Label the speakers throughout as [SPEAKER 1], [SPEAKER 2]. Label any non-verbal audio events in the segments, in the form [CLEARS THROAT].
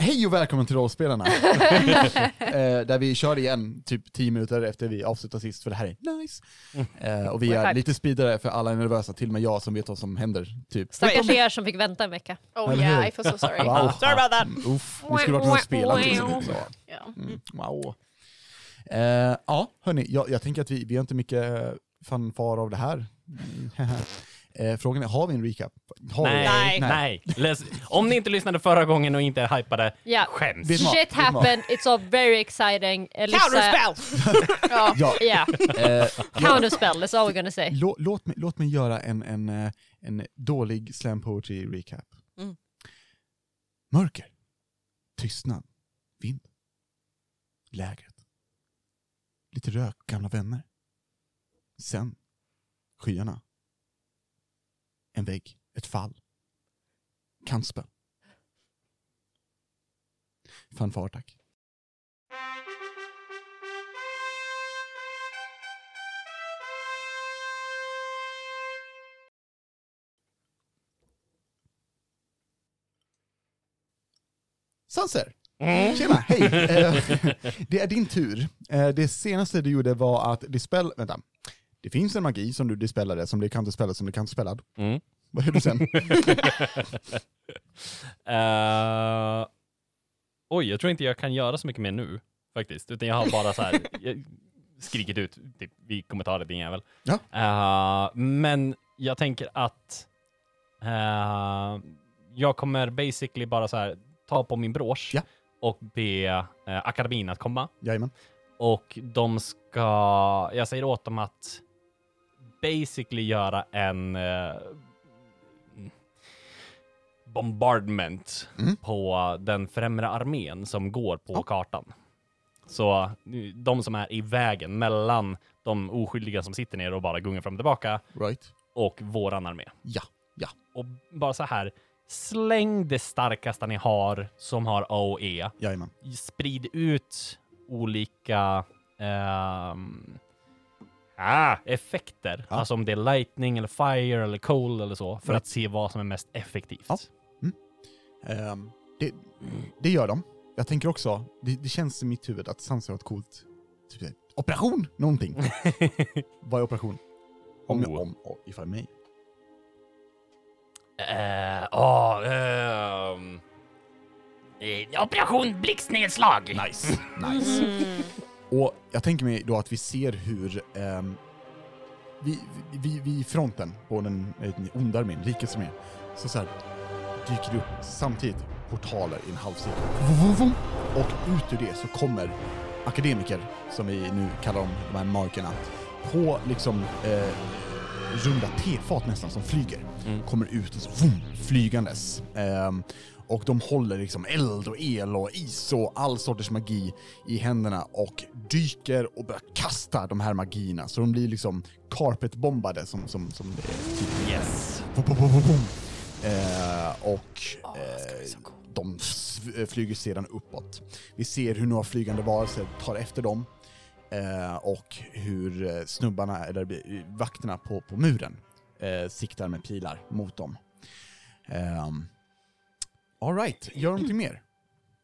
[SPEAKER 1] Hej och välkommen till
[SPEAKER 2] [LAUGHS]
[SPEAKER 1] Rollspelarna! eh, där vi kör igen typ 10 minuter efter vi avslutar sist, för det här är nice. Eh, och vi är
[SPEAKER 2] Perfekt.
[SPEAKER 1] lite speedare för alla är nervösa, till och med jag som vet vad som händer. Typ.
[SPEAKER 3] Stackars er som fick vänta en vecka.
[SPEAKER 2] Oh
[SPEAKER 1] Eller
[SPEAKER 2] yeah,
[SPEAKER 1] hur?
[SPEAKER 2] I feel so sorry.
[SPEAKER 1] Wow.
[SPEAKER 2] Sorry about that.
[SPEAKER 1] Mm, Uff, vi skulle varit med och spelat. liksom. Så.
[SPEAKER 2] Yeah.
[SPEAKER 1] Mm, wow. Eh, ja, hörni, jag, jag tänker att vi, vi har inte mycket fanfar av det här. [LAUGHS] Mm. eh, frågan är, har vi en recap? Har vi?
[SPEAKER 4] Nej,
[SPEAKER 2] Nej.
[SPEAKER 4] nej. Läs, om ni inte lyssnade förra gången och inte hypade,
[SPEAKER 5] Ah.
[SPEAKER 3] Ja.
[SPEAKER 4] skäms.
[SPEAKER 1] Det- Smart,
[SPEAKER 3] Shit
[SPEAKER 1] smart.
[SPEAKER 3] happened, it's all very exciting. Elisa,
[SPEAKER 2] Counterspell! ja.
[SPEAKER 1] Ja,
[SPEAKER 3] yeah,
[SPEAKER 1] eh,
[SPEAKER 3] counterspell, that's all we're gonna say.
[SPEAKER 1] Lå, låt, mig, låt mig göra en, en, eh, en dålig slam poetry recap.
[SPEAKER 2] Mm.
[SPEAKER 1] Mörker. Tystnad. Vind. Lägret. Lite rök, gamla vänner. Sen. Skyarna. En vägg. Ett fall. Kantspel. Fanfar, tack. Sanser!
[SPEAKER 4] Mm.
[SPEAKER 1] Tjena,
[SPEAKER 4] [LAUGHS]
[SPEAKER 1] hej! Eh, det är din tur. Eh, Det senaste du gjorde var att dispel... Vänta. Det finns en magi som du dispellade, som du kan dispella, som du kan dispella.
[SPEAKER 4] Mm.
[SPEAKER 1] Vad gör du
[SPEAKER 4] [LAUGHS]
[SPEAKER 1] sen?
[SPEAKER 4] Eh, oj, jag tror inte jag kan göra så mycket mer nu faktiskt, utan jag har bara
[SPEAKER 1] [LAUGHS]
[SPEAKER 4] så här jag, skrikit ut, typ, vi kommer ta det din jävel.
[SPEAKER 1] Ja.
[SPEAKER 4] Eh, men jag tänker att eh, jag kommer basically bara så här ta på min brosch
[SPEAKER 1] Ja.
[SPEAKER 4] och be eh, akademin att komma
[SPEAKER 1] Jajamän.
[SPEAKER 4] och de ska, jag säger åt dem att basically göra en eh, bombardment
[SPEAKER 1] Mm.
[SPEAKER 4] på den främre armén som går på
[SPEAKER 1] Ja.
[SPEAKER 4] kartan. Så de som är i vägen mellan de oskyldiga som sitter ner och bara gungar fram och tillbaka
[SPEAKER 1] Right.
[SPEAKER 4] och våran armé.
[SPEAKER 1] Ja, ja.
[SPEAKER 4] Och bara så här, släng det starkaste ni har som har E. AOE
[SPEAKER 1] Jajamän.
[SPEAKER 4] sprid ut olika ehm, ah, effekter.
[SPEAKER 1] Ja.
[SPEAKER 4] Alltså om det är lightning eller fire eller cold eller så. För
[SPEAKER 1] Ja.
[SPEAKER 4] att se vad som är mest effektivt.
[SPEAKER 1] Ja. Ehm, det, det gör de. Jag tänker också, det, det känns i mitt huvud att Sanser har ett coolt... Typ, operation!
[SPEAKER 4] [LAUGHS]
[SPEAKER 1] Någonting. Vad är operation? Om, jag,
[SPEAKER 4] Oh.
[SPEAKER 1] om, om ifall mig.
[SPEAKER 4] Eh, ah, ehm, eh, operation blixtnedslag!
[SPEAKER 1] Nice. Nice. Och jag tänker mig då att vi ser hur ehm, vi, vi, vi i fronten på den eh, onda armén, rikets armén, så, så här dyker det upp samtidigt portaler i en halvcirkel. Vum, vum, vum. Och ut ur det så kommer akademiker, som vi nu kallar dem, de här markerna, på liksom eh, runda tefat nästan som flyger. Kommer ut och så, vum, flygandes. Ehm, och de håller liksom eld och el och is och all sorters magi i händerna och dyker och börjar kasta de här magierna. Så de blir liksom carpetbombade som, som, som det är typ
[SPEAKER 4] Yes.
[SPEAKER 1] Boom, boom, boom, boom, boom. Eh, och eh, de s- eh, flyger sedan uppåt. Vi ser hur några flygande varelser tar efter dem eh, och hur eh, snubbarna, eller eh, vakterna på, på muren, eh, siktar med pilar mot dem. Ehm, all right, gör någonting mer.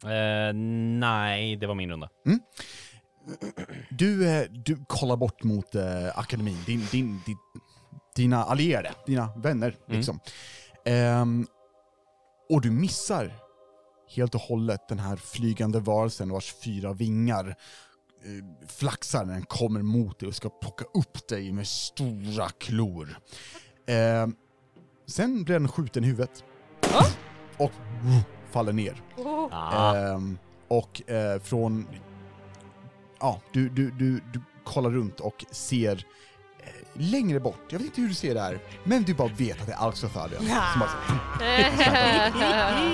[SPEAKER 4] Eh, nej, det var min runda.
[SPEAKER 1] Du, eh, du kollar bort mot eh, akademin, din, din, din, dina allierade, dina vänner liksom. Ehm, och du missar helt och hållet den här flygande varelsen vars fyra vingar eh, flaxar när den kommer mot dig och ska plocka upp dig med stora klor. Ehm, sen blir den skjuten i huvudet. Och faller ner.
[SPEAKER 4] Ah.
[SPEAKER 1] Ehm, och eh, från... Ja, du, du, du, du kollar runt och ser eh, längre bort. Jag vet inte hur du ser det här, men du bara vet att det är Alxotharion. Som bara, så- "Hm,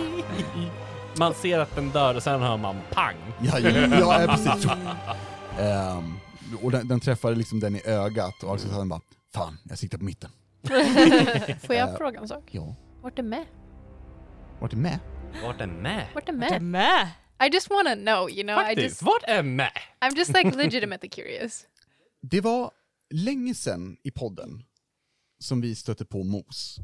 [SPEAKER 4] Man ser att den dör och sen hör man pang.
[SPEAKER 1] ja, ja, ja, ja, precis. Ehm, och den, den träffar liksom den i ögat och Alxotharion bara Fan, jag siktar på mitten.
[SPEAKER 2] Får jag fråga en sak?
[SPEAKER 1] Ja.
[SPEAKER 3] Vart är med?
[SPEAKER 1] Vart är med?
[SPEAKER 4] Vart är med?
[SPEAKER 3] Vart är
[SPEAKER 2] Det är
[SPEAKER 3] med?
[SPEAKER 2] med. I just wanna know, you know. I
[SPEAKER 4] Faktiskt,
[SPEAKER 2] just,
[SPEAKER 4] vart är med?
[SPEAKER 2] I'm just like legitimately
[SPEAKER 3] [LAUGHS]
[SPEAKER 2] curious.
[SPEAKER 1] Det var länge sedan i podden som vi stötte på Mos.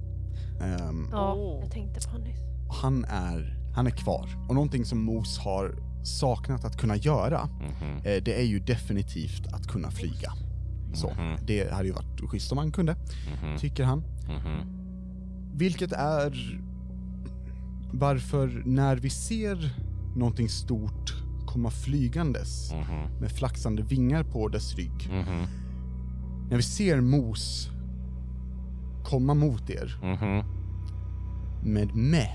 [SPEAKER 1] Ehm,
[SPEAKER 3] Ja, jag tänkte på nyss.
[SPEAKER 1] han är... Han är kvar. Och någonting som Mos har saknat att kunna göra,
[SPEAKER 4] Mhm.
[SPEAKER 1] eh, det är ju definitivt att kunna flyga. Så.
[SPEAKER 4] Mhm.
[SPEAKER 1] Det hade ju varit schysst om han kunde,
[SPEAKER 4] Mhm.
[SPEAKER 1] tycker han.
[SPEAKER 4] Mhm.
[SPEAKER 1] Vilket är varför när vi ser någonting stort komma flygandes
[SPEAKER 4] Mhm.
[SPEAKER 1] med flaxande vingar på dess rygg.
[SPEAKER 4] Mhm.
[SPEAKER 1] När vi ser mos komma mot er
[SPEAKER 4] Mhm.
[SPEAKER 1] med me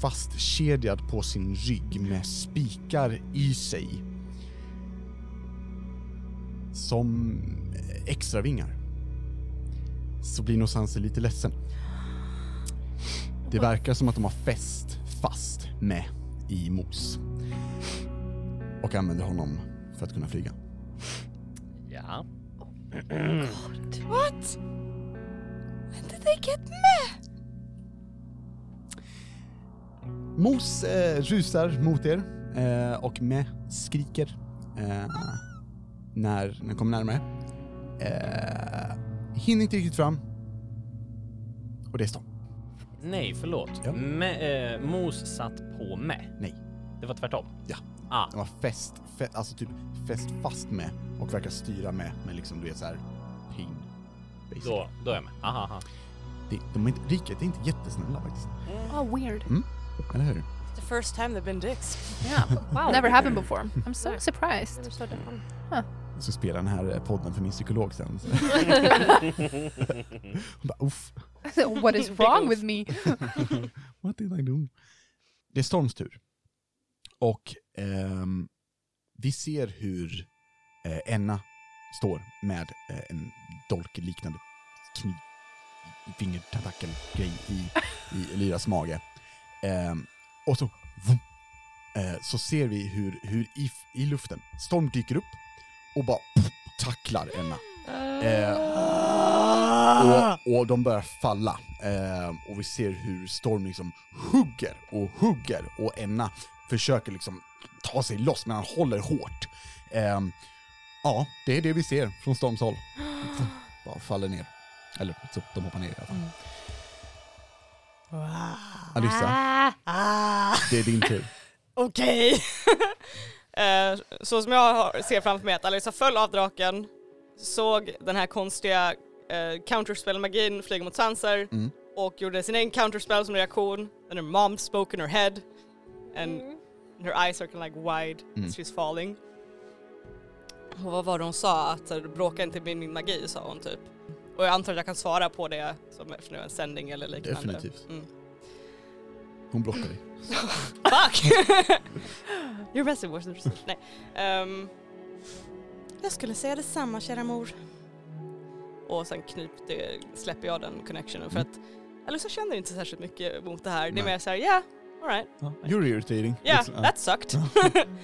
[SPEAKER 1] fastkedjad på sin rygg med spikar i sig. Som extra vingar. Så blir nog Sanse lite ledsen. Det verkar som att de har fäst fast med i mos. Och använder honom för att kunna flyga.
[SPEAKER 4] Ja.
[SPEAKER 6] What? When did they get me?
[SPEAKER 1] Mos eh, rusar mot er eh, och med skriker eh, när den kommer närmare. Eh, hinner inte riktigt fram. Och det är stopp.
[SPEAKER 4] Nej, förlåt.
[SPEAKER 1] Ja.
[SPEAKER 4] Me, eh, mos satt på med.
[SPEAKER 1] Nej.
[SPEAKER 4] Det var tvärtom.
[SPEAKER 1] Ja.
[SPEAKER 4] Ah.
[SPEAKER 1] Den var fäst, fä, alltså typ fäst fast med och verkar styra med, men liksom du är såhär pin. basically.
[SPEAKER 4] Då, då är jag med. Aha, aha.
[SPEAKER 1] Det, de är inte, riket är inte jättesnälla faktiskt.
[SPEAKER 2] Oh, weird.
[SPEAKER 1] Eller hur?
[SPEAKER 6] It's the first time they've been dicks.
[SPEAKER 2] Yeah.
[SPEAKER 3] Wow.
[SPEAKER 2] Never happened before. I'm so
[SPEAKER 3] Right.
[SPEAKER 2] surprised.
[SPEAKER 1] Så spelar den här eh, podden för min psykolog sen. Så. Hon bara uff,
[SPEAKER 2] [LAUGHS] what is wrong with me?
[SPEAKER 3] Oh
[SPEAKER 1] [LAUGHS] What did I do? Det är Storms tur. Och ehm, vi ser hur eh, Enna står med eh, en dolkliknande kniv, fingertentakelgrej i, i Lyras mage. Ehm, och så, vroom, eh, så ser vi hur, hur i, i luften Storm dyker upp och bara pff, tacklar Enna. Eh, och, och de börjar falla. Eh, och vi ser hur Storm liksom hugger och hugger och Enna försöker liksom ta sig loss men han håller hårt. Eh, ja, det är det vi ser från Storms håll. Bara faller ner. Eller så de hoppar ner i alla fall. Alissa,
[SPEAKER 3] Ah,
[SPEAKER 6] Ah.
[SPEAKER 1] det är din tur.
[SPEAKER 6] Okej. [LAUGHS] Eh, så som jag har- ser framför mig att Alissa föll av draken, såg den här konstiga eh, counterspell-magin flyga mot Sanser
[SPEAKER 1] Mm.
[SPEAKER 6] och gjorde sin egen counterspell som reaktion. Then her mom spoke in her head and her eyes are kind of like wide
[SPEAKER 1] Mm.
[SPEAKER 6] as she's falling. Och vad var det hon sa? Att så här, bråka inte med min magi sa hon typ. Och jag antar att jag kan svara på det som eftersom det var en sändning eller liknande.
[SPEAKER 1] Definitivt.
[SPEAKER 6] Mm.
[SPEAKER 1] Hon blockar dig.
[SPEAKER 6] Fuck! [LAUGHS] You're messing with the research. Nej. Ehm, jag skulle säga detsamma kära mor. Och sen knypte, släpper jag den connectionen för
[SPEAKER 1] Mm.
[SPEAKER 6] att Alyssa känner inte särskilt mycket mot det här. Det
[SPEAKER 1] Nej.
[SPEAKER 6] är mer såhär, yeah, alright.
[SPEAKER 1] You're irritating.
[SPEAKER 6] Yeah,
[SPEAKER 1] Liksom, ja.
[SPEAKER 6] that sucked.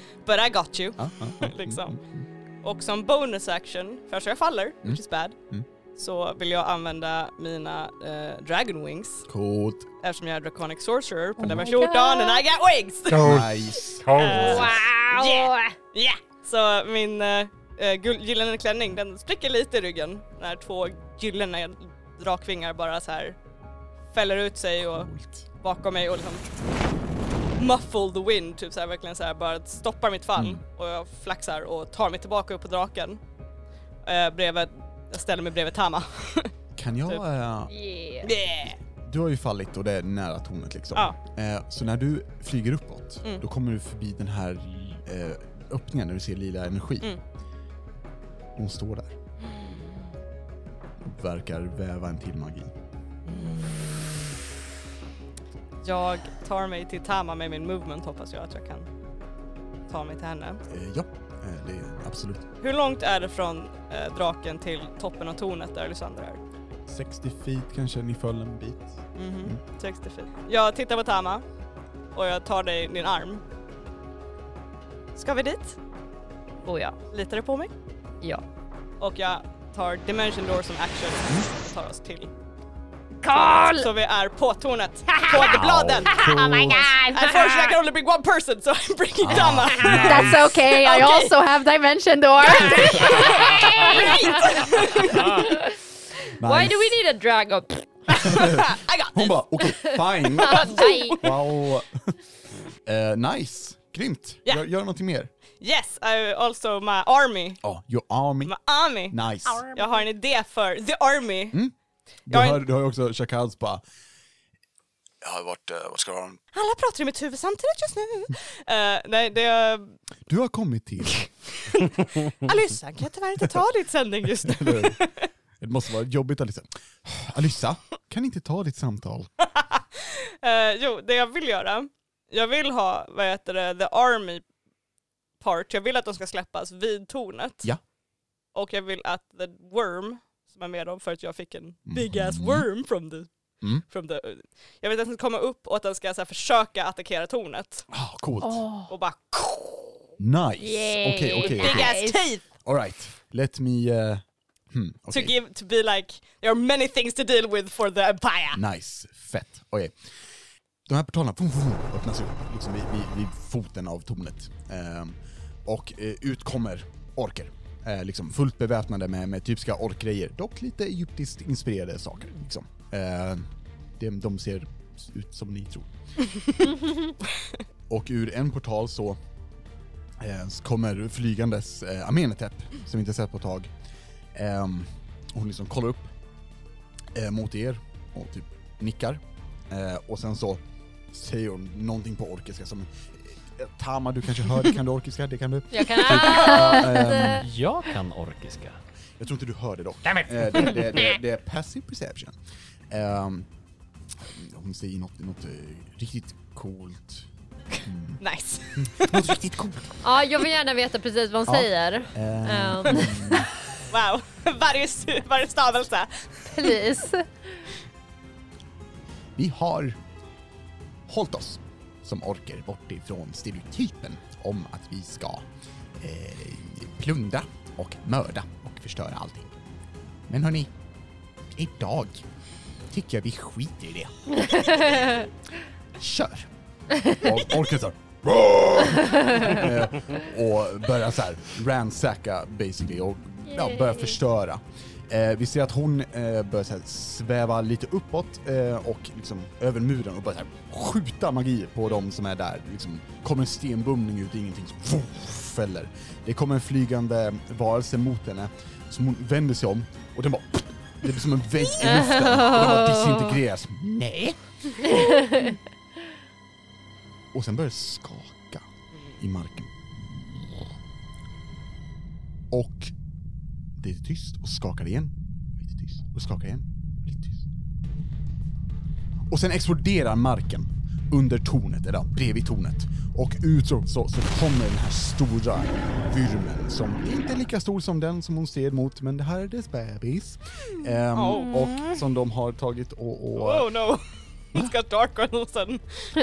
[SPEAKER 6] [LAUGHS] But I got you.
[SPEAKER 1] Ja, ja, ja.
[SPEAKER 6] liksom.
[SPEAKER 1] Mm, mm, mm.
[SPEAKER 6] Och som bonus action, för jag faller,
[SPEAKER 1] Mm.
[SPEAKER 6] which is bad,
[SPEAKER 1] Mm.
[SPEAKER 6] så vill jag använda mina eh, Dragon Wings
[SPEAKER 1] Coolt.
[SPEAKER 6] eftersom jag är Draconic Sorcerer på
[SPEAKER 3] Oh
[SPEAKER 6] level
[SPEAKER 3] my
[SPEAKER 6] 14 and
[SPEAKER 3] God.
[SPEAKER 6] I got wings!
[SPEAKER 1] Nice.
[SPEAKER 6] Eh,
[SPEAKER 3] wow!
[SPEAKER 6] Yeah. Ja! Så min eh, eh, gul- gyllene klänning den spricker lite i ryggen när två gyllene drakvingar bara så här fäller ut sig och
[SPEAKER 1] Coolt.
[SPEAKER 6] bakom mig och liksom muffle the wind, typ så här, verkligen så här, bara stoppar mitt fall
[SPEAKER 1] Mm.
[SPEAKER 6] och jag flaxar och tar mig tillbaka upp på draken. Eh, bredvid, jag ställer mig bredvid Tama.
[SPEAKER 1] Kan jag...
[SPEAKER 6] Typ.
[SPEAKER 1] eh,
[SPEAKER 3] Yeah.
[SPEAKER 6] Yeah.
[SPEAKER 1] Du har ju fallit och det är nära tornet liksom.
[SPEAKER 6] Ja.
[SPEAKER 1] Eh, så när du flyger uppåt,
[SPEAKER 6] Mm.
[SPEAKER 1] då kommer du förbi den här eh, öppningen där du ser lila energi.
[SPEAKER 6] Mm.
[SPEAKER 1] Hon står där. Och verkar väva en till magi. Eh,
[SPEAKER 6] Jag tar mig till Tama med min movement hoppas jag att jag kan ta mig till henne.
[SPEAKER 1] Eh, ja, eh, det är absolut.
[SPEAKER 6] Hur långt är det från eh, draken till toppen av tornet där Lysander är?
[SPEAKER 1] 60 feet kanske, ni föll en bit.
[SPEAKER 6] Mhm, 60 feet. Jag tittar på Tama och jag tar dig i din arm. Ska vi dit?
[SPEAKER 3] Oh, ja.
[SPEAKER 6] Litar du på mig?
[SPEAKER 3] ja.
[SPEAKER 6] Och jag tar Dimension Door som action och tar oss till.
[SPEAKER 3] Carl!
[SPEAKER 6] Så vi är på tornet, på the bladen!
[SPEAKER 3] oh my god!
[SPEAKER 6] Unfortunately I can only bring one person so [LAUGHS] I'm bringing Tama!
[SPEAKER 2] That's okay. I
[SPEAKER 6] Okay.
[SPEAKER 2] also have dimension door. [LAUGHS]
[SPEAKER 3] Why do we need a dragon?
[SPEAKER 6] I got
[SPEAKER 1] Hon bara, okej,
[SPEAKER 6] [LAUGHS]
[SPEAKER 1] fine.
[SPEAKER 3] [LAUGHS] Nej.
[SPEAKER 1] Wow. Eh, nice, grymt.
[SPEAKER 6] Ja.
[SPEAKER 1] Gör, gör någonting mer.
[SPEAKER 6] Yes, I also my army.
[SPEAKER 1] Ja, your army.
[SPEAKER 6] My army.
[SPEAKER 1] Nice.
[SPEAKER 6] Jag har en idé för the army.
[SPEAKER 1] Mm. Du
[SPEAKER 6] Jag är-
[SPEAKER 1] hör, du hör ju också Shakads bara... Jag har varit, eh, vad ska jag ha?
[SPEAKER 6] Alla pratar i mitt huvud samtidigt just nu. [LAUGHS] Eh, nej, det är...
[SPEAKER 1] Du har kommit [LAUGHS] till...
[SPEAKER 6] Alyssa, kan jag tyvärr
[SPEAKER 1] [LAUGHS]
[SPEAKER 6] inte ta ditt sändning just nu?
[SPEAKER 1] Eller hur? det måste vara jobbigt Alissa. Alissa, kan inte ta ditt samtal?
[SPEAKER 6] Eh, jo, det jag vill göra, jag vill ha, vad heter det, the army part. Jag vill att de ska släppas vid tornet.
[SPEAKER 1] Ja.
[SPEAKER 6] Och jag vill att the worm, som är med dem för att jag fick en big ass worm from the...
[SPEAKER 1] Mm.
[SPEAKER 6] From the jag vill att den ska komma upp och att den ska så här, försöka attackera tornet.
[SPEAKER 1] Ah, coolt.
[SPEAKER 3] Oh.
[SPEAKER 6] Och bara...
[SPEAKER 1] Nice. Okej, okej, okej.
[SPEAKER 6] Big ass
[SPEAKER 2] Nice.
[SPEAKER 6] teeth!
[SPEAKER 1] All right. Let me... eh, hmm,
[SPEAKER 6] To
[SPEAKER 1] okej.
[SPEAKER 6] give, to be like, there are many things to deal with for the empire.
[SPEAKER 1] Nice. Fett. Okej. De här portalerna vroom, vroom, öppnas upp liksom vid, vid, vid foten av tornet. Ehm, och eh, ut kommer orker. Eh, liksom fullt beväpnade med, med typiska orkgrejer. Dock lite egyptiskt inspirerade saker. Liksom. Ehm, de, de ser ut som ni tror. och ur en portal så eh, så kommer flygandes eh, Amenetep, som vi inte sett på ett tag. Ehm, hon liksom kollar upp eh, mot er och typ nickar. Eh, och sen så säger hon någonting på orkiska som eh, Tama, du kanske hör det, kan du orkiska? Det kan du?
[SPEAKER 3] Jag kan...
[SPEAKER 1] Ja, ehm,
[SPEAKER 4] Jag kan orkiska.
[SPEAKER 1] jag tror inte du hörde dock.
[SPEAKER 4] Damn
[SPEAKER 1] Eh,
[SPEAKER 4] it.
[SPEAKER 1] det, det, det, det är passive perception. Ehm, hon säger något, något eh, riktigt coolt. Mm.
[SPEAKER 6] Nice. [LAUGHS]
[SPEAKER 1] Något riktigt coolt.
[SPEAKER 5] Ja, jag vill gärna veta precis vad hon
[SPEAKER 1] Ja.
[SPEAKER 5] säger.
[SPEAKER 1] Ehm,
[SPEAKER 5] Um,
[SPEAKER 6] Wow. [LAUGHS] Varje, su- varje stavelse.
[SPEAKER 5] please.
[SPEAKER 1] vi har hållit oss som orker bort ifrån stereotypen om att vi ska eh, plundra och mörda och förstöra allting. Men hörni, idag tycker jag vi skiter i det. Kör! Och orken [LAUGHS] så här, "Brum!" Eh, och börjar så här ransacka basically och ja, börjar förstöra. Eh, vi ser att hon eh, börjar så här sväva lite uppåt eh, och liksom över muren och börjar så här skjuta magi på de som är där. Liksom, kommer en stenbumling ut i ingenting som voff, fäller. Det kommer en flygande varelse mot henne som hon vänder sig om och den bara det blir som en vägg i luften och den bara disintegreras. Nej! Och sen börjar det skaka i marken. Och det är tyst och skakar igen. Och lite tyst och skakar igen. Och lite tyst. Och sen exploderar marken under tornet, eller ja, bredvid tornet. Och ut så, så, så kommer den här stora vyrmen som inte är lika stor som den som hon ser mot, men det här är dess bebis. Ehm,
[SPEAKER 6] Oh.
[SPEAKER 1] Och som de har tagit och... och
[SPEAKER 6] Oh no. [LAUGHS] It's got dark all of a sudden.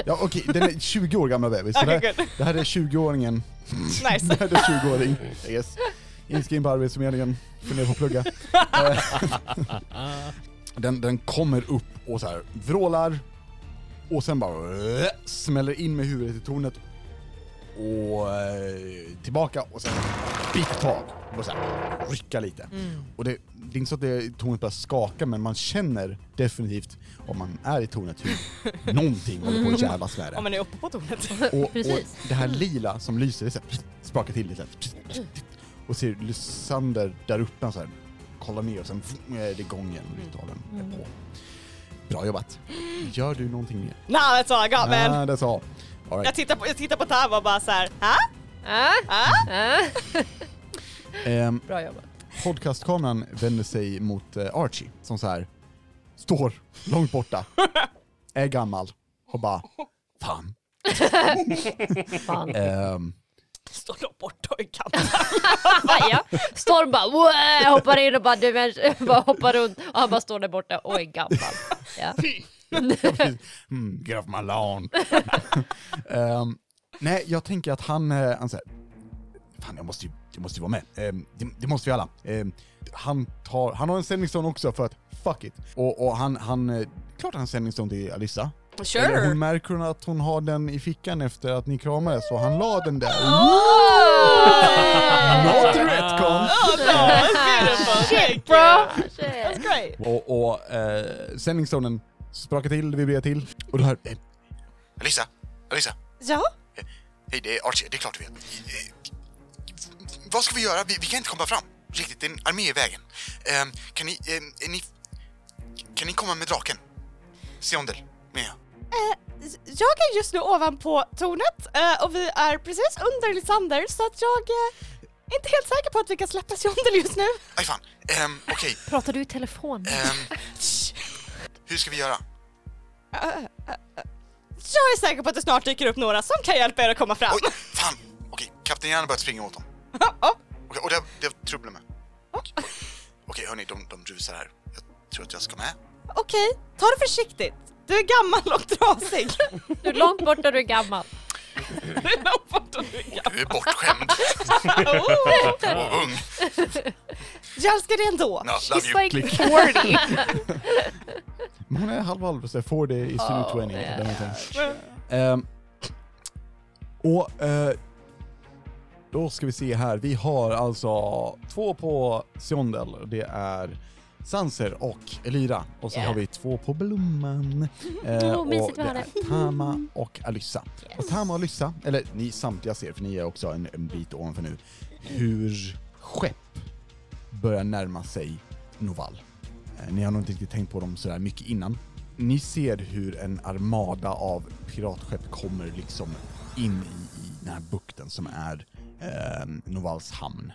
[SPEAKER 1] Ja okej, den är 20 år gamla bebis. så
[SPEAKER 6] Okej,
[SPEAKER 1] det, här,
[SPEAKER 6] good.
[SPEAKER 1] det här är 20-åringen. [LAUGHS]
[SPEAKER 6] Nice.
[SPEAKER 1] det här är 20-åring. Yes. Inskriven på Arbetsförmedlingen. Funderar på att plugga. Eh, den, den kommer upp och så här vrålar. Och sen bara eh, smäller in med huvudet i tornet. Och eh, tillbaka och sen biter tag. Och så här rycka lite. Och det, det är inte så att det, tornet börjar skaka men man känner definitivt om man är i tornet hur någonting håller på att jävlas med det.
[SPEAKER 6] Om man är uppe på tornet.
[SPEAKER 1] Och, och
[SPEAKER 5] Precis.
[SPEAKER 1] det här lila som lyser, det är så här, sprakar till lite. Och ser Lysander där uppe, han så här, kollar ner och sen är det gången och ritualen är på. Bra jobbat. Gör du någonting mer?
[SPEAKER 6] Nah, that's all I got man.
[SPEAKER 1] Nej, det sa. All
[SPEAKER 6] Jag
[SPEAKER 1] right.
[SPEAKER 6] tittar på, jag tittar på Tava och bara såhär, ha?
[SPEAKER 5] Ah,
[SPEAKER 6] Ha?
[SPEAKER 5] ah.
[SPEAKER 1] Ehm,
[SPEAKER 5] Bra jobbat.
[SPEAKER 1] podcastkameran vänder sig mot eh, Archie som så här står långt borta, är gammal och bara fan.
[SPEAKER 5] Fan.
[SPEAKER 1] Ehm,
[SPEAKER 6] Står de borta i kanten?
[SPEAKER 5] Ah, ja. Storm bara "Wow", hoppar in och bara, du, men, [LAUGHS] bara hoppar runt och han bara står där borta och är gammal. Ja.
[SPEAKER 1] mm, get off my lawn. Ehm, nej, jag tänker att han, eh, han säger, fan jag måste ju, jag måste ju vara med. Ehm, det, det måste vi alla. Ehm, han, tar, han har en sändningstång också för att, fuck it. Och, och han, han, eh, klart han har en sändningstång till Alissa. Eller hon
[SPEAKER 6] Sure!
[SPEAKER 1] märker hon att hon har den i fickan efter att ni kramades så han la den där. Not retcon!
[SPEAKER 6] [LAUGHS] Shit
[SPEAKER 5] bro!
[SPEAKER 6] That's great!
[SPEAKER 1] Och, och eh, sändningstonen sprakar till, vibrerar till. Och du hör... Eh, Alissa! Alissa!
[SPEAKER 6] Ja?
[SPEAKER 1] Hej, Eh, det är Archie. Det är klart du vet. Eh, Vad ska vi göra? Vi, vi kan inte komma fram. Riktigt, det är en armé i vägen. Ehm, kan ni, ehm, är ni... Kan ni komma med draken? Siondel, menar jag.
[SPEAKER 6] eh, Jag är just nu ovanpå tornet eh, och vi är precis under Lysander så att jag eh, är inte helt säker på att vi kan släppa Sjondel just nu.
[SPEAKER 1] Aj fan. Ehm, Okej,
[SPEAKER 5] [LAUGHS] Pratar du i telefon?
[SPEAKER 1] ehm, hur ska vi göra?
[SPEAKER 6] Eh, eh, eh, Jag är säker på att det snart dyker upp några som kan hjälpa er att komma fram.
[SPEAKER 1] Oj, fan! Okej, kapten Jan har börjat springa åt dem.
[SPEAKER 6] Ja,
[SPEAKER 1] Okej, och det, det har jag trubbel med. Okej, hörni, de, de rusar här. Jag tror att jag ska med.
[SPEAKER 6] Okej, ta det försiktigt. Du är gammal och
[SPEAKER 1] [LAUGHS]
[SPEAKER 6] trasig.
[SPEAKER 5] Du är långt borta, du är gammal.
[SPEAKER 6] Du är långt borta nu.
[SPEAKER 1] [LAUGHS] Du är bortskämd
[SPEAKER 6] Oh,
[SPEAKER 1] och ung.
[SPEAKER 6] jag älskar dig ändå.
[SPEAKER 1] No, love
[SPEAKER 2] She's
[SPEAKER 1] you. [LAUGHS]
[SPEAKER 2] like
[SPEAKER 1] Klick.
[SPEAKER 2] 40.
[SPEAKER 1] Men hon är halv halv, så 40 is the
[SPEAKER 5] Oh,
[SPEAKER 1] new 20.
[SPEAKER 5] yeah.
[SPEAKER 1] den här tiden. Ehm, och eh, då ska vi se här, vi har alltså två på Siondel, det är Sanser och Elira. Och så
[SPEAKER 5] Yeah.
[SPEAKER 1] har vi två på
[SPEAKER 5] [LAUGHS]
[SPEAKER 1] Blomman. Eh,
[SPEAKER 5] Åh,
[SPEAKER 1] och
[SPEAKER 5] mysigt
[SPEAKER 1] det
[SPEAKER 5] vi har
[SPEAKER 1] är Tama och Alyssa.
[SPEAKER 5] Yes.
[SPEAKER 1] Och Tama och Alyssa, eller ni samtliga ser, för ni är också en, en bit ovanför nu, hur skepp börjar närma sig Noval. Eh, Ni har nog inte riktigt tänkt på dem sådär mycket innan. Ni ser hur en armada av piratskepp kommer liksom in i, i den här bukten som är eh, Novals hamn.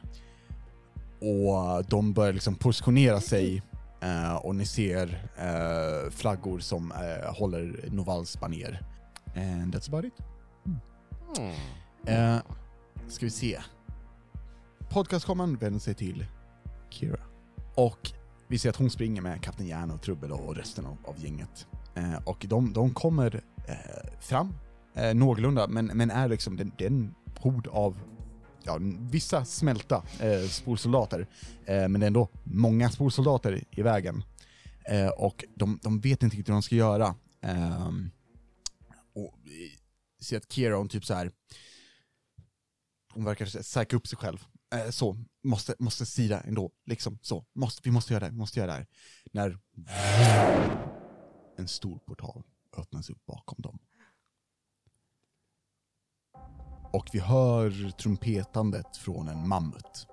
[SPEAKER 1] Och de börjar liksom positionera sig eh, och ni ser eh, flaggor som eh, håller Novals baner. And that's about it. Eh, ska vi se. Podcastkameran vänder sig till Kira. Och vi ser att hon springer med Kapten Järn och Trubbel och resten av, av gänget. Eh, och de, de kommer eh, fram eh, någorlunda, men, men är liksom den, den hord av ja, n- vissa smälta eh, sporsoldater. Eh, men det är ändå många sporsoldater i, i vägen. Eh, och de, de vet inte riktigt hur de ska göra. Ehm, och vi ser att Kira, hon typ så här. Hon verkar säkra upp sig själv. Eh, så, måste, måste sida ändå. Liksom så. Måste, vi måste göra det här, vi måste göra det här. När en stor portal öppnas upp bakom dem. Och vi hör trumpetandet från en
[SPEAKER 2] [GASPS]
[SPEAKER 1] mammut.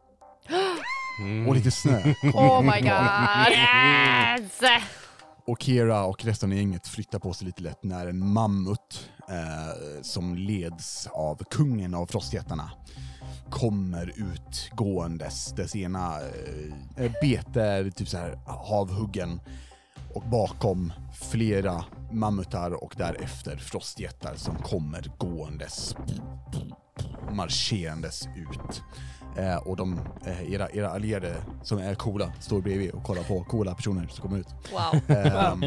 [SPEAKER 1] Och lite snö. kommer
[SPEAKER 2] Oh my
[SPEAKER 1] [LAUGHS] in.
[SPEAKER 2] god.
[SPEAKER 3] Yes!
[SPEAKER 1] Och Kira och resten av gänget flyttar på sig lite lätt när en mammut eh, som leds av kungen av frostjättarna kommer ut gåendes. Dess ena eh, bete är typ så här havhuggen och bakom flera mammutar och därefter frostjättar som kommer gåendes marscherandes ut. Eh, och de, eh, era, era allierade som är coola står bredvid och kollar på coola personer som kommer ut.
[SPEAKER 5] Wow.
[SPEAKER 1] Ehm,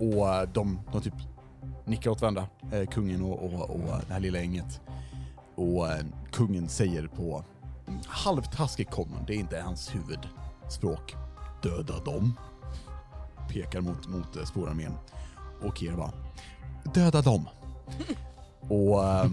[SPEAKER 1] och eh, de, de typ nickar åt varandra, eh, kungen och, och, och det här lilla gänget. Och eh, kungen säger på halvtaskig common, det är inte hans huvudspråk, döda dem. Pekar mot, mot eh, spårarmén. Och Kira bara, döda dem. och eh,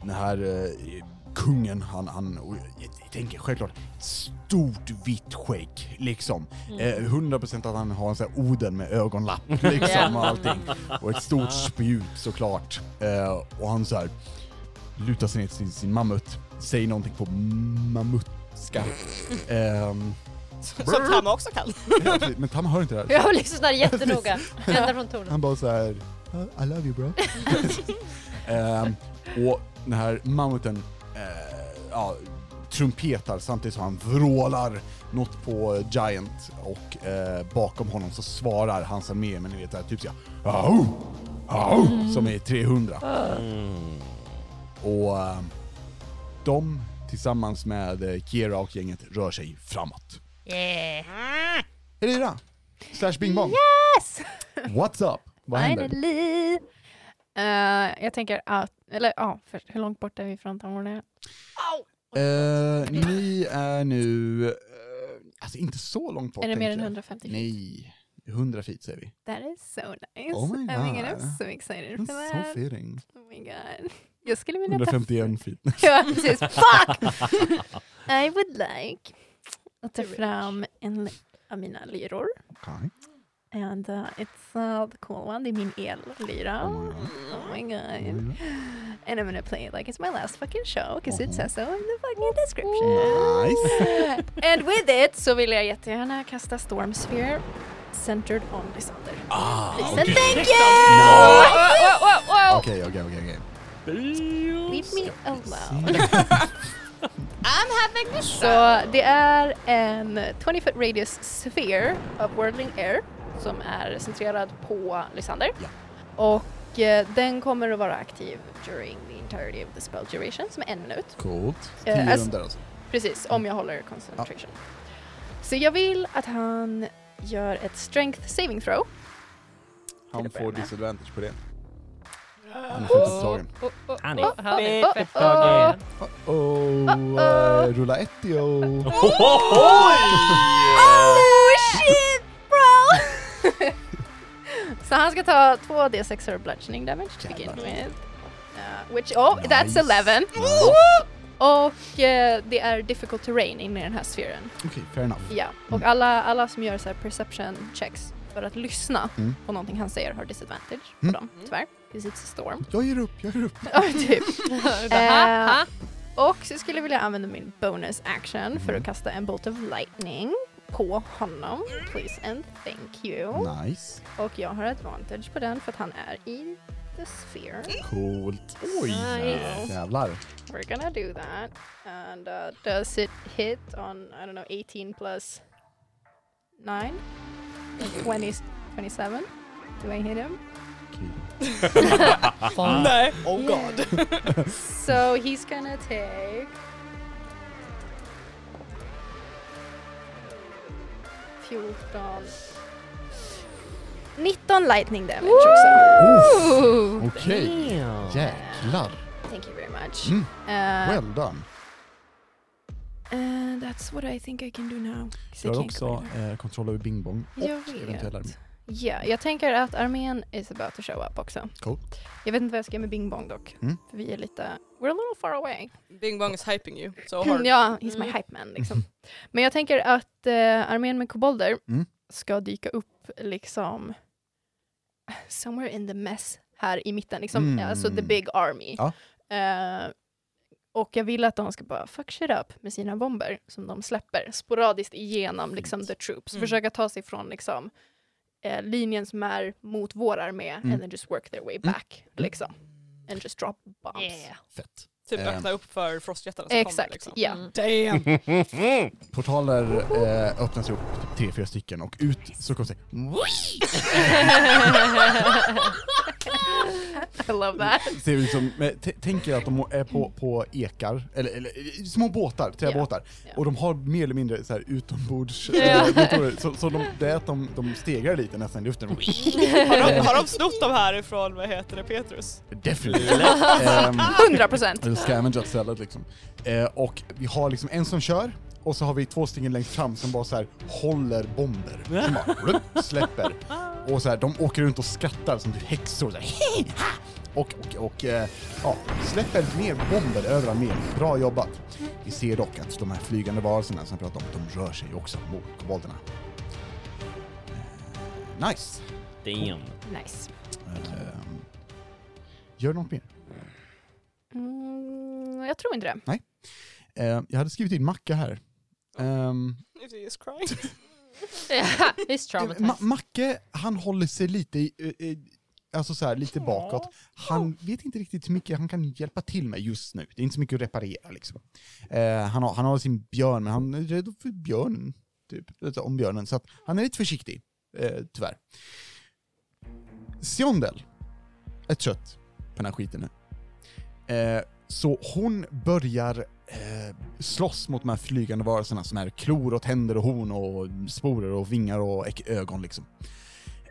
[SPEAKER 1] den här eh, kungen, han, han och jag, jag tänker självklart stort vitt skägg liksom. Eh, 100% att han har en sån här Oden med ögonlapp liksom och allting. Och ett stort spjut såklart. Eh, och han så här lutar sig ner till sin, sin mammut, säger någonting på mammutska. Ehm,
[SPEAKER 6] Som Tama också kan.
[SPEAKER 1] ja, precis, men Tam hör inte det här.
[SPEAKER 5] Jag lyssnar jättenoga. Ända från tornet.
[SPEAKER 1] Han bara så här, "Uh, I love you bro. [LAUGHS] Ehm, och den här mammuten eh, ja, trumpetar samtidigt som han vrålar något på Giant och eh, bakom honom så svarar hans armé men ni vet det här typ såhär au, au, som är 300. Och eh, de tillsammans med eh, Kira och gänget rör sig framåt.
[SPEAKER 3] Yeah.
[SPEAKER 1] Elira! Slash Bing Bong!
[SPEAKER 2] Yes!
[SPEAKER 1] What's up? Vad händer?
[SPEAKER 2] Finally! Eh, jag tänker att, eller ja, först, hur långt bort är vi från Tamorna?
[SPEAKER 1] Eh, ni är nu... eh, alltså inte så långt bort.
[SPEAKER 2] Är det mer
[SPEAKER 1] tänker
[SPEAKER 2] än
[SPEAKER 1] jag.
[SPEAKER 2] 150?
[SPEAKER 1] Nej. 100 feet säger vi.
[SPEAKER 2] That is so nice.
[SPEAKER 1] Oh my
[SPEAKER 2] I mean, I'm
[SPEAKER 1] god.
[SPEAKER 2] so excited for
[SPEAKER 1] That's so
[SPEAKER 2] that.
[SPEAKER 1] fitting.
[SPEAKER 2] Oh my god. Jag skulle vilja testa.
[SPEAKER 1] 151 feet.
[SPEAKER 2] Ja, precis. Fuck!
[SPEAKER 1] [LAUGHS]
[SPEAKER 2] I would like att ta
[SPEAKER 5] Rich.
[SPEAKER 2] fram en av mina lyror.
[SPEAKER 1] Okay.
[SPEAKER 2] And uh, it's uh, the cool one, det är min ellyra.
[SPEAKER 1] Oh my god.
[SPEAKER 2] Oh my god.
[SPEAKER 1] Mm.
[SPEAKER 2] And I'm gonna play it like it's my last fucking show because it
[SPEAKER 1] Mhm.
[SPEAKER 2] says so in the fucking description.
[SPEAKER 1] Nice.
[SPEAKER 2] [LAUGHS] And with it så vill jag jättegärna kasta Storm Sphere centered on Lysander.
[SPEAKER 1] Ah,
[SPEAKER 2] Please
[SPEAKER 1] okej. alltså.
[SPEAKER 2] and thank you!
[SPEAKER 1] Okej, okej, okej, okej.
[SPEAKER 2] Leave me alone.
[SPEAKER 1] [LAUGHS]
[SPEAKER 3] I'm having a show.
[SPEAKER 2] Så det är en 20 foot radius sphere av whirling air som är centrerad på Lysander.
[SPEAKER 1] Ja.
[SPEAKER 2] Och eh, den kommer att vara aktiv during the entirety of the spell duration som är en minut.
[SPEAKER 1] Coolt.
[SPEAKER 2] Eh,
[SPEAKER 1] Tio
[SPEAKER 2] alltså-
[SPEAKER 1] rundor alltså.
[SPEAKER 2] Precis, om jag håller concentration. Så jag vill att han gör ett strength saving throw. Till
[SPEAKER 1] Han
[SPEAKER 2] att börja
[SPEAKER 1] får
[SPEAKER 2] med.
[SPEAKER 1] disadvantage på det. Han är fullt upptagen.
[SPEAKER 4] Han är
[SPEAKER 2] Han är
[SPEAKER 5] Fett
[SPEAKER 2] fett
[SPEAKER 5] upptagen.
[SPEAKER 2] tagen.
[SPEAKER 1] Oh, oh. eh, rulla ett i och...
[SPEAKER 2] Oh shit
[SPEAKER 1] [LAUGHS]
[SPEAKER 2] bro! Så han ska ta två D6 bludgeoning damage to begin
[SPEAKER 1] Jävlar.
[SPEAKER 2] with. Uh, which, oh, that's
[SPEAKER 1] Nice.
[SPEAKER 2] 11.
[SPEAKER 1] Nice.
[SPEAKER 2] Och eh, det är difficult terrain inne i den här sfären.
[SPEAKER 1] Okej, fair enough.
[SPEAKER 2] Ja, och
[SPEAKER 1] Mm.
[SPEAKER 2] alla, alla som gör så här perception checks för att lyssna
[SPEAKER 1] Mm.
[SPEAKER 2] på någonting han säger har disadvantage
[SPEAKER 1] Mm.
[SPEAKER 2] på dem, tyvärr. 'Cause it's a storm.
[SPEAKER 1] Jag ger upp, jag ger upp.
[SPEAKER 2] [LAUGHS] Ja, typ. Eh,
[SPEAKER 5] Ha, ha.
[SPEAKER 2] Och så skulle jag vilja använda min bonus action för
[SPEAKER 1] Mm.
[SPEAKER 2] att kasta en bolt of lightning på honom. Please and
[SPEAKER 1] Mm.
[SPEAKER 2] thank you.
[SPEAKER 1] Nice.
[SPEAKER 2] Och jag har advantage på den för att han är i the sphere.
[SPEAKER 1] Coolt. Oj,
[SPEAKER 5] Nice.
[SPEAKER 1] jävlar.
[SPEAKER 2] We're gonna do that. And uh, does it hit on, I don't know, 18 plus 9? 20, 27? Do I hit him?
[SPEAKER 1] Okej.
[SPEAKER 6] [LAUGHS] Nej. Oh god.
[SPEAKER 2] so he's gonna take. 14. 19 lightning damage också.
[SPEAKER 1] Oof, Okej, jäklar.
[SPEAKER 2] Thank you very much.
[SPEAKER 1] Mm.
[SPEAKER 2] Uh,
[SPEAKER 1] Well done.
[SPEAKER 2] uh, that's what I think I can do now. 'cause I
[SPEAKER 1] Jag har
[SPEAKER 2] can't go
[SPEAKER 1] också
[SPEAKER 2] anywhere.
[SPEAKER 1] eh, kontroll över Bing Bong och
[SPEAKER 2] Jag vet.
[SPEAKER 1] eventuell armé.
[SPEAKER 2] Ja, jag tänker att armén is about to show up också.
[SPEAKER 1] Cool.
[SPEAKER 2] Jag vet inte vad jag ska göra med Bing Bong dock.
[SPEAKER 1] Mm.
[SPEAKER 2] För vi är lite, we're a little far away.
[SPEAKER 6] Bing Bong is hyping you so hard.
[SPEAKER 2] [CLEARS THROAT] Ja, he's my
[SPEAKER 5] Mm.
[SPEAKER 2] hype
[SPEAKER 1] Mhm.
[SPEAKER 2] man liksom. Men jag tänker att eh, armén med kobolder
[SPEAKER 1] Mm.
[SPEAKER 2] ska dyka upp liksom somewhere in the mess här i mitten, liksom,
[SPEAKER 1] Mm.
[SPEAKER 2] alltså the big army.
[SPEAKER 1] Ja.
[SPEAKER 2] Eh, och jag vill att de ska bara fuck shit up med sina bomber som de släpper sporadiskt igenom liksom, the troops.
[SPEAKER 6] Mm.
[SPEAKER 2] Försöka ta sig från liksom, eh, linjen som är mot vår armé
[SPEAKER 1] Mm.
[SPEAKER 2] and then just work their way back. Liksom. And just drop bombs.
[SPEAKER 5] Yeah.
[SPEAKER 1] [LAUGHS] Fett.
[SPEAKER 6] Typ
[SPEAKER 1] Ehm.
[SPEAKER 6] öppna upp för frostjättarna som
[SPEAKER 2] Exakt,
[SPEAKER 6] kommer. Liksom.
[SPEAKER 2] ja.
[SPEAKER 5] Mm.
[SPEAKER 6] Damn!
[SPEAKER 1] Portaler eh, öppnas upp, typ tre, fyra stycken och ut så kommer det
[SPEAKER 2] [LAUGHS] I love that.
[SPEAKER 1] ser ut som, men t- tänk er att de är på, på ekar, eller, eller eh, små båtar, träbåtar,
[SPEAKER 2] Ja.
[SPEAKER 1] och de har mer eller mindre så här utombords,
[SPEAKER 5] Ja.
[SPEAKER 1] eh, motorer, så, så de, det är att de, de stegar lite nästan i luften.
[SPEAKER 6] Har de, har de snott dem här ifrån, vad heter det, Petrus?
[SPEAKER 2] [LAUGHS]
[SPEAKER 1] Definitivt. Ehm, [LAUGHS]
[SPEAKER 2] 100 procent.
[SPEAKER 1] Eller scavengat stället liksom. Eh, och vi har liksom en som kör, och så har vi två stycken längst fram som bara så här håller bomber. Som bara blup, släpper. Och så här, de åker runt och skrattar som typ häxor. Så här, "Hej, ha!" och och, och eh, ja, släpper ner bomber över armén. Bra jobbat. Vi ser dock att de här flygande varelserna som jag pratade om, de rör sig också mot kobolderna. Eh, Nice!
[SPEAKER 4] Damn.
[SPEAKER 2] Nice.
[SPEAKER 1] Ehm, gör något mer?
[SPEAKER 2] Mm, jag tror inte det.
[SPEAKER 1] Eh, jag hade skrivit in macka här. Ehm,
[SPEAKER 6] If he is crying. [LAUGHS]
[SPEAKER 5] Ja, He's
[SPEAKER 1] Ma-
[SPEAKER 5] traumatized.
[SPEAKER 1] Macke, han håller sig lite, i- eh, eh, alltså så här, lite bakåt. Han vet inte riktigt hur mycket han kan hjälpa till med just nu. Det är inte så mycket att reparera liksom. Eh, han, har, han har sin björn, men han är rädd för björnen. Typ, lite om björnen. Så att han är lite försiktig, eh, tyvärr. Siondel är trött på den här skiten nu. Eh, så hon börjar eh, slåss mot de här flygande varelserna som är klor och tänder och horn och sporer och vingar och ek- ögon liksom.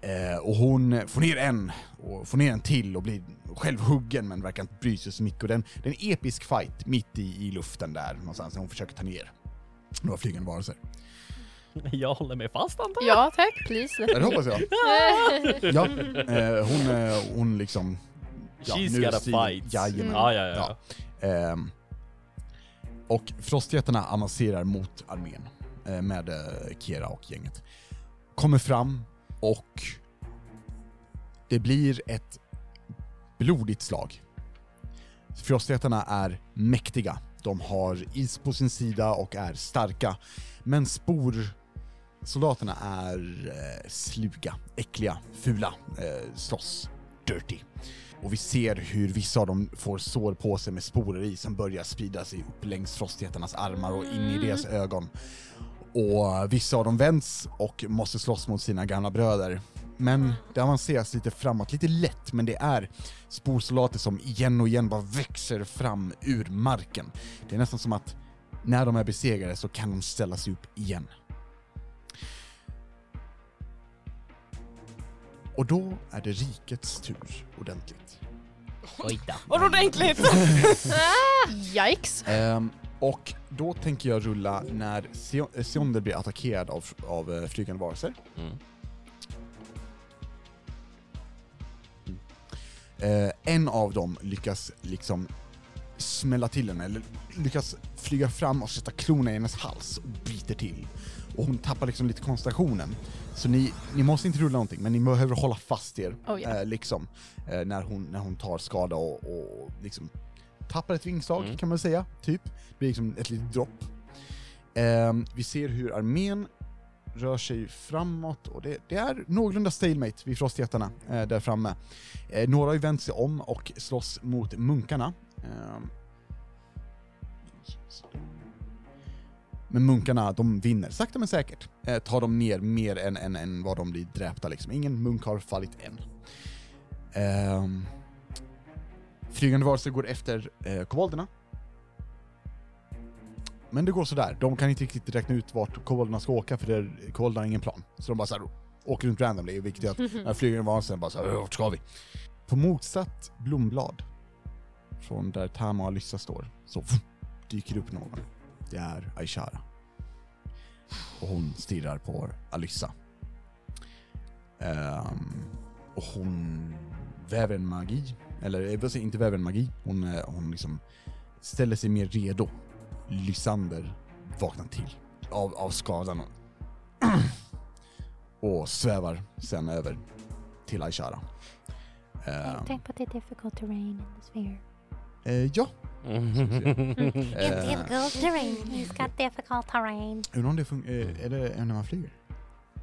[SPEAKER 1] Eh, och hon får ner en, och får ner en till och blir själv huggen men verkar inte bry sig så mycket. Och den, det är en episk fight mitt i, i luften där någonstans, när hon försöker ta ner några flygande varelser.
[SPEAKER 4] Jag håller mig fast antar
[SPEAKER 2] Ja tack, please let
[SPEAKER 1] [LAUGHS] Ja, det hoppas
[SPEAKER 4] [LAUGHS]
[SPEAKER 1] jag.
[SPEAKER 5] Eh,
[SPEAKER 1] Ja, eh, hon, eh, hon liksom... Ja,
[SPEAKER 4] She's
[SPEAKER 1] nu är
[SPEAKER 4] gotta
[SPEAKER 1] stilen-
[SPEAKER 4] fight.
[SPEAKER 1] Jajamän.
[SPEAKER 4] Ja, ja, ja. ja.
[SPEAKER 1] Ehm, och frostjättarna avancerar mot armén eh, med eh, Kera och gänget. Kommer fram och det blir ett blodigt slag. Frostjättarna är mäktiga. De har is på sin sida och är starka. Men sporsoldaterna är eh, sluga, äckliga, fula, eh, slåss, dirty och vi ser hur vissa av dem får sår på sig med sporer i som börjar sprida sig upp längs frostjättarnas armar och in i deras ögon. Och vissa av dem vänds och måste slåss mot sina gamla bröder. Men det avanceras lite framåt, lite lätt, men det är sporsoldater som igen och igen bara växer fram ur marken. Det är nästan som att när de är besegrade så kan de ställa sig upp igen. Och då är det rikets tur ordentligt.
[SPEAKER 4] Oj då.
[SPEAKER 6] Vad ordentligt!
[SPEAKER 2] [LAUGHS] Yikes!
[SPEAKER 1] Ehm, och då tänker jag rulla när Sion- eh, Sionder blir attackerad av, av eh, flygande varelser.
[SPEAKER 4] Mm.
[SPEAKER 1] Eh, en av dem lyckas liksom smälla till henne, eller lyckas flyga fram och sätta klorna i hennes hals och biter till. Och hon tappar liksom lite koncentrationen. Så ni, ni måste inte rulla någonting, men ni behöver hålla fast er
[SPEAKER 2] Oh yeah.
[SPEAKER 1] eh, liksom, eh, när, hon, när hon tar skada och, och liksom tappar ett vingslag
[SPEAKER 4] Mm.
[SPEAKER 1] kan man säga, typ. Det blir liksom ett litet dropp. Ehm, vi ser hur armén rör sig framåt och det, det är någorlunda stalemate vid frostjättarna eh, där framme. Eh, några har ju vänt sig om och slåss mot munkarna. Ehm. Men munkarna, de vinner. Sakta men säkert eh, tar de ner mer än, än, än vad de blir dräpta liksom. Ingen munk har fallit än. Ehm. Flygande varelser går efter eh, kobolderna. Men det går sådär. De kan inte riktigt räkna ut vart kobolderna ska åka för det är, kobolderna har ingen plan. Så de bara såhär åker runt randomly, vilket gör att den här flygande varelsen bara såhär, vart ska vi? På motsatt blomblad från där Tama och Alyssa står så dyker det upp någon. Det är Aishara. Och hon stirrar på Alyssa. Ehm, och hon väver en magi, eller eh, vad säger- inte väver en magi, hon, eh, hon liksom ställer sig mer redo. Lysander vaknar till av, av skadan [CLEARS THROAT] och, och svävar sen över till Aishara. Ehm,
[SPEAKER 7] Tänk på att det är difficult terrain in the sphere.
[SPEAKER 1] eh, ja.
[SPEAKER 7] It's
[SPEAKER 1] Eh,
[SPEAKER 7] difficult terrain. He's got difficult terrain.
[SPEAKER 1] Undrar om det funkar, är det är när man flyger?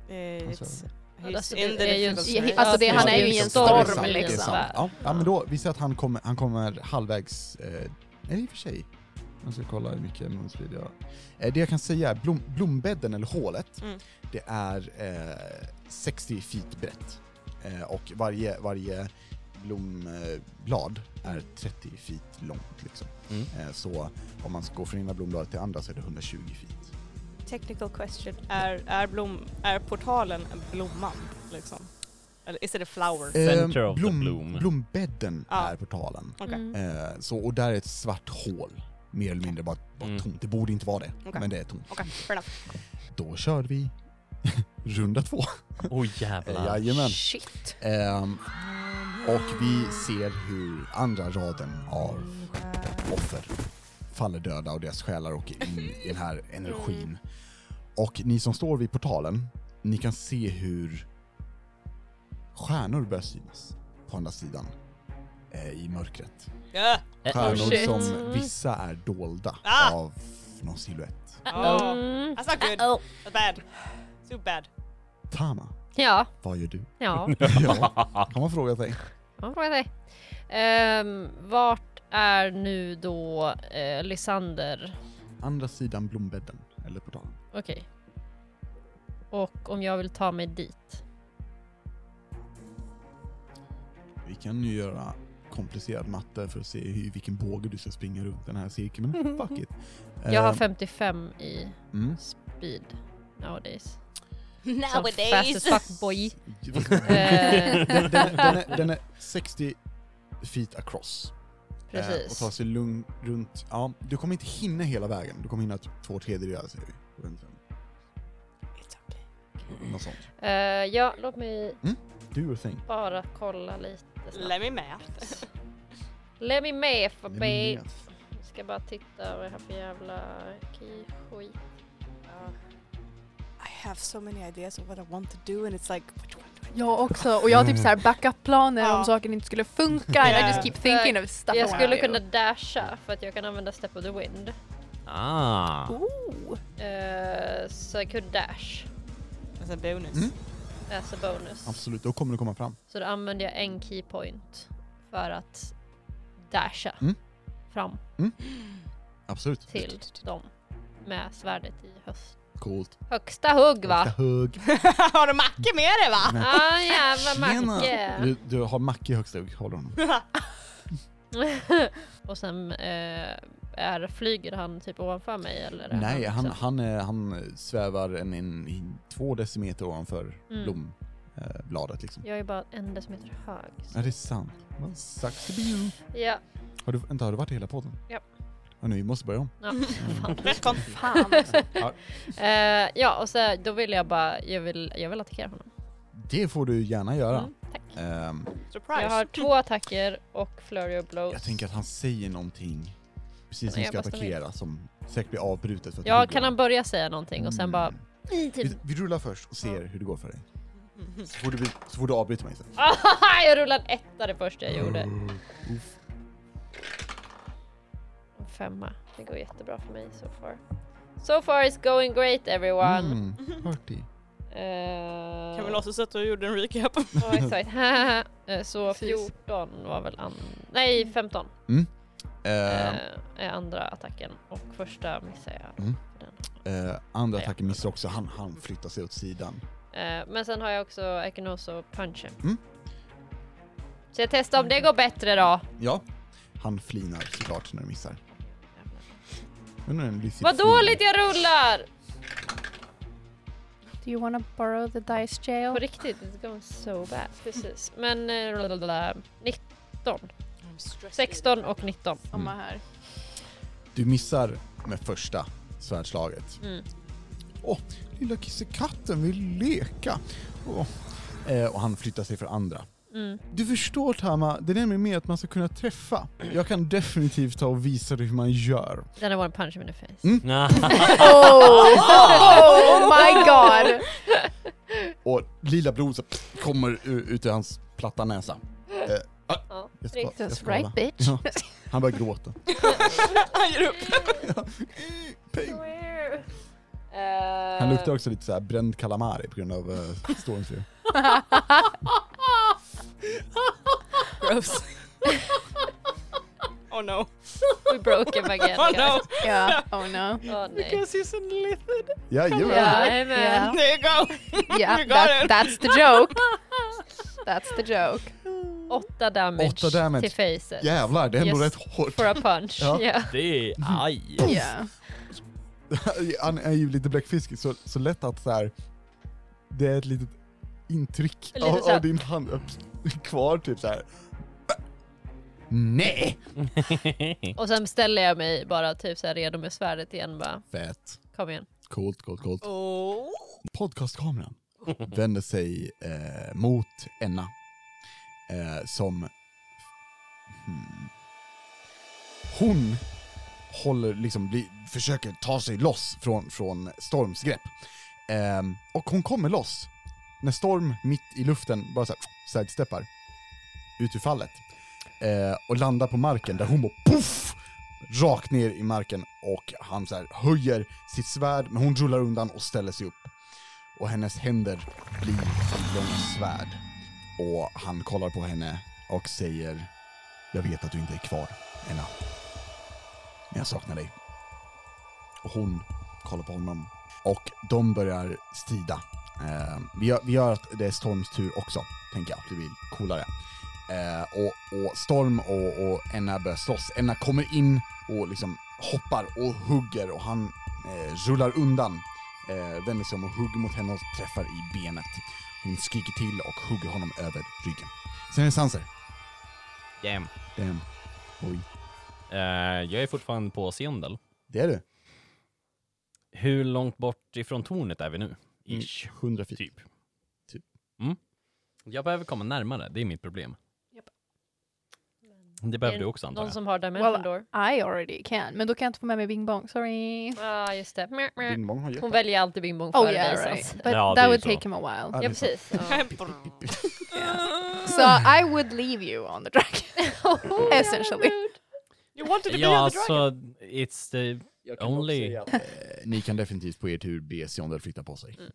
[SPEAKER 6] It's-
[SPEAKER 5] Alltså,
[SPEAKER 6] he's
[SPEAKER 5] det
[SPEAKER 6] in the
[SPEAKER 5] är ju en-
[SPEAKER 6] difficult
[SPEAKER 2] Ja, alltså det,
[SPEAKER 5] Ja,
[SPEAKER 2] han
[SPEAKER 5] det
[SPEAKER 2] är ju
[SPEAKER 5] är
[SPEAKER 2] i en
[SPEAKER 5] sant.
[SPEAKER 1] Ja, det är
[SPEAKER 2] storm
[SPEAKER 1] sant, det är
[SPEAKER 2] liksom.
[SPEAKER 1] sant. Ja, ja, men då, vi säger att han kommer, han kommer halvvägs, eh, nej i och för sig. Jag ska kolla hur mycket munsbid jag eh, Det jag kan säga är blom, blombädden eller hålet,
[SPEAKER 6] Mm.
[SPEAKER 1] det är eh, 60 feet brett. Eh, och varje, varje blomblad eh, blad är 30 feet långt liksom.
[SPEAKER 4] Mm.
[SPEAKER 1] Eh, så om man går från ena blombladet till andra så är det 120 feet.
[SPEAKER 6] Technical question. Är, är, blom, är portalen blomman? Liksom? Eller is it a flower?
[SPEAKER 4] Center of the bloom. Mm.
[SPEAKER 1] Blombädden
[SPEAKER 6] Ja.
[SPEAKER 1] är portalen.
[SPEAKER 6] Okej.
[SPEAKER 1] Eh, så, och där är ett svart hål. Mer eller mindre bara, bara
[SPEAKER 4] Mm.
[SPEAKER 1] tomt. Det borde inte vara det,
[SPEAKER 6] Okej.
[SPEAKER 1] men det är tomt.
[SPEAKER 6] Okej, fair enough.
[SPEAKER 1] Då kör vi [LAUGHS] runda två.
[SPEAKER 4] [LAUGHS] Oj jävlar.
[SPEAKER 1] Jajamän.
[SPEAKER 5] Shit.
[SPEAKER 1] Ehm, och vi ser hur andra raden av offer faller döda och deras själar och in i den här energin. Och ni som står vid portalen, ni kan se hur stjärnor börjar synas på andra sidan eh, i mörkret.
[SPEAKER 6] Ja.
[SPEAKER 1] Stjärnor
[SPEAKER 2] shit.
[SPEAKER 1] som vissa är dolda
[SPEAKER 6] Ah!
[SPEAKER 1] av någon silhuett.
[SPEAKER 6] Oh,
[SPEAKER 5] Mm.
[SPEAKER 6] that's not good.
[SPEAKER 5] Oh.
[SPEAKER 6] That's bad. Too bad.
[SPEAKER 1] Tama,
[SPEAKER 5] Ja,
[SPEAKER 1] vad gör du?
[SPEAKER 5] ja.
[SPEAKER 1] Ja, kan man fråga sig.
[SPEAKER 5] Jag frågar dig. Ehm, vart är nu då eh, Lysander?
[SPEAKER 1] Andra sidan blombädden, eller portalen.
[SPEAKER 5] Okej. Och om jag vill ta mig dit?
[SPEAKER 1] Vi kan ju göra komplicerad matte för att se hur, vilken båge du ska springa runt den här cirkeln, men fuck it.
[SPEAKER 5] Jag har
[SPEAKER 1] Ehm,
[SPEAKER 5] 55 i
[SPEAKER 1] mm.
[SPEAKER 5] speed nowadays. Som fast
[SPEAKER 3] Nowadays.
[SPEAKER 5] as
[SPEAKER 1] [LAUGHS]
[SPEAKER 5] fuck boy. [LAUGHS] Eh,
[SPEAKER 1] den, den, den, är, den är 60 feet across. Eh, och
[SPEAKER 5] Precis.
[SPEAKER 1] tar sig lugn runt, ja, du kommer inte hinna hela vägen. Du kommer hinna typ två tredjedelar säger vi. Något sånt.
[SPEAKER 5] Eh, ja, låt mig
[SPEAKER 1] Do your thing.
[SPEAKER 5] bara kolla lite snabbt.
[SPEAKER 6] Lämna med.
[SPEAKER 5] Let me med for
[SPEAKER 1] Lämna
[SPEAKER 5] babe.
[SPEAKER 1] med.
[SPEAKER 5] Jag ska bara titta vad jag har för jävla key-skit. Ja.
[SPEAKER 6] I have so many ideas of what I want to do and it's like which one do I
[SPEAKER 2] Jag också. Och jag har typ såhär backup-planer
[SPEAKER 6] Ja.
[SPEAKER 2] om saker inte skulle funka. And I
[SPEAKER 6] Ja.
[SPEAKER 2] just keep thinking of stuff I
[SPEAKER 5] Jag
[SPEAKER 2] wanna
[SPEAKER 5] skulle
[SPEAKER 2] do.
[SPEAKER 5] kunna dasha för att jag kan använda Step of the Wind.
[SPEAKER 4] Ah.
[SPEAKER 2] Ooh.
[SPEAKER 5] Eh, så jag kunde dash
[SPEAKER 6] As a bonus.
[SPEAKER 1] Mm.
[SPEAKER 5] as a bonus.
[SPEAKER 1] Absolut, då kommer du komma fram.
[SPEAKER 5] Så då använde jag en keypoint för att dasha
[SPEAKER 1] Mm.
[SPEAKER 5] fram
[SPEAKER 1] Absolut.
[SPEAKER 5] till dem med svärdet i höst.
[SPEAKER 1] Coolt.
[SPEAKER 5] Högsta hugg va?
[SPEAKER 1] Högsta hugg.
[SPEAKER 6] Har du Macke med dig va?
[SPEAKER 5] [LAUGHS] Ah
[SPEAKER 1] [LAUGHS]
[SPEAKER 5] jävla
[SPEAKER 1] Tjena.
[SPEAKER 5] macke!
[SPEAKER 1] Du, du har Macke i högsta hugg, håller honom.
[SPEAKER 5] [LAUGHS] Och sen eh, är, flyger han typ ovanför mig eller? är
[SPEAKER 1] Nej, han,
[SPEAKER 5] också-
[SPEAKER 1] han, eh, han svävar en, en, en, två decimeter ovanför
[SPEAKER 5] Mm.
[SPEAKER 1] blombladet liksom.
[SPEAKER 5] Jag är bara en decimeter hög. så-
[SPEAKER 1] Ja, det är sant. Well, sucks to be you.
[SPEAKER 5] Ja,
[SPEAKER 1] Har du, vänta, har du varit i hela podden?
[SPEAKER 5] Ja.
[SPEAKER 1] Ja, nu, vi måste börja om. Mm.
[SPEAKER 5] ja [LAUGHS] fan.
[SPEAKER 6] Rätt
[SPEAKER 2] Fan.
[SPEAKER 5] Eh, ja, och så då vill jag bara, jag vill, jag vill attackera honom.
[SPEAKER 1] Det får du gärna göra.
[SPEAKER 5] Mm, tack.
[SPEAKER 1] Ehm,
[SPEAKER 6] Surprise.
[SPEAKER 5] Jag har två attacker och flurry of blows.
[SPEAKER 1] jag tänker att han säger någonting precis som
[SPEAKER 5] Nej, jag
[SPEAKER 1] ska
[SPEAKER 5] bara ställer
[SPEAKER 1] attackera som säkert blir avbrutet för att
[SPEAKER 5] Ja,
[SPEAKER 1] hugga.
[SPEAKER 5] kan han börja säga någonting och sen bara...
[SPEAKER 1] Mm.
[SPEAKER 5] Typ.
[SPEAKER 1] Vi, vi rullar först och ser hur det går för dig. Så får du, så får du avbryta mig sen.
[SPEAKER 5] Ah, [LAUGHS] jag rullade en etta det första jag gjorde.
[SPEAKER 1] Oh, uff.
[SPEAKER 5] En femma. Det går jättebra för mig so far. So far it's going great everyone.
[SPEAKER 1] Mm,
[SPEAKER 5] [LAUGHS]
[SPEAKER 1] 40.
[SPEAKER 5] Eh,
[SPEAKER 6] Kan vi låtsas att du gjorde en recap?
[SPEAKER 5] ja, [LAUGHS] exakt. Eh, Så
[SPEAKER 6] Precis.
[SPEAKER 5] 14 var väl an... Nej, 15
[SPEAKER 1] Ehm,
[SPEAKER 5] eh, är andra attacken och första missade jag.
[SPEAKER 1] Mm.
[SPEAKER 5] För den.
[SPEAKER 1] Eh, andra
[SPEAKER 5] Ja.
[SPEAKER 1] attacken missar också, han, han flyttar sig åt sidan.
[SPEAKER 5] Eh, men sen har jag också Econos och Punchen.
[SPEAKER 1] Mm.
[SPEAKER 5] Så jag testar om det går bättre då.
[SPEAKER 1] Ja. Han flinar såklart när du missar. Typ Men nu är det en lycklig
[SPEAKER 5] Vad
[SPEAKER 1] flin.
[SPEAKER 5] dåligt jag rullar!
[SPEAKER 2] [LAUGHS] Do you wanna borrow the dice
[SPEAKER 5] På
[SPEAKER 2] jail?
[SPEAKER 5] riktigt, it's going so bad. Precis. Men eh, blablabla. 19. 16 och 19.
[SPEAKER 2] Samma här.
[SPEAKER 1] Du missar med första svärdslaget.
[SPEAKER 5] Mm.
[SPEAKER 1] Åh, lilla kissekatten vill leka. Åh. Eh, och han flyttar sig för andra.
[SPEAKER 5] Mm.
[SPEAKER 1] Du förstår Tama, det är nämligen mer att man ska kunna träffa. Jag kan definitivt ta och visa dig hur man gör.
[SPEAKER 5] Den har varit punch in the face.
[SPEAKER 1] Mm.
[SPEAKER 2] [LAUGHS]
[SPEAKER 4] Ah,
[SPEAKER 2] Oh! oh my god!
[SPEAKER 1] Och lilla blod så pff, kommer u- ut ur hans platta näsa. Eh, ah,
[SPEAKER 5] Ja,
[SPEAKER 1] jag ska- jag
[SPEAKER 2] Jesus
[SPEAKER 1] ska kolla.
[SPEAKER 2] right bitch.
[SPEAKER 1] Ja, han börjar
[SPEAKER 5] [LAUGHS]
[SPEAKER 1] gråta.
[SPEAKER 6] Han ger upp.
[SPEAKER 1] Ping.
[SPEAKER 5] Eh.
[SPEAKER 1] Han luktar också lite så här bränd calamari på grund av uh, stormens fyr.
[SPEAKER 6] Gross. oh no.
[SPEAKER 5] We broke him
[SPEAKER 1] [LAUGHS]
[SPEAKER 5] again
[SPEAKER 6] Oh
[SPEAKER 5] guys.
[SPEAKER 6] no.
[SPEAKER 2] Yeah. Oh no.
[SPEAKER 5] Åh, nej.
[SPEAKER 6] he's a lizard.
[SPEAKER 1] Jajamän!
[SPEAKER 5] Jajamän.
[SPEAKER 2] Yeah.
[SPEAKER 6] There you go.
[SPEAKER 2] Yeah,
[SPEAKER 6] You got
[SPEAKER 2] that,
[SPEAKER 6] it.
[SPEAKER 2] that's the joke. That's the joke.
[SPEAKER 5] 8 damage,
[SPEAKER 1] Åtta damage.
[SPEAKER 5] till facet.
[SPEAKER 1] Jävlar, det är ändå
[SPEAKER 5] Yes.
[SPEAKER 1] rätt hårt.
[SPEAKER 5] For a punch.
[SPEAKER 1] Ja.
[SPEAKER 5] Ja.
[SPEAKER 4] Det är aj.
[SPEAKER 2] Yeah.
[SPEAKER 1] [LAUGHS] Han är ju lite bläckfiskig, så, så lätt att så här. det är ett litet intryck
[SPEAKER 5] Lite
[SPEAKER 1] av,
[SPEAKER 5] så här-
[SPEAKER 1] av din hand upp- kvar typ så här. Nej!
[SPEAKER 4] Mm.
[SPEAKER 5] Och sen ställer jag mig bara typ så här redo med svärdet igen bara.
[SPEAKER 1] Fett.
[SPEAKER 5] Kom igen.
[SPEAKER 1] Coolt, coolt, coolt.
[SPEAKER 6] Oh.
[SPEAKER 1] Podcastkameran [LAUGHS] vänder sig eh, mot Enna. Eh, som... Hmm. Hon håller liksom, bli, försöker ta sig loss från, från Storms grepp. Ehm, och hon kommer loss när Storm mitt i luften bara såhär sidesteppar ut ur fallet. Eh, och landar på marken där hon bara poff! Rakt ner i marken och han så här höjer sitt svärd men hon rullar undan och ställer sig upp. Och hennes händer blir ett långt svärd. Och han kollar på henne och säger Jag vet att du inte är kvar, Enna. Men jag saknar dig. Och hon kollar på honom. Och de börjar strida. Eh, vi, gör, vi gör att det är Storms tur också, tänker jag. Det blir coolare. Eh, och, och Storm och, och Enna börjar slåss. Enna kommer in och liksom hoppar och hugger och han eh, rullar undan. Eh, vänder sig om och hugger mot henne och träffar i benet. Hon skriker till och hugger honom över ryggen. Sen är det Sanser.
[SPEAKER 4] Damn.
[SPEAKER 1] Damn. Oj.
[SPEAKER 4] Eh, jag är fortfarande på Sindel.
[SPEAKER 1] Det är du.
[SPEAKER 4] Hur långt bort ifrån tornet är vi nu? Ish.
[SPEAKER 1] 100 feet.
[SPEAKER 4] Mm. Typ.
[SPEAKER 1] Typ.
[SPEAKER 4] Mm. Jag behöver komma närmare, det är mitt problem.
[SPEAKER 2] Japp.
[SPEAKER 4] Det behöver du också antar
[SPEAKER 5] Någon
[SPEAKER 4] jag.
[SPEAKER 5] som har dimension door.
[SPEAKER 2] I already can, men då kan jag inte få med mig Bing Bong, sorry.
[SPEAKER 5] Ja, Ah, just det. Meh, meh.
[SPEAKER 1] Din mång har gett
[SPEAKER 5] Mm. Hon väljer alltid Bing Bong före
[SPEAKER 2] Oh yeah,
[SPEAKER 5] mig,
[SPEAKER 2] right. Uh,
[SPEAKER 5] så att-
[SPEAKER 2] But
[SPEAKER 4] Ja, det är
[SPEAKER 2] that
[SPEAKER 4] ju
[SPEAKER 2] would
[SPEAKER 4] så.
[SPEAKER 2] take him a while.
[SPEAKER 1] Ja, det
[SPEAKER 5] Ja,
[SPEAKER 1] är sant.
[SPEAKER 5] precis. Ja.
[SPEAKER 2] [LAUGHS] So I would leave you on the dragon, [LAUGHS] Oh, essentially.
[SPEAKER 6] You wanted to be
[SPEAKER 4] Ja,
[SPEAKER 6] on the dragon.
[SPEAKER 4] alltså, it's the
[SPEAKER 8] Jag
[SPEAKER 4] kan dock Only- säga
[SPEAKER 8] att,
[SPEAKER 1] Eh, Ni kan definitivt på er tur be Siondel flytta på sig.
[SPEAKER 4] Mm.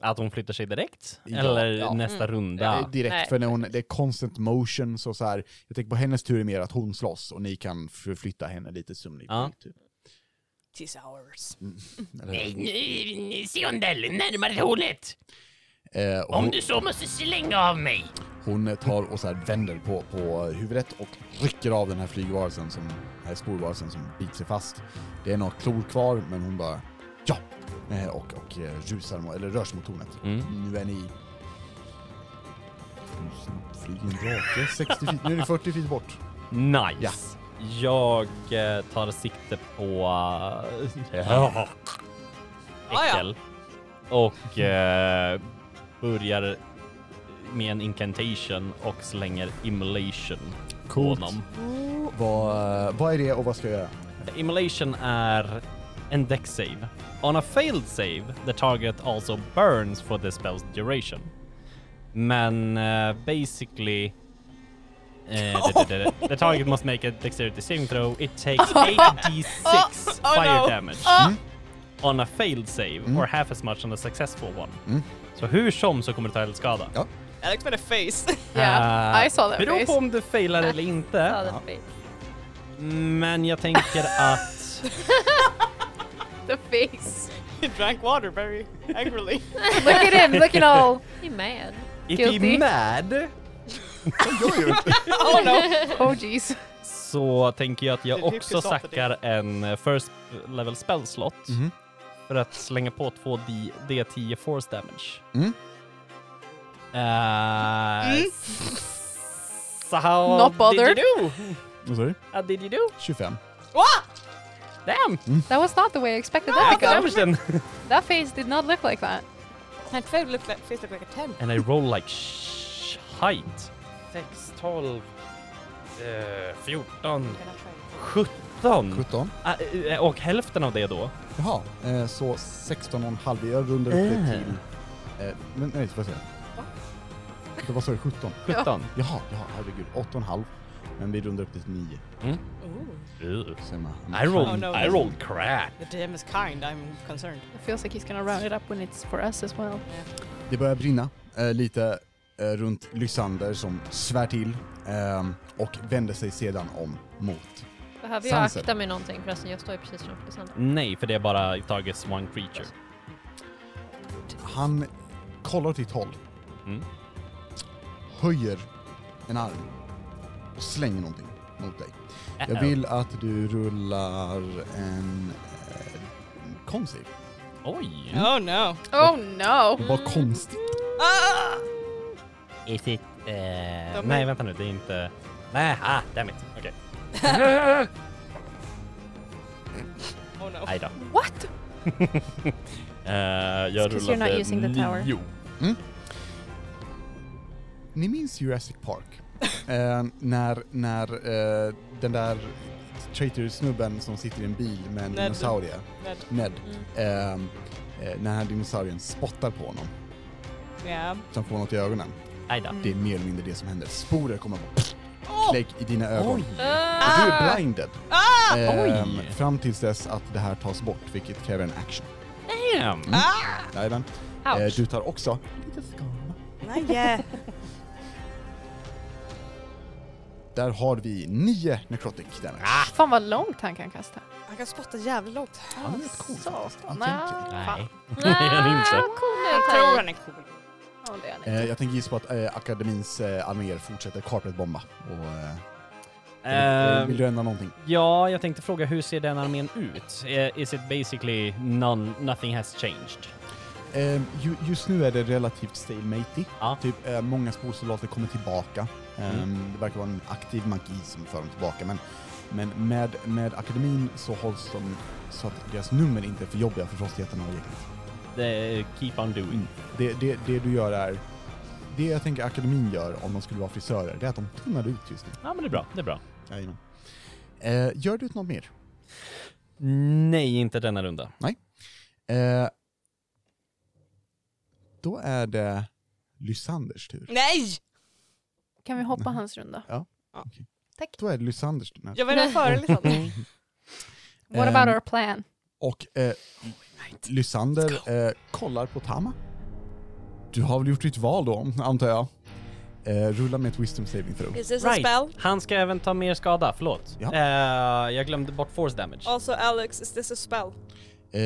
[SPEAKER 4] Att hon flyttar sig direkt?
[SPEAKER 1] Ja,
[SPEAKER 4] Eller
[SPEAKER 1] ja.
[SPEAKER 4] nästa
[SPEAKER 6] Mm.
[SPEAKER 4] runda?
[SPEAKER 1] Eh, direkt,
[SPEAKER 5] Nej.
[SPEAKER 1] för när hon, det är constant motion, så, så här, jag tänker på hennes tur är mer att hon slåss och ni kan förflytta henne lite som ni
[SPEAKER 4] Ja.
[SPEAKER 1] vill, typ.
[SPEAKER 6] Tis ours.
[SPEAKER 1] Eller hur?
[SPEAKER 4] nu, Siondel, närmare tornet!
[SPEAKER 1] Eh, och hon,
[SPEAKER 4] så måste slänga av mig!
[SPEAKER 1] hon tar och så här vänder på, på huvudet och rycker av den här flygvarelsen, som, den här sporvarelsen som biter sig fast. Det är några klor kvar, men hon bara ja! Eh, och och eh, rusar, mo- eller rör sig mot tornet.
[SPEAKER 4] Mm.
[SPEAKER 1] Nu är ni... Nu Flyger en drake 60 feet, nu är ni 40 feet bort.
[SPEAKER 4] Nice!
[SPEAKER 1] Ja.
[SPEAKER 4] Jag eh, tar sikte på... Uh,
[SPEAKER 6] Ja, ja.
[SPEAKER 4] äckel. Och eh, börjar med en incantation och slänger immolation på honom.
[SPEAKER 1] Vad, vad är det och vad ska jag göra?
[SPEAKER 4] Immolation är en dex save. On a failed save, the target also burns for the spell's duration. Men eh, basically...
[SPEAKER 6] [LAUGHS]
[SPEAKER 4] eh,
[SPEAKER 6] Oh.
[SPEAKER 4] da- da- da- da. the target must make a dexterity saving throw. It
[SPEAKER 6] [LAUGHS]
[SPEAKER 4] takes 8d6
[SPEAKER 6] Oh, oh
[SPEAKER 4] fire
[SPEAKER 6] no. Oh. Mm.
[SPEAKER 4] damage
[SPEAKER 2] Hmm?
[SPEAKER 4] on a failed save or half as much on a successful one.
[SPEAKER 1] Mm.
[SPEAKER 4] Så hur som så kommer du ta eldskada.
[SPEAKER 1] Ja.
[SPEAKER 6] Alex med a face.
[SPEAKER 2] Yeah,
[SPEAKER 1] Uh,
[SPEAKER 4] Eh,
[SPEAKER 2] I saw that
[SPEAKER 4] Beror på
[SPEAKER 2] face.
[SPEAKER 4] om du failar
[SPEAKER 2] [LAUGHS]
[SPEAKER 4] eller inte.
[SPEAKER 5] Ja, det är fint.
[SPEAKER 4] Men jag tänker
[SPEAKER 6] [LAUGHS]
[SPEAKER 4] att...
[SPEAKER 2] The face.
[SPEAKER 6] He drank water very angrily.
[SPEAKER 2] Look at him,
[SPEAKER 1] [LAUGHS]
[SPEAKER 2] looking all
[SPEAKER 5] He mad.
[SPEAKER 4] If
[SPEAKER 2] Guilty.
[SPEAKER 4] you're mad
[SPEAKER 6] oh no.
[SPEAKER 2] oh jeez.
[SPEAKER 4] så tänker jag att jag
[SPEAKER 6] Det är mycket
[SPEAKER 4] också
[SPEAKER 6] saker
[SPEAKER 4] sackar en eh, first level spell slot
[SPEAKER 1] Mhm.
[SPEAKER 4] för att slänga på 2 D- D10 force damage.
[SPEAKER 1] Mm.
[SPEAKER 4] Eh,
[SPEAKER 6] Mm.
[SPEAKER 4] So how
[SPEAKER 2] Not bothered.
[SPEAKER 4] did you do?
[SPEAKER 1] Vad sa du?
[SPEAKER 4] How did you do?
[SPEAKER 1] 25.
[SPEAKER 4] Damn!
[SPEAKER 2] That was not the way I expected
[SPEAKER 4] I
[SPEAKER 2] that
[SPEAKER 4] got
[SPEAKER 2] to go.
[SPEAKER 4] damage then.
[SPEAKER 2] That face did not look like that.
[SPEAKER 6] Her face looked like, face looked like a 10.
[SPEAKER 4] And I roll like sh- height.
[SPEAKER 8] 6, 12,
[SPEAKER 4] eh, 14,
[SPEAKER 6] Can I try it?
[SPEAKER 4] 17.
[SPEAKER 1] 17.
[SPEAKER 4] Eh, och hälften av det då.
[SPEAKER 1] Jaha, eh, så 16,5. Jag rundar upp det till... Eh, men, nej, vad säger jag? Det var så 17.
[SPEAKER 4] 17.
[SPEAKER 1] Jaha, jaha, herregud. 8,5. Men vi rundar upp det till 9.
[SPEAKER 4] Ew.
[SPEAKER 1] Så är man-
[SPEAKER 4] I rolled,
[SPEAKER 6] Oh, no.
[SPEAKER 4] I rolled crap.
[SPEAKER 6] The DM is kind, I'm concerned.
[SPEAKER 2] It feels like he's gonna round it up when it's for us as well.
[SPEAKER 1] Det börjar brinna eh, lite eh, runt Lysander som svär till ehm, och vänder sig sedan om mot...
[SPEAKER 5] Behöver jag
[SPEAKER 1] Sunset.
[SPEAKER 5] akta mig någonting förresten? Jag står ju precis framför Sunset.
[SPEAKER 4] Nej, för det är bara targets one creature.
[SPEAKER 1] Han kollar åt ditt håll,
[SPEAKER 4] Mm.
[SPEAKER 1] höjer en arm och slänger någonting mot dig. Jag
[SPEAKER 4] Uh-oh.
[SPEAKER 1] vill att du rullar en... Eh, konstig.
[SPEAKER 4] Oj!
[SPEAKER 6] Oh no.
[SPEAKER 2] Oh no!
[SPEAKER 1] Vad konstigt.
[SPEAKER 6] Ah!
[SPEAKER 4] Is it... eh,
[SPEAKER 6] är-
[SPEAKER 4] nej, vänta nu, det är inte... Nej, ah, damn it. Okej,
[SPEAKER 6] Oh no.
[SPEAKER 4] aj då.
[SPEAKER 2] What?
[SPEAKER 4] Eh, jag
[SPEAKER 2] 'cause you're not
[SPEAKER 4] rullade
[SPEAKER 2] using the tower.
[SPEAKER 4] nio.
[SPEAKER 1] Ni minns Jurassic Park? eh, när när eh, den där traitor-snubben som sitter i en bil med en
[SPEAKER 6] Ned.
[SPEAKER 1] dinosaurie,
[SPEAKER 6] Ned.
[SPEAKER 1] Ned,
[SPEAKER 4] Mm.
[SPEAKER 1] ehm, eh, när den här dinosaurien spottar på honom,
[SPEAKER 6] Yeah.
[SPEAKER 1] som får något i ögonen.
[SPEAKER 4] Aj då.
[SPEAKER 1] Det är mer eller mindre det som händer. Sporer kommer på klägg i dina ögon.
[SPEAKER 4] Oj! Ah!
[SPEAKER 1] Och
[SPEAKER 5] Ah!
[SPEAKER 1] du är blinded.
[SPEAKER 6] Ah!
[SPEAKER 1] Ehm,
[SPEAKER 4] Oj.
[SPEAKER 1] fram tills dess att det här tas bort, vilket kräver en action.
[SPEAKER 4] Damn!
[SPEAKER 2] Ah,
[SPEAKER 4] Ah.
[SPEAKER 1] Jajamän.
[SPEAKER 5] Ouch.
[SPEAKER 1] Eh, du tar också lite skada.
[SPEAKER 6] Nej, yeah.
[SPEAKER 1] [LAUGHS] Där har vi nio necrotic damage.
[SPEAKER 4] Ah.
[SPEAKER 2] Ah, Fan vad långt han kan kasta.
[SPEAKER 6] Han kan spotta jävligt långt.
[SPEAKER 1] Han är rätt cool faktiskt. Han tänker.
[SPEAKER 4] [LAUGHS] Nej,
[SPEAKER 2] Fan.
[SPEAKER 4] det är han
[SPEAKER 5] Ah,
[SPEAKER 4] inte.
[SPEAKER 6] Han tror han är cool.
[SPEAKER 2] Ja, det är han
[SPEAKER 1] Eh,
[SPEAKER 2] inte.
[SPEAKER 1] jag tänker gissa på att eh, akademins eh, arméer fortsätter carpetbomba. Och, eh, vill- Eh, vill
[SPEAKER 4] Ehm,
[SPEAKER 1] du ändra någonting?
[SPEAKER 4] ja, jag tänkte fråga, hur ser den armén ut? Eh, is it basically none, nothing has changed?
[SPEAKER 1] Ehm, ju, just nu är det relativt stalematy.
[SPEAKER 4] Ja.
[SPEAKER 1] Typ, eh, många sporsoldater kommer tillbaka. Ehm,
[SPEAKER 4] Mm.
[SPEAKER 1] Det verkar vara en aktiv magi som för dem tillbaka. Men, men med, med akademin så hålls de så att deras nummer inte är för jobbiga för frosthjätarna och gänget.
[SPEAKER 4] eh, keep
[SPEAKER 1] Mm.
[SPEAKER 4] on doing.
[SPEAKER 1] Det, det, det du gör är... Det jag tänker akademin gör om de skulle vara frisörer, det är att de tunnar ut just nu.
[SPEAKER 4] Ja men det är bra, det är bra.
[SPEAKER 1] Jajamän. Eh, gör du något mer?
[SPEAKER 4] Nej, inte denna runda.
[SPEAKER 1] Eh, då är det Lysanders tur.
[SPEAKER 6] Nej!
[SPEAKER 2] Kan vi
[SPEAKER 1] Mm.
[SPEAKER 2] hoppa hans runda?
[SPEAKER 1] Då är det Lysanders tur.
[SPEAKER 6] Jag var redan före liksom. [LAUGHS] Lisanne.
[SPEAKER 2] What
[SPEAKER 1] Ehm,
[SPEAKER 2] about our plan?
[SPEAKER 1] Och eh, Lysander eh, kollar på Tama. Du har väl gjort ditt val då, antar jag. Eh, rulla med ett wisdom saving throw.
[SPEAKER 6] Is this
[SPEAKER 4] Right.
[SPEAKER 6] a spell?
[SPEAKER 4] Han ska även ta mer skada, förlåt.
[SPEAKER 1] Ja.
[SPEAKER 4] Eh, jag glömde bort force damage.
[SPEAKER 6] Also Alex, is this a spell?
[SPEAKER 1] Eh,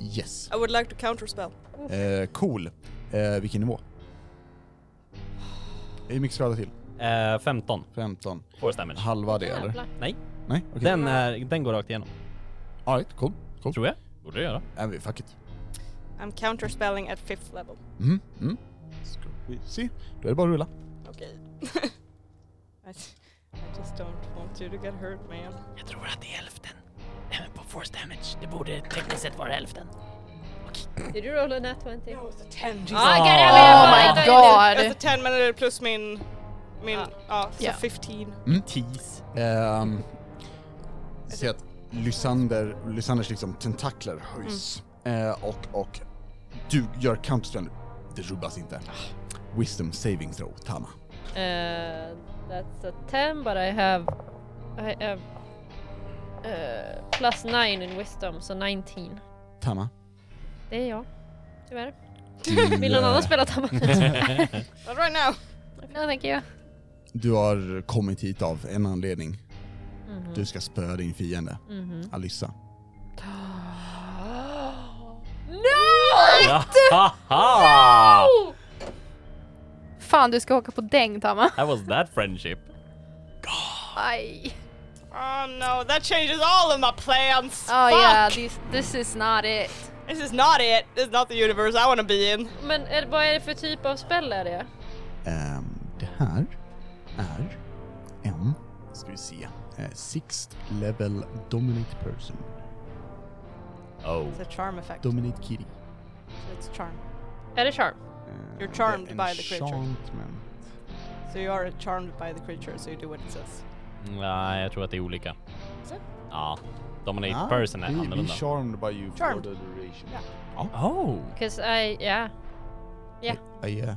[SPEAKER 1] yes.
[SPEAKER 6] I would like to counterspell.
[SPEAKER 1] Eh, cool. Eh, vilken nivå? Hur mycket skada till?
[SPEAKER 4] Eh, 15
[SPEAKER 1] 15.
[SPEAKER 4] force damage.
[SPEAKER 1] Halva det eller?
[SPEAKER 5] Jävlar.
[SPEAKER 4] Nej,
[SPEAKER 1] Nej? Okej.
[SPEAKER 4] den, är, den går rakt igenom.
[SPEAKER 1] All right, cool. Cool.
[SPEAKER 4] Tror jag. Borde det göra.
[SPEAKER 1] Äh, fuck it.
[SPEAKER 6] I'm counterspelling at fifth level.
[SPEAKER 1] Mm. Mm. Ska vi se. Då är det bara att rulla.
[SPEAKER 6] Okay. [LAUGHS] I, I just don't want you to get hurt man.
[SPEAKER 4] Jag tror att det är hälften. Även på force damage. Det borde tekniskt sett vara hälften.
[SPEAKER 5] Did you roll a nat 20?
[SPEAKER 6] It's a 10.
[SPEAKER 5] Ah,
[SPEAKER 4] Oh.
[SPEAKER 2] Oh
[SPEAKER 5] goddammit!
[SPEAKER 2] my god!
[SPEAKER 6] It's a 10 minute plus min... Min... Ah. Ja,
[SPEAKER 5] Ja.
[SPEAKER 6] så
[SPEAKER 2] Ja.
[SPEAKER 6] 15.
[SPEAKER 4] Tease.
[SPEAKER 1] Mm, Ehm, ser att Lysander, Lysanders liksom tentakler höjs. Eh, och, och du gör counterstrand. Det rubbas inte.
[SPEAKER 5] Ah.
[SPEAKER 1] Wisdom saving throw, Tama.
[SPEAKER 5] Uh, that's a 10 but I have... I have... Uh, plus 9 in wisdom, så 19.
[SPEAKER 1] Tama.
[SPEAKER 5] Det är jag. Tyvärr.
[SPEAKER 1] du,
[SPEAKER 5] [LAUGHS] Vill någon annan
[SPEAKER 1] eh,
[SPEAKER 5] spela Tamma?
[SPEAKER 6] Not right now!
[SPEAKER 5] Ja, tänker jag.
[SPEAKER 1] Du har kommit hit av en anledning. Du ska spöa din fiende, Alyssa.
[SPEAKER 5] No!
[SPEAKER 1] [LAUGHS]
[SPEAKER 4] Jaha!
[SPEAKER 2] Fan, du ska åka på däng Tama.
[SPEAKER 4] That was that friendship.
[SPEAKER 2] Aj.
[SPEAKER 6] Oh no, that changes all of my plans!
[SPEAKER 2] Oh
[SPEAKER 6] Fuck!
[SPEAKER 2] yeah, this, this is not it.
[SPEAKER 6] This is not it! This is not the universe I wanna be in.
[SPEAKER 5] Men är, vad är det för typ av spel är det?
[SPEAKER 1] Ehm, det här är en, ska vi se, eh, sixth level dominate person.
[SPEAKER 4] Oh.
[SPEAKER 6] It's a charm effect.
[SPEAKER 1] Dominate Eh, kitty.
[SPEAKER 6] It's charm.
[SPEAKER 5] Är det charm?
[SPEAKER 1] Eh,
[SPEAKER 6] You're charmed by the creature.
[SPEAKER 1] enchantment.
[SPEAKER 6] So you are charmed by the creature, so you do what it says.
[SPEAKER 4] Nej, jag tror att det är olika.
[SPEAKER 6] Så?
[SPEAKER 4] Ja. Dominate
[SPEAKER 1] Ja,
[SPEAKER 4] person är
[SPEAKER 1] Ah, vi- Vi
[SPEAKER 4] annorlunda.
[SPEAKER 1] charmed by you
[SPEAKER 6] Charmed.
[SPEAKER 1] for the duration.
[SPEAKER 6] Ja.
[SPEAKER 4] Oh! [LAUGHS]
[SPEAKER 5] Cause I, yeah. Ja.
[SPEAKER 1] Ja, ja.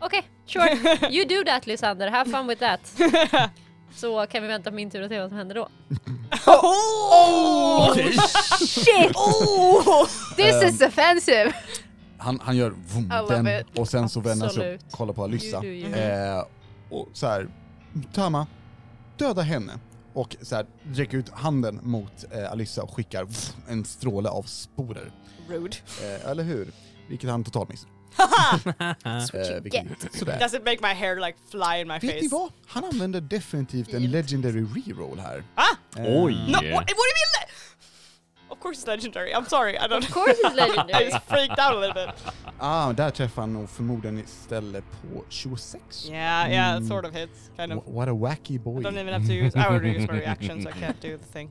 [SPEAKER 5] Okej, sure. You do that Lysander, have fun with that. Så kan vi vänta på min tur och se vad som händer då.
[SPEAKER 6] [LAUGHS] Oh! [LAUGHS]
[SPEAKER 2] Shit! This is
[SPEAKER 6] Um,
[SPEAKER 2] offensive! [LAUGHS]
[SPEAKER 1] Han, han gör vum,
[SPEAKER 2] love
[SPEAKER 1] den
[SPEAKER 2] it.
[SPEAKER 1] och sen så vänder han sig upp
[SPEAKER 5] Absolut.
[SPEAKER 1] och kollar på Alyssa.
[SPEAKER 5] You do you.
[SPEAKER 6] Mm.
[SPEAKER 1] Eh, och så här, Tama, döda henne. Och så här, räcker ut handen mot eh, Alyssa och skickar vum, en stråle av sporer.
[SPEAKER 6] Rude.
[SPEAKER 1] Eh, eller hur? Vilket han totalt missar. Eh, vilket, sådär.
[SPEAKER 6] Does it make my hair like fly in my
[SPEAKER 1] Vet ni
[SPEAKER 6] face?
[SPEAKER 1] vad? Han använder definitivt en legendary reroll här.
[SPEAKER 6] Ah!
[SPEAKER 1] Eh,
[SPEAKER 4] Oj!
[SPEAKER 6] No, what, what do you mean? le- of course it's legendary. I'm sorry. I don't.
[SPEAKER 5] Of course it's
[SPEAKER 6] [LAUGHS] I
[SPEAKER 5] legendary.
[SPEAKER 6] just freaked out a little bit.
[SPEAKER 1] Ah, där träffar han nog förmodligen istället på 26.
[SPEAKER 6] Yeah, yeah, it sort of hits, kind of.
[SPEAKER 5] Mm.
[SPEAKER 1] Wh- What a wacky
[SPEAKER 6] I
[SPEAKER 1] boy.
[SPEAKER 6] don't even have to use. I already used my reaction, so I can't do the thing.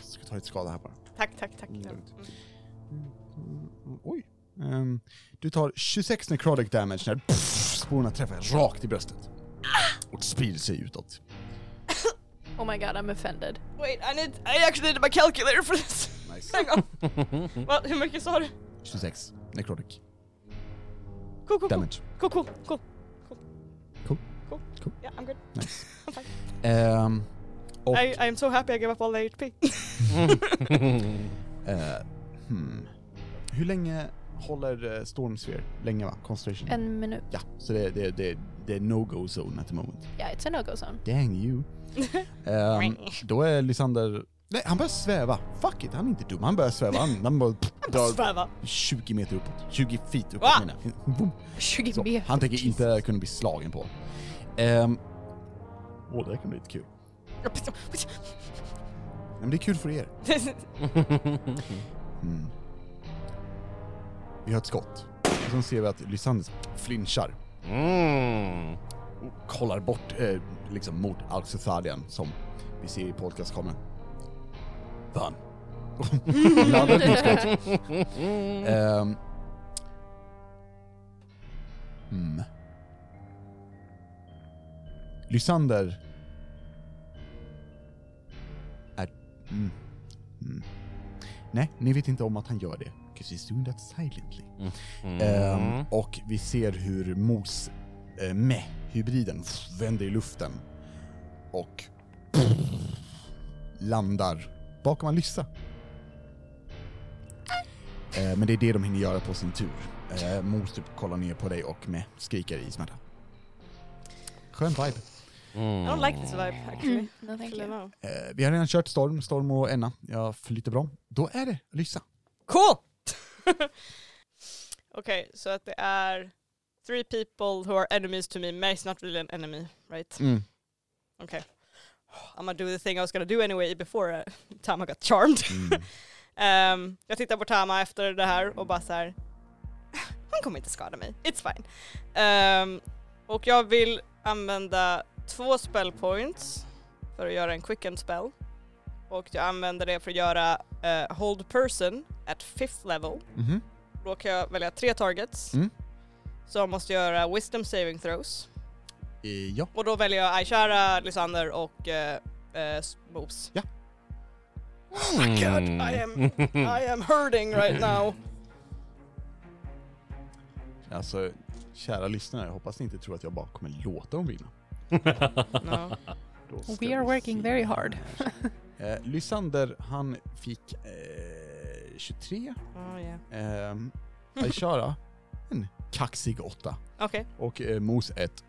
[SPEAKER 1] Ska ta lite skada här bara.
[SPEAKER 6] Tack, tack, tack. Mm.
[SPEAKER 1] Lugnt. Mm, Oj. Ehm, du tar 26 necrotic damage när pff, sporerna träffar rakt i bröstet. Och sprider sig utåt.
[SPEAKER 2] Oh my god, I'm offended.
[SPEAKER 6] Wait, I need. I actually need my calculator for this. [LAUGHS]
[SPEAKER 1] Nice.
[SPEAKER 6] Hang on.
[SPEAKER 1] [LAUGHS]
[SPEAKER 6] well, hur mycket sa du?
[SPEAKER 1] 26 necrotic
[SPEAKER 6] Cool, cool, cool,
[SPEAKER 1] damage.
[SPEAKER 6] cool, cool, cool.
[SPEAKER 1] Cool.
[SPEAKER 6] Cool.
[SPEAKER 1] Cool.
[SPEAKER 6] Yeah, I'm good.
[SPEAKER 1] Nice.
[SPEAKER 6] I'm fine.
[SPEAKER 1] Ehm, och...
[SPEAKER 6] I, I'm so happy I gave up all the [LAUGHS] HP.
[SPEAKER 1] eh, hmm. Hur länge håller eh, Storm Sphere? Länge va? Concentration?
[SPEAKER 2] En minut.
[SPEAKER 1] Ja, så det, det, det, det är no-go zone at the moment.
[SPEAKER 2] Ja, it's a no-go [LAUGHS] zone.
[SPEAKER 1] Dang you. Ehm, då är Lysander... Nej, han börjar sväva. Fuck it, han är inte dum. Han börjar sväva. Han, han bara... drar-
[SPEAKER 6] Sväva.
[SPEAKER 1] 20 meter uppåt. 20 feet uppåt
[SPEAKER 6] Va?
[SPEAKER 1] menar jag. Boom.
[SPEAKER 2] 20
[SPEAKER 1] Så,
[SPEAKER 2] meter.
[SPEAKER 1] han tänker inte kunna bli slagen på. Ehm, Åh, det här kan bli lite kul. Nej, men det är kul för er. Mm. Vi har ett skott. Och sen ser vi att Lysander flinchar
[SPEAKER 4] Mm.
[SPEAKER 1] och kollar bort eh, liksom mot Alcethadian som vi ser i podcastkameran. [LAUGHS] Fan. Laddar ett nytt skott. Ehm. Mm. Lysander är... Mm. Mm. Nej, ni vet inte om att han gör det. 'Cause he's doing that silently. Ehm, och vi ser hur mos eh, med hybriden vänder i luften och landar bakom Alyssa. Eh, men det är det de hinner göra på sin tur. Eh, mos typ kollar ner på dig och med skriker i smärta. Skön vibe.
[SPEAKER 6] I don't like this vibe actually.
[SPEAKER 3] No, Mm. [LAUGHS] thank
[SPEAKER 6] Actually,
[SPEAKER 3] you.
[SPEAKER 6] no.
[SPEAKER 1] Eh, vi har redan kört Storm, Storm och Enna. Jag flyter bra. Då är det Alyssa.
[SPEAKER 6] Cool! [LAUGHS] Okej, så att det är three people who are enemies to me. Mary's not really an enemy, right?
[SPEAKER 1] Mm.
[SPEAKER 6] I'm gonna do the thing I was gonna do anyway before uh, [LAUGHS] Tama got charmed.
[SPEAKER 1] Mm.
[SPEAKER 6] Ehm, jag tittar på Tama efter det här och bara så här. Han kommer inte skada mig, it's fine. Ehm, och jag vill använda två spell points för att göra en quicken spell. Och jag använder det för att göra eh, hold person at fifth level.
[SPEAKER 1] [LAUGHS] Mhm.
[SPEAKER 6] Då kan jag välja tre targets.
[SPEAKER 1] Mm.
[SPEAKER 6] Så jag måste göra wisdom saving throws.
[SPEAKER 1] Eh, ja.
[SPEAKER 6] Och då väljer jag Aishara, Lysander och eh, eh, Moves.
[SPEAKER 1] Ja.
[SPEAKER 6] Oh my god, I am, I am hurting [LAUGHS] right now.
[SPEAKER 1] Alltså, kära lyssnare, jag hoppas ni inte tror att jag bara kommer låta dem vinna.
[SPEAKER 6] No.
[SPEAKER 1] Då ska
[SPEAKER 2] We are
[SPEAKER 1] vi
[SPEAKER 2] working
[SPEAKER 1] se
[SPEAKER 2] very hard.
[SPEAKER 1] här. [LAUGHS] Eh, Lysander, han fick eh, 23.
[SPEAKER 6] Oh, yeah.
[SPEAKER 1] Eh,
[SPEAKER 2] [LAUGHS]
[SPEAKER 1] Aishara, en kaxig 8.
[SPEAKER 6] Okej,
[SPEAKER 1] Och eh, Mos 1.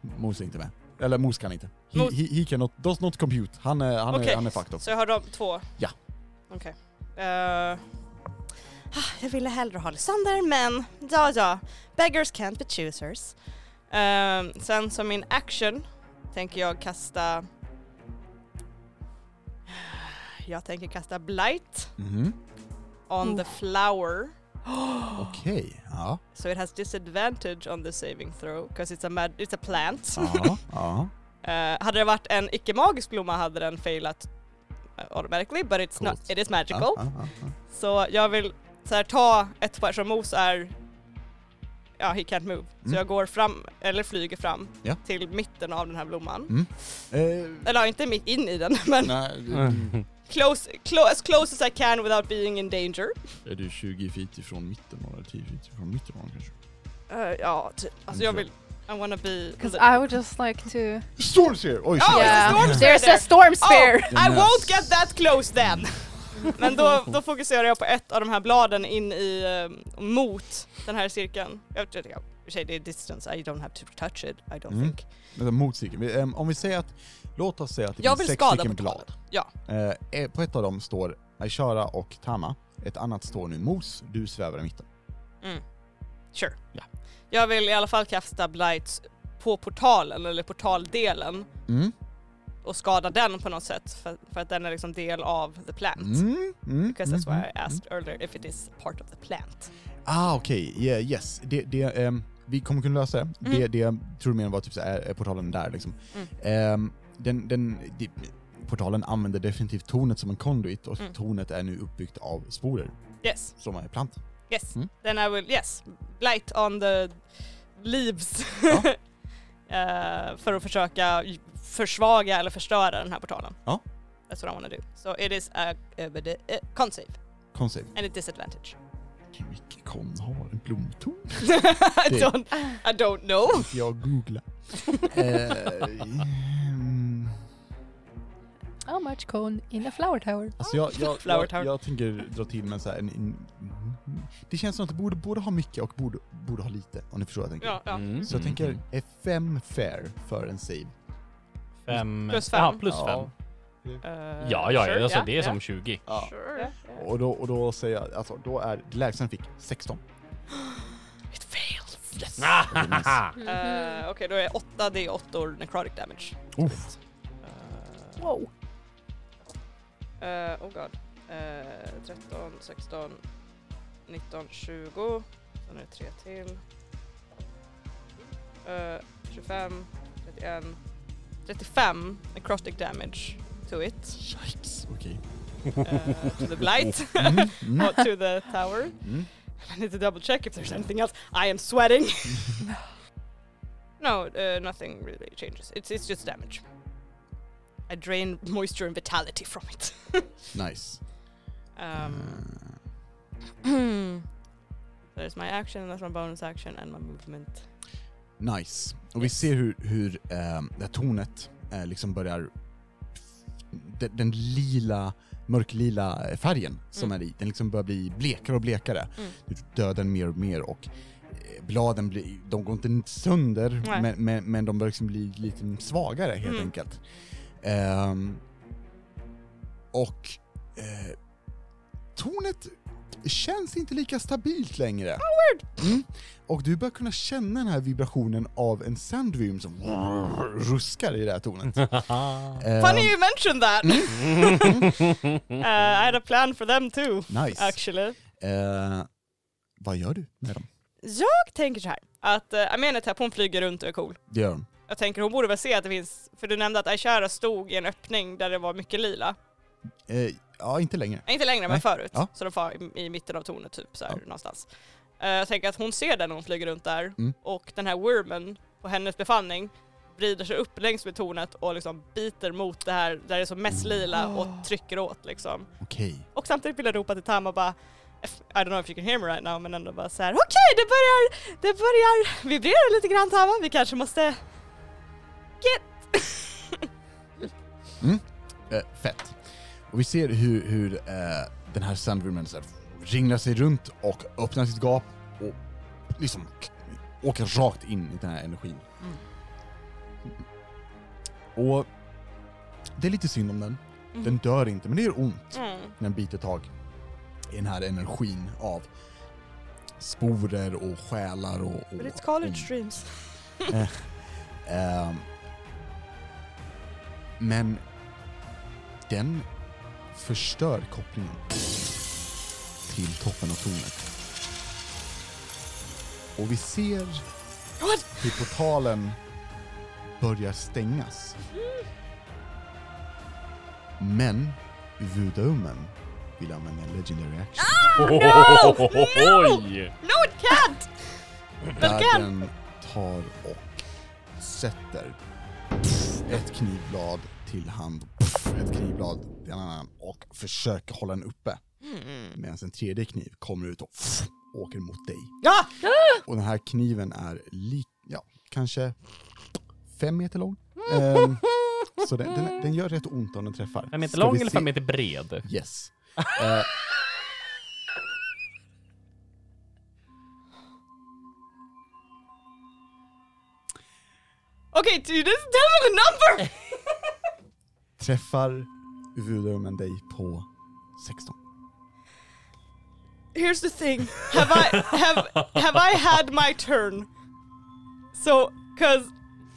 [SPEAKER 1] [LAUGHS] Mos är inte med. Eller Mos kan inte. He,
[SPEAKER 6] Mos-
[SPEAKER 1] he, he cannot, does not compute. Han är, han
[SPEAKER 6] Okej,
[SPEAKER 1] är, han är fucked up.
[SPEAKER 6] så jag har de två?
[SPEAKER 1] Ja.
[SPEAKER 6] Okej. Eh, ah, jag ville hellre ha Lysander, men ja, ja. Beggars can't be choosers. Ehm, sen som min action tänker jag kasta... Jag tänker kasta Blight.
[SPEAKER 1] Mhm.
[SPEAKER 6] on the flower.
[SPEAKER 1] Okej,
[SPEAKER 2] [LAUGHS]
[SPEAKER 1] ja.
[SPEAKER 6] So it has disadvantage on the saving throw because it's a mad, it's a plant.
[SPEAKER 1] Ja, ja.
[SPEAKER 6] Eh, hade det varit en icke-magisk blomma hade den failat eh, automatically but it's
[SPEAKER 1] Coolt.
[SPEAKER 6] not, it is
[SPEAKER 1] ja,
[SPEAKER 6] magical.
[SPEAKER 1] ja, ja, ja.
[SPEAKER 6] Så jag vill så här, ta ett par, som Mos är, ja he can't move.
[SPEAKER 1] Mm.
[SPEAKER 6] Så jag går fram, eller flyger fram
[SPEAKER 1] Ja.
[SPEAKER 6] till mitten av den här blomman.
[SPEAKER 1] Mm. Eh,
[SPEAKER 6] Eller ja, inte mitt in i den [LAUGHS] men
[SPEAKER 1] nej,
[SPEAKER 4] Mm.
[SPEAKER 6] close, close, as close as I can without being in danger.
[SPEAKER 1] Är du 20 feet ifrån mitten bara? 10 feet ifrån mitten bara kanske?
[SPEAKER 6] Eh, ja, typ. Alltså
[SPEAKER 1] Mm.
[SPEAKER 6] jag vill, I wanna be...
[SPEAKER 2] Because I would just like to.
[SPEAKER 1] Storm Sphere! Oj,
[SPEAKER 6] Oh,
[SPEAKER 1] sorry.
[SPEAKER 6] it's a storm sphere
[SPEAKER 2] There's
[SPEAKER 6] there.
[SPEAKER 2] a storm sphere.
[SPEAKER 6] Oh, I
[SPEAKER 1] Den här-
[SPEAKER 6] won't get that close then! Men då, då fokuserar jag på ett av de här bladen in i, eh, mot den här cirkeln. Jag tror jag, i och för sig, det är distance, I don't have to touch it, I don't
[SPEAKER 1] Mm.
[SPEAKER 6] think.
[SPEAKER 1] Vänta, mot cirkeln. Vi, ehm, Om vi säger att, låt oss säga att det
[SPEAKER 6] Jag
[SPEAKER 1] finns
[SPEAKER 6] vill
[SPEAKER 1] sex
[SPEAKER 6] skada
[SPEAKER 1] stycken
[SPEAKER 6] på
[SPEAKER 1] blad.
[SPEAKER 6] Ja.
[SPEAKER 1] Eh, eh, på ett av dem står Aishara och Tama. Ett annat står nu Mos, du svävar i mitten.
[SPEAKER 6] Sure.
[SPEAKER 1] Ja.
[SPEAKER 6] Jag vill i alla fall kasta blights på portalen, eller portaldelen,
[SPEAKER 1] Mm,
[SPEAKER 6] och skada den på något sätt för, för att den är liksom del av the plant.
[SPEAKER 1] mm, mm,
[SPEAKER 6] Because that's
[SPEAKER 1] mm,
[SPEAKER 6] why I asked earlier if it is part of the plant.
[SPEAKER 1] Ah okej, yeah, yes. Det, det, ehm, vi kommer kunna lösa det. Det, det
[SPEAKER 6] Mm.
[SPEAKER 1] jag tror mer var typ så här, eh, portalen där liksom. Ehm, den, den, det- portalen använder definitivt tornet som en conduit och
[SPEAKER 6] Mm.
[SPEAKER 1] tornet är nu uppbyggt av sporer
[SPEAKER 6] Yes,
[SPEAKER 1] som är plant.
[SPEAKER 6] yes.
[SPEAKER 1] Mm.
[SPEAKER 6] Then I will, yes, blight on the leaves.
[SPEAKER 1] Ja.
[SPEAKER 6] [LAUGHS] Eh, för att försöka j- försvaga eller förstöra den här portalen.
[SPEAKER 1] Ja.
[SPEAKER 6] That's what I wanna do. So it is a, a, a, a con save
[SPEAKER 1] Konstigt.
[SPEAKER 6] and a
[SPEAKER 1] [LAUGHS]
[SPEAKER 6] disadvantage.
[SPEAKER 1] Hur mycket kon har en blomton?
[SPEAKER 6] Oh! I,
[SPEAKER 1] Det-
[SPEAKER 6] don't, I don't
[SPEAKER 1] [LAUGHS]
[SPEAKER 6] know.
[SPEAKER 1] Jag
[SPEAKER 6] [LAUGHS]
[SPEAKER 1] googlar. eh, mm,
[SPEAKER 2] [LAUGHS] How much cone in a flower tower?
[SPEAKER 1] alltså jag, jag,
[SPEAKER 6] [LAUGHS] Flower
[SPEAKER 1] jag,
[SPEAKER 6] tower.
[SPEAKER 1] jag, tänker dra till med en så här en, en, Det känns som att det borde, borde ha mycket och borde, borde ha lite, om ni förstår vad jag tänker.
[SPEAKER 6] Ja, ja.
[SPEAKER 1] Så jag
[SPEAKER 4] Mm.
[SPEAKER 1] tänker, är fem fair för en save?
[SPEAKER 4] Fem.
[SPEAKER 6] Plus
[SPEAKER 4] Jaha,
[SPEAKER 6] fem.
[SPEAKER 4] plus
[SPEAKER 1] Ja.
[SPEAKER 4] fem.
[SPEAKER 6] Eh,
[SPEAKER 4] Ja, ja,
[SPEAKER 6] sure,
[SPEAKER 4] ja, alltså, det är
[SPEAKER 6] ja.
[SPEAKER 4] som [LAUGHS] 20.
[SPEAKER 1] Ja.
[SPEAKER 6] Sure. Yeah.
[SPEAKER 1] Och då, och då säger jag, alltså då är det lägsta den fick 16.
[SPEAKER 6] It fails.
[SPEAKER 1] Yes!
[SPEAKER 5] Mm.
[SPEAKER 6] Eh, Okej, då är 8 D8 necrotic damage.
[SPEAKER 1] Uff.
[SPEAKER 6] Eh,
[SPEAKER 2] Wow.
[SPEAKER 6] Eh, oh god. Eh, 13, 16, 19, 20. Sen är det tre till. Eh, 25, 31, 35 necrotic damage. to it,
[SPEAKER 1] Yikes.
[SPEAKER 4] [LAUGHS]
[SPEAKER 1] Okej.
[SPEAKER 6] uh, to the blight,
[SPEAKER 1] Mm, mm,
[SPEAKER 6] or to the tower.
[SPEAKER 1] mm.
[SPEAKER 6] I need to double check if there's anything else. I am sweating. no, uh, nothing really changes. It's it's just damage. I drain moisture and vitality from it.
[SPEAKER 1] Nice. Eh.
[SPEAKER 6] um, Hmm. there's my action, that's my bonus action, and my movement.
[SPEAKER 1] Nice. Och vi ser hur, hur ehm, det här tornet eh, liksom börjar... Den, den lila, mörklila färgen som
[SPEAKER 6] Mm.
[SPEAKER 1] är i, den liksom börjar bli blekare och blekare.
[SPEAKER 6] Mm.
[SPEAKER 1] Du dödar den mer och mer och eh, bladen blir, de går inte sönder,
[SPEAKER 6] Nej.
[SPEAKER 1] men, men, men de börjar liksom bli lite svagare helt
[SPEAKER 6] Mm.
[SPEAKER 1] enkelt. Ehm, och eh, tornet känns inte lika stabilt längre. Mm. Och du börjar kunna känna den här vibrationen av en sandrym som ruskar i det här tornet. Ehm,
[SPEAKER 6] [LAUGHS] Funny you mentioned that!
[SPEAKER 4] Mm.
[SPEAKER 6] [LAUGHS] uh, I had a plan for them too,
[SPEAKER 1] Nice.
[SPEAKER 6] actually.
[SPEAKER 1] Eh, vad gör du med dem?
[SPEAKER 6] Jag tänker så här, att uh, Amenetep hon flyger runt och är cool.
[SPEAKER 1] Det gör de.
[SPEAKER 6] Jag tänker hon borde väl se att det finns, för du nämnde att Aishara stod i en öppning där det var mycket lila.
[SPEAKER 1] Eh, ja, inte längre.
[SPEAKER 6] Nej, Inte längre men
[SPEAKER 1] Nej.
[SPEAKER 6] förut,
[SPEAKER 1] Ja.
[SPEAKER 6] så de var i, i mitten av tornet typ så här,
[SPEAKER 1] Ja.
[SPEAKER 6] någonstans. Eh, jag tänker att hon ser den när hon flyger runt där
[SPEAKER 1] Mm.
[SPEAKER 6] och den här wormen på hennes befanning vrider sig upp längs med tornet och liksom biter mot det här där det är som mest
[SPEAKER 1] Mm.
[SPEAKER 6] lila och trycker åt liksom.
[SPEAKER 1] Okej.
[SPEAKER 6] Och samtidigt vill jag ropa till Tam och bara "F- I don't know if you can hear me right now men ändå bara så här. okej det börjar, det börjar vibrera lite grann Tama, vi kanske måste get
[SPEAKER 1] Eh, fett. Och vi ser hur, hur eh, den här sandrymmen så här ringlar sig runt och öppnar sitt gap och liksom k- åker rakt in i den här energin.
[SPEAKER 6] Mm.
[SPEAKER 1] Och det är lite synd om den. Den dör inte, men det gör ont.
[SPEAKER 6] Mm.
[SPEAKER 1] när den biter tag i den här energin av sporer och själar och... och
[SPEAKER 6] But it's college
[SPEAKER 1] och- [LAUGHS]
[SPEAKER 6] dreams.
[SPEAKER 1] Ehm, men den förstör kopplingen till toppen av tornet. Och vi ser
[SPEAKER 6] What?
[SPEAKER 1] hur portalen börjar stängas. Men Vudaumen vill använda en legendary action.
[SPEAKER 4] Oj!
[SPEAKER 6] No
[SPEAKER 1] [LAUGHS]
[SPEAKER 6] it can't!
[SPEAKER 1] där den tar och sätter ett knivblad till hand, ett knivblad till en annan och försöker hålla den uppe. Medan en tredje kniv kommer ut och åker mot dig.
[SPEAKER 6] Ja!
[SPEAKER 1] Och den här kniven är lik, ja, kanske fem meter lång. Ehm, så den, den, den gör rätt ont om den träffar.
[SPEAKER 4] Fem meter
[SPEAKER 1] Ska
[SPEAKER 4] lång
[SPEAKER 1] vi
[SPEAKER 4] eller
[SPEAKER 1] se-
[SPEAKER 4] fem meter bred?
[SPEAKER 1] Yes. Eh,
[SPEAKER 6] Okay dude, just tell me the number!
[SPEAKER 1] träffar Vudaumen dig på 16.
[SPEAKER 6] [LAUGHS] Here's the thing. Have I have have I had my turn? So, cause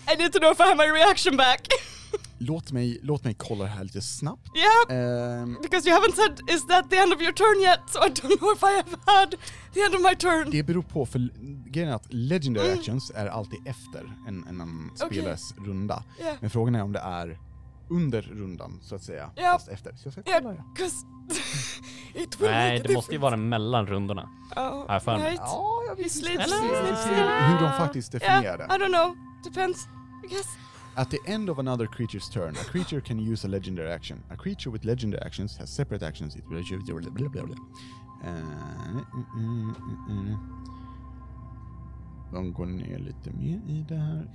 [SPEAKER 6] I need to know if I have my reaction back. [LAUGHS]
[SPEAKER 1] Låt mig, låt mig kolla det här lite snabbt.
[SPEAKER 6] yeah,
[SPEAKER 1] Ehm,
[SPEAKER 6] because you haven't said is that the end of your turn yet, so I don't know if I have had the end of my turn.
[SPEAKER 1] det beror på, för grejen är att legendary
[SPEAKER 6] Mm.
[SPEAKER 1] actions är alltid efter en, en annan spelares runda.
[SPEAKER 6] Yeah.
[SPEAKER 1] Men frågan är om det är under rundan, så att säga.
[SPEAKER 6] Ja.
[SPEAKER 1] Fast efter. Så jag ska
[SPEAKER 6] Yeah,
[SPEAKER 1] kolla det.
[SPEAKER 6] cause [LAUGHS] it will
[SPEAKER 4] Nej,
[SPEAKER 6] make a
[SPEAKER 4] det måste
[SPEAKER 6] difference.
[SPEAKER 4] ju vara mellan rundorna.
[SPEAKER 6] Oh,
[SPEAKER 4] Här för mig.
[SPEAKER 6] right.
[SPEAKER 1] Ja, jag
[SPEAKER 6] Vi
[SPEAKER 1] vet
[SPEAKER 6] slits,
[SPEAKER 1] inte
[SPEAKER 6] slits, slits,
[SPEAKER 1] hur, hur de faktiskt definierar
[SPEAKER 6] Yeah, I
[SPEAKER 1] det.
[SPEAKER 6] don't know. Depends, I guess.
[SPEAKER 1] At the end of another creature's turn, a creature can use a legendary action. A creature with legendary actions has separate actions. It will achieve the... Blah, blah, blah. Eh, mm, mm, mm, mm. De går ner lite mer i det här.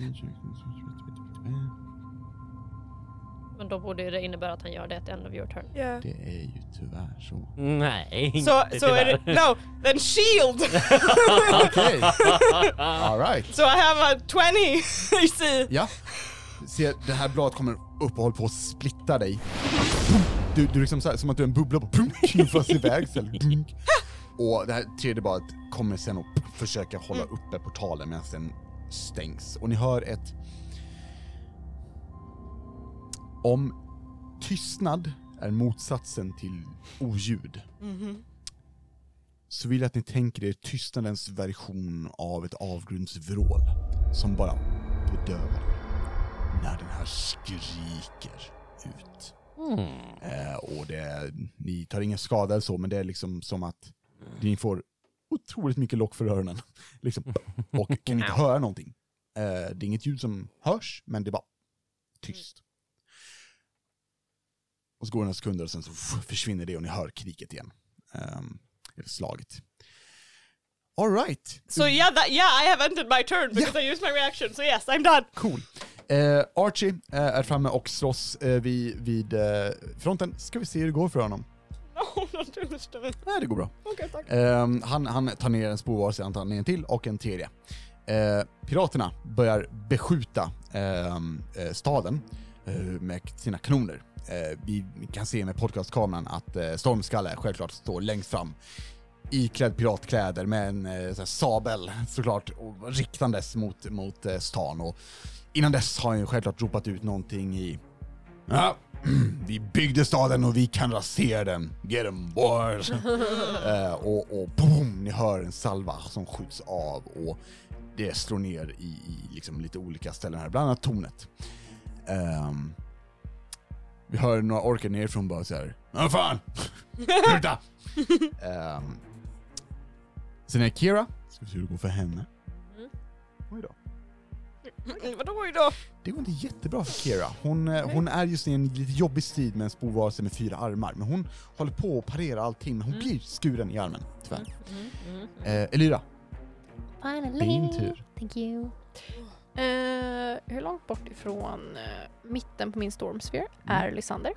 [SPEAKER 5] Men då borde ju det innebära att han gör det at the end of your [LAUGHS] turn.
[SPEAKER 6] Yeah.
[SPEAKER 1] Det er är ju tyvärr så.
[SPEAKER 4] Nej, [LAUGHS]
[SPEAKER 6] So,
[SPEAKER 4] inte
[SPEAKER 6] so it, [LAUGHS]
[SPEAKER 4] tyvärr.
[SPEAKER 6] no, then shield. [LAUGHS]
[SPEAKER 1] [LAUGHS] Okej! Alright.
[SPEAKER 6] so I have a [LAUGHS] 20 AC.
[SPEAKER 1] Ja. Se, det här bladet kommer upp och håller på att splitta dig. Du, du liksom så här, som att du är en bubbla och bara knuffas iväg. Så här, dunk. och det här tredje bladet kommer sen att försöka hålla uppe portalen medan den stängs. Och ni hör ett... Om tystnad är motsatsen till oljud så vill jag att ni tänker er tystnadens version av ett avgrundsvrål som bara bedövar er när den här skriker ut. Eh, och det, ni tar ingen skada eller så, men det är liksom som att ni får otroligt mycket lock för öronen. [LAUGHS] liksom. Och kan inte höra någonting. Eh, det är inget ljud som hörs, men det är bara tyst. Och så går det några sekunder och sen så försvinner det och ni hör kriket igen. Ehm, eller slaget. All right.
[SPEAKER 6] So yeah, that, yeah, I have ended my turn because I used my reaction. So yes, I'm done. [LAUGHS]
[SPEAKER 1] Cool. Eh, Archie eh, är framme och slåss eh, vid, vid eh, fronten. Ska vi se hur det går för honom.
[SPEAKER 6] Oh, don't do this to me.
[SPEAKER 1] Nej, det går bra.
[SPEAKER 6] Okay, tack.
[SPEAKER 1] Ehm, han, han tar ner en spov, vare sig han tar ner en till och en tredje. Eh, piraterna börjar beskjuta ehm, eh, staden eh, med sina kanoner. Eh, vi kan se med podcastkameran att eh, Stormskalle självklart står längst fram iklädd piratkläder med en eh, sån här sabel såklart och riktandes mot, mot eh, stan och innan dess har han ju självklart ropat ut någonting i Ja, [CLEARS THROAT] vi byggde staden och vi kan rasera den. Get 'em boys! [LAUGHS]
[SPEAKER 6] [LAUGHS]
[SPEAKER 1] Eh, och, och boom, ni hör en salva som skjuts av och det slår ner i, i liksom lite olika ställen här, bland annat tornet. Ehm, vi hör några orker nerifrån bara såhär Vad fan! Sluta! Ehm, sen är Kira. Ska vi se hur det går för henne. Oj då.
[SPEAKER 6] Mm, Vadå då?
[SPEAKER 1] Det går inte jättebra för Kira. Hon, eh, hon är just i en lite jobbig strid med en spovarelse med fyra armar, men hon håller på att parera allting, men hon blir skuren i armen, tyvärr. Eh, Elira,
[SPEAKER 7] Finally!
[SPEAKER 1] din tur.
[SPEAKER 7] Thank you.
[SPEAKER 2] Eh, hur långt bort ifrån eh, mitten på min stormsphere
[SPEAKER 6] Mm.
[SPEAKER 2] är Lysander?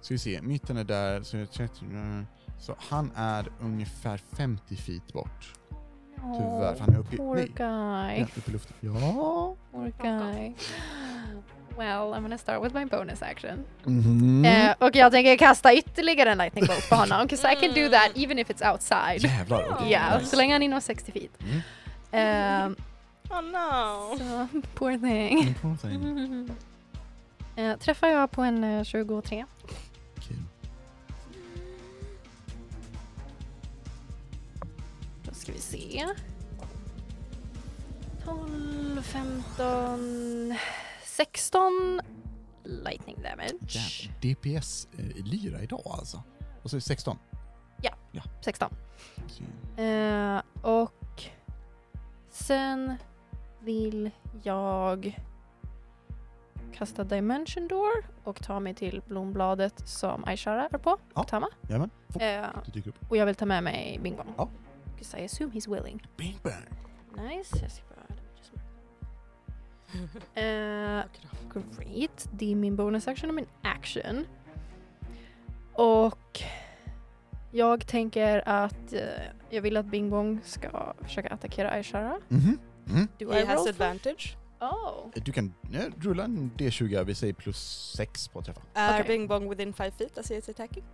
[SPEAKER 1] Ska vi se, mitten är där, så, jag tror- mm. så han är ungefär 50 feet bort. Tyvärr, för han är uppe i...
[SPEAKER 2] Poor
[SPEAKER 1] Nej,
[SPEAKER 2] guy.
[SPEAKER 1] ja, uppe i luften. Ja.
[SPEAKER 2] Poor guy. Well, I'm gonna start with my bonus action.
[SPEAKER 1] Mhm.
[SPEAKER 6] Mm.
[SPEAKER 2] Eh, och jag tänker kasta ytterligare en lightning bolt på honom, because I can do that even if it's outside.
[SPEAKER 1] Jävlar, okej.
[SPEAKER 2] Ja,
[SPEAKER 1] nice.
[SPEAKER 2] så länge han är inom 60 feet.
[SPEAKER 1] Mm.
[SPEAKER 2] Ehm,
[SPEAKER 6] Oh no.
[SPEAKER 2] så, poor thing. Eh, träffar jag på en eh, 23?
[SPEAKER 1] Okej.
[SPEAKER 2] Då ska vi se. 12, 15, 16 lightning damage.
[SPEAKER 1] Jävlar, DPS eh, Elira idag alltså. Och så är det 16.
[SPEAKER 2] 16. Eh, och sen vill jag kasta Dimension Door och ta mig till blombladet som Aishara är på.
[SPEAKER 1] Ja.
[SPEAKER 2] Och Tama.
[SPEAKER 1] Jajamän. Få-
[SPEAKER 2] Eh,
[SPEAKER 1] Du dyker upp.
[SPEAKER 2] och jag vill ta med mig Bing Bong.
[SPEAKER 1] Ja.
[SPEAKER 2] 'Cause I assume he's willing.
[SPEAKER 1] Bing bang.
[SPEAKER 2] Nice. Jag ska bara... just mark- Eh, great. Det är min bonus action och min action. Och jag tänker att eh, jag vill att Bing Bong ska försöka attackera Aishara.
[SPEAKER 1] Mhm. Mm.
[SPEAKER 2] Do
[SPEAKER 6] He
[SPEAKER 2] I roll
[SPEAKER 6] has
[SPEAKER 2] for-
[SPEAKER 6] advantage.
[SPEAKER 2] Oh.
[SPEAKER 1] Du kan eh, rulla en D20, vi säger plus 6 på att träffa.
[SPEAKER 6] Är
[SPEAKER 2] Okay.
[SPEAKER 6] Uh, Bing Bong within five feet as he is attacking?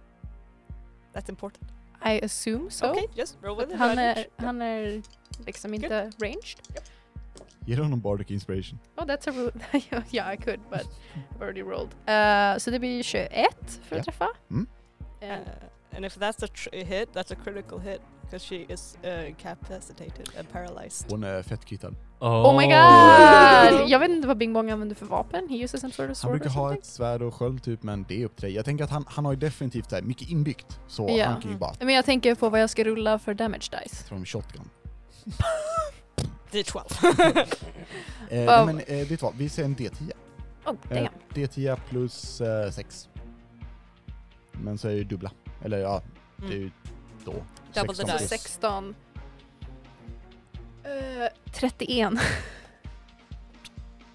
[SPEAKER 6] That's important.
[SPEAKER 2] I assume so.
[SPEAKER 6] Okay, just roll with
[SPEAKER 2] Han, är,
[SPEAKER 6] advantage.
[SPEAKER 2] han är liksom inte ranged.
[SPEAKER 1] Ge honom Bardic Inspiration.
[SPEAKER 2] Oh, that's a rule. [LAUGHS] yeah, I could, but I've already rolled. Eh, så det blir 21 för
[SPEAKER 1] Ja.
[SPEAKER 2] att träffa.
[SPEAKER 1] Mm.
[SPEAKER 2] Eh,
[SPEAKER 6] Uh, and if that's a tr- hit, that's a critical hit because she is uh, incapacitated and paralyzed.
[SPEAKER 1] Hon är fett kittad.
[SPEAKER 2] Oh my god! Jag vet inte vad Bing Bong använder för vapen. He uses some sort of sword
[SPEAKER 1] Han brukar
[SPEAKER 2] or
[SPEAKER 1] ha
[SPEAKER 2] something.
[SPEAKER 1] ett svärd och sköld typ, men det är upp till dig. Jag tänker att han, han har ju definitivt så här mycket inbyggt, så
[SPEAKER 2] Ja. Mm-hmm.
[SPEAKER 1] han kan ju bara
[SPEAKER 2] Men jag tänker på vad jag ska rulla för damage dice.
[SPEAKER 1] från shotgun.
[SPEAKER 6] [LAUGHS] D12.
[SPEAKER 1] Eh, nej, men eh, vet du vad, vi säger en D10.
[SPEAKER 2] Oh,
[SPEAKER 1] Eh,
[SPEAKER 2] damn.
[SPEAKER 1] D10 plus eh, 6. Men så är det ju dubbla. Eller ja, det
[SPEAKER 2] Mm.
[SPEAKER 1] är ju då. 16
[SPEAKER 6] Double the dice.
[SPEAKER 1] plus-
[SPEAKER 2] 16. Eh, 31.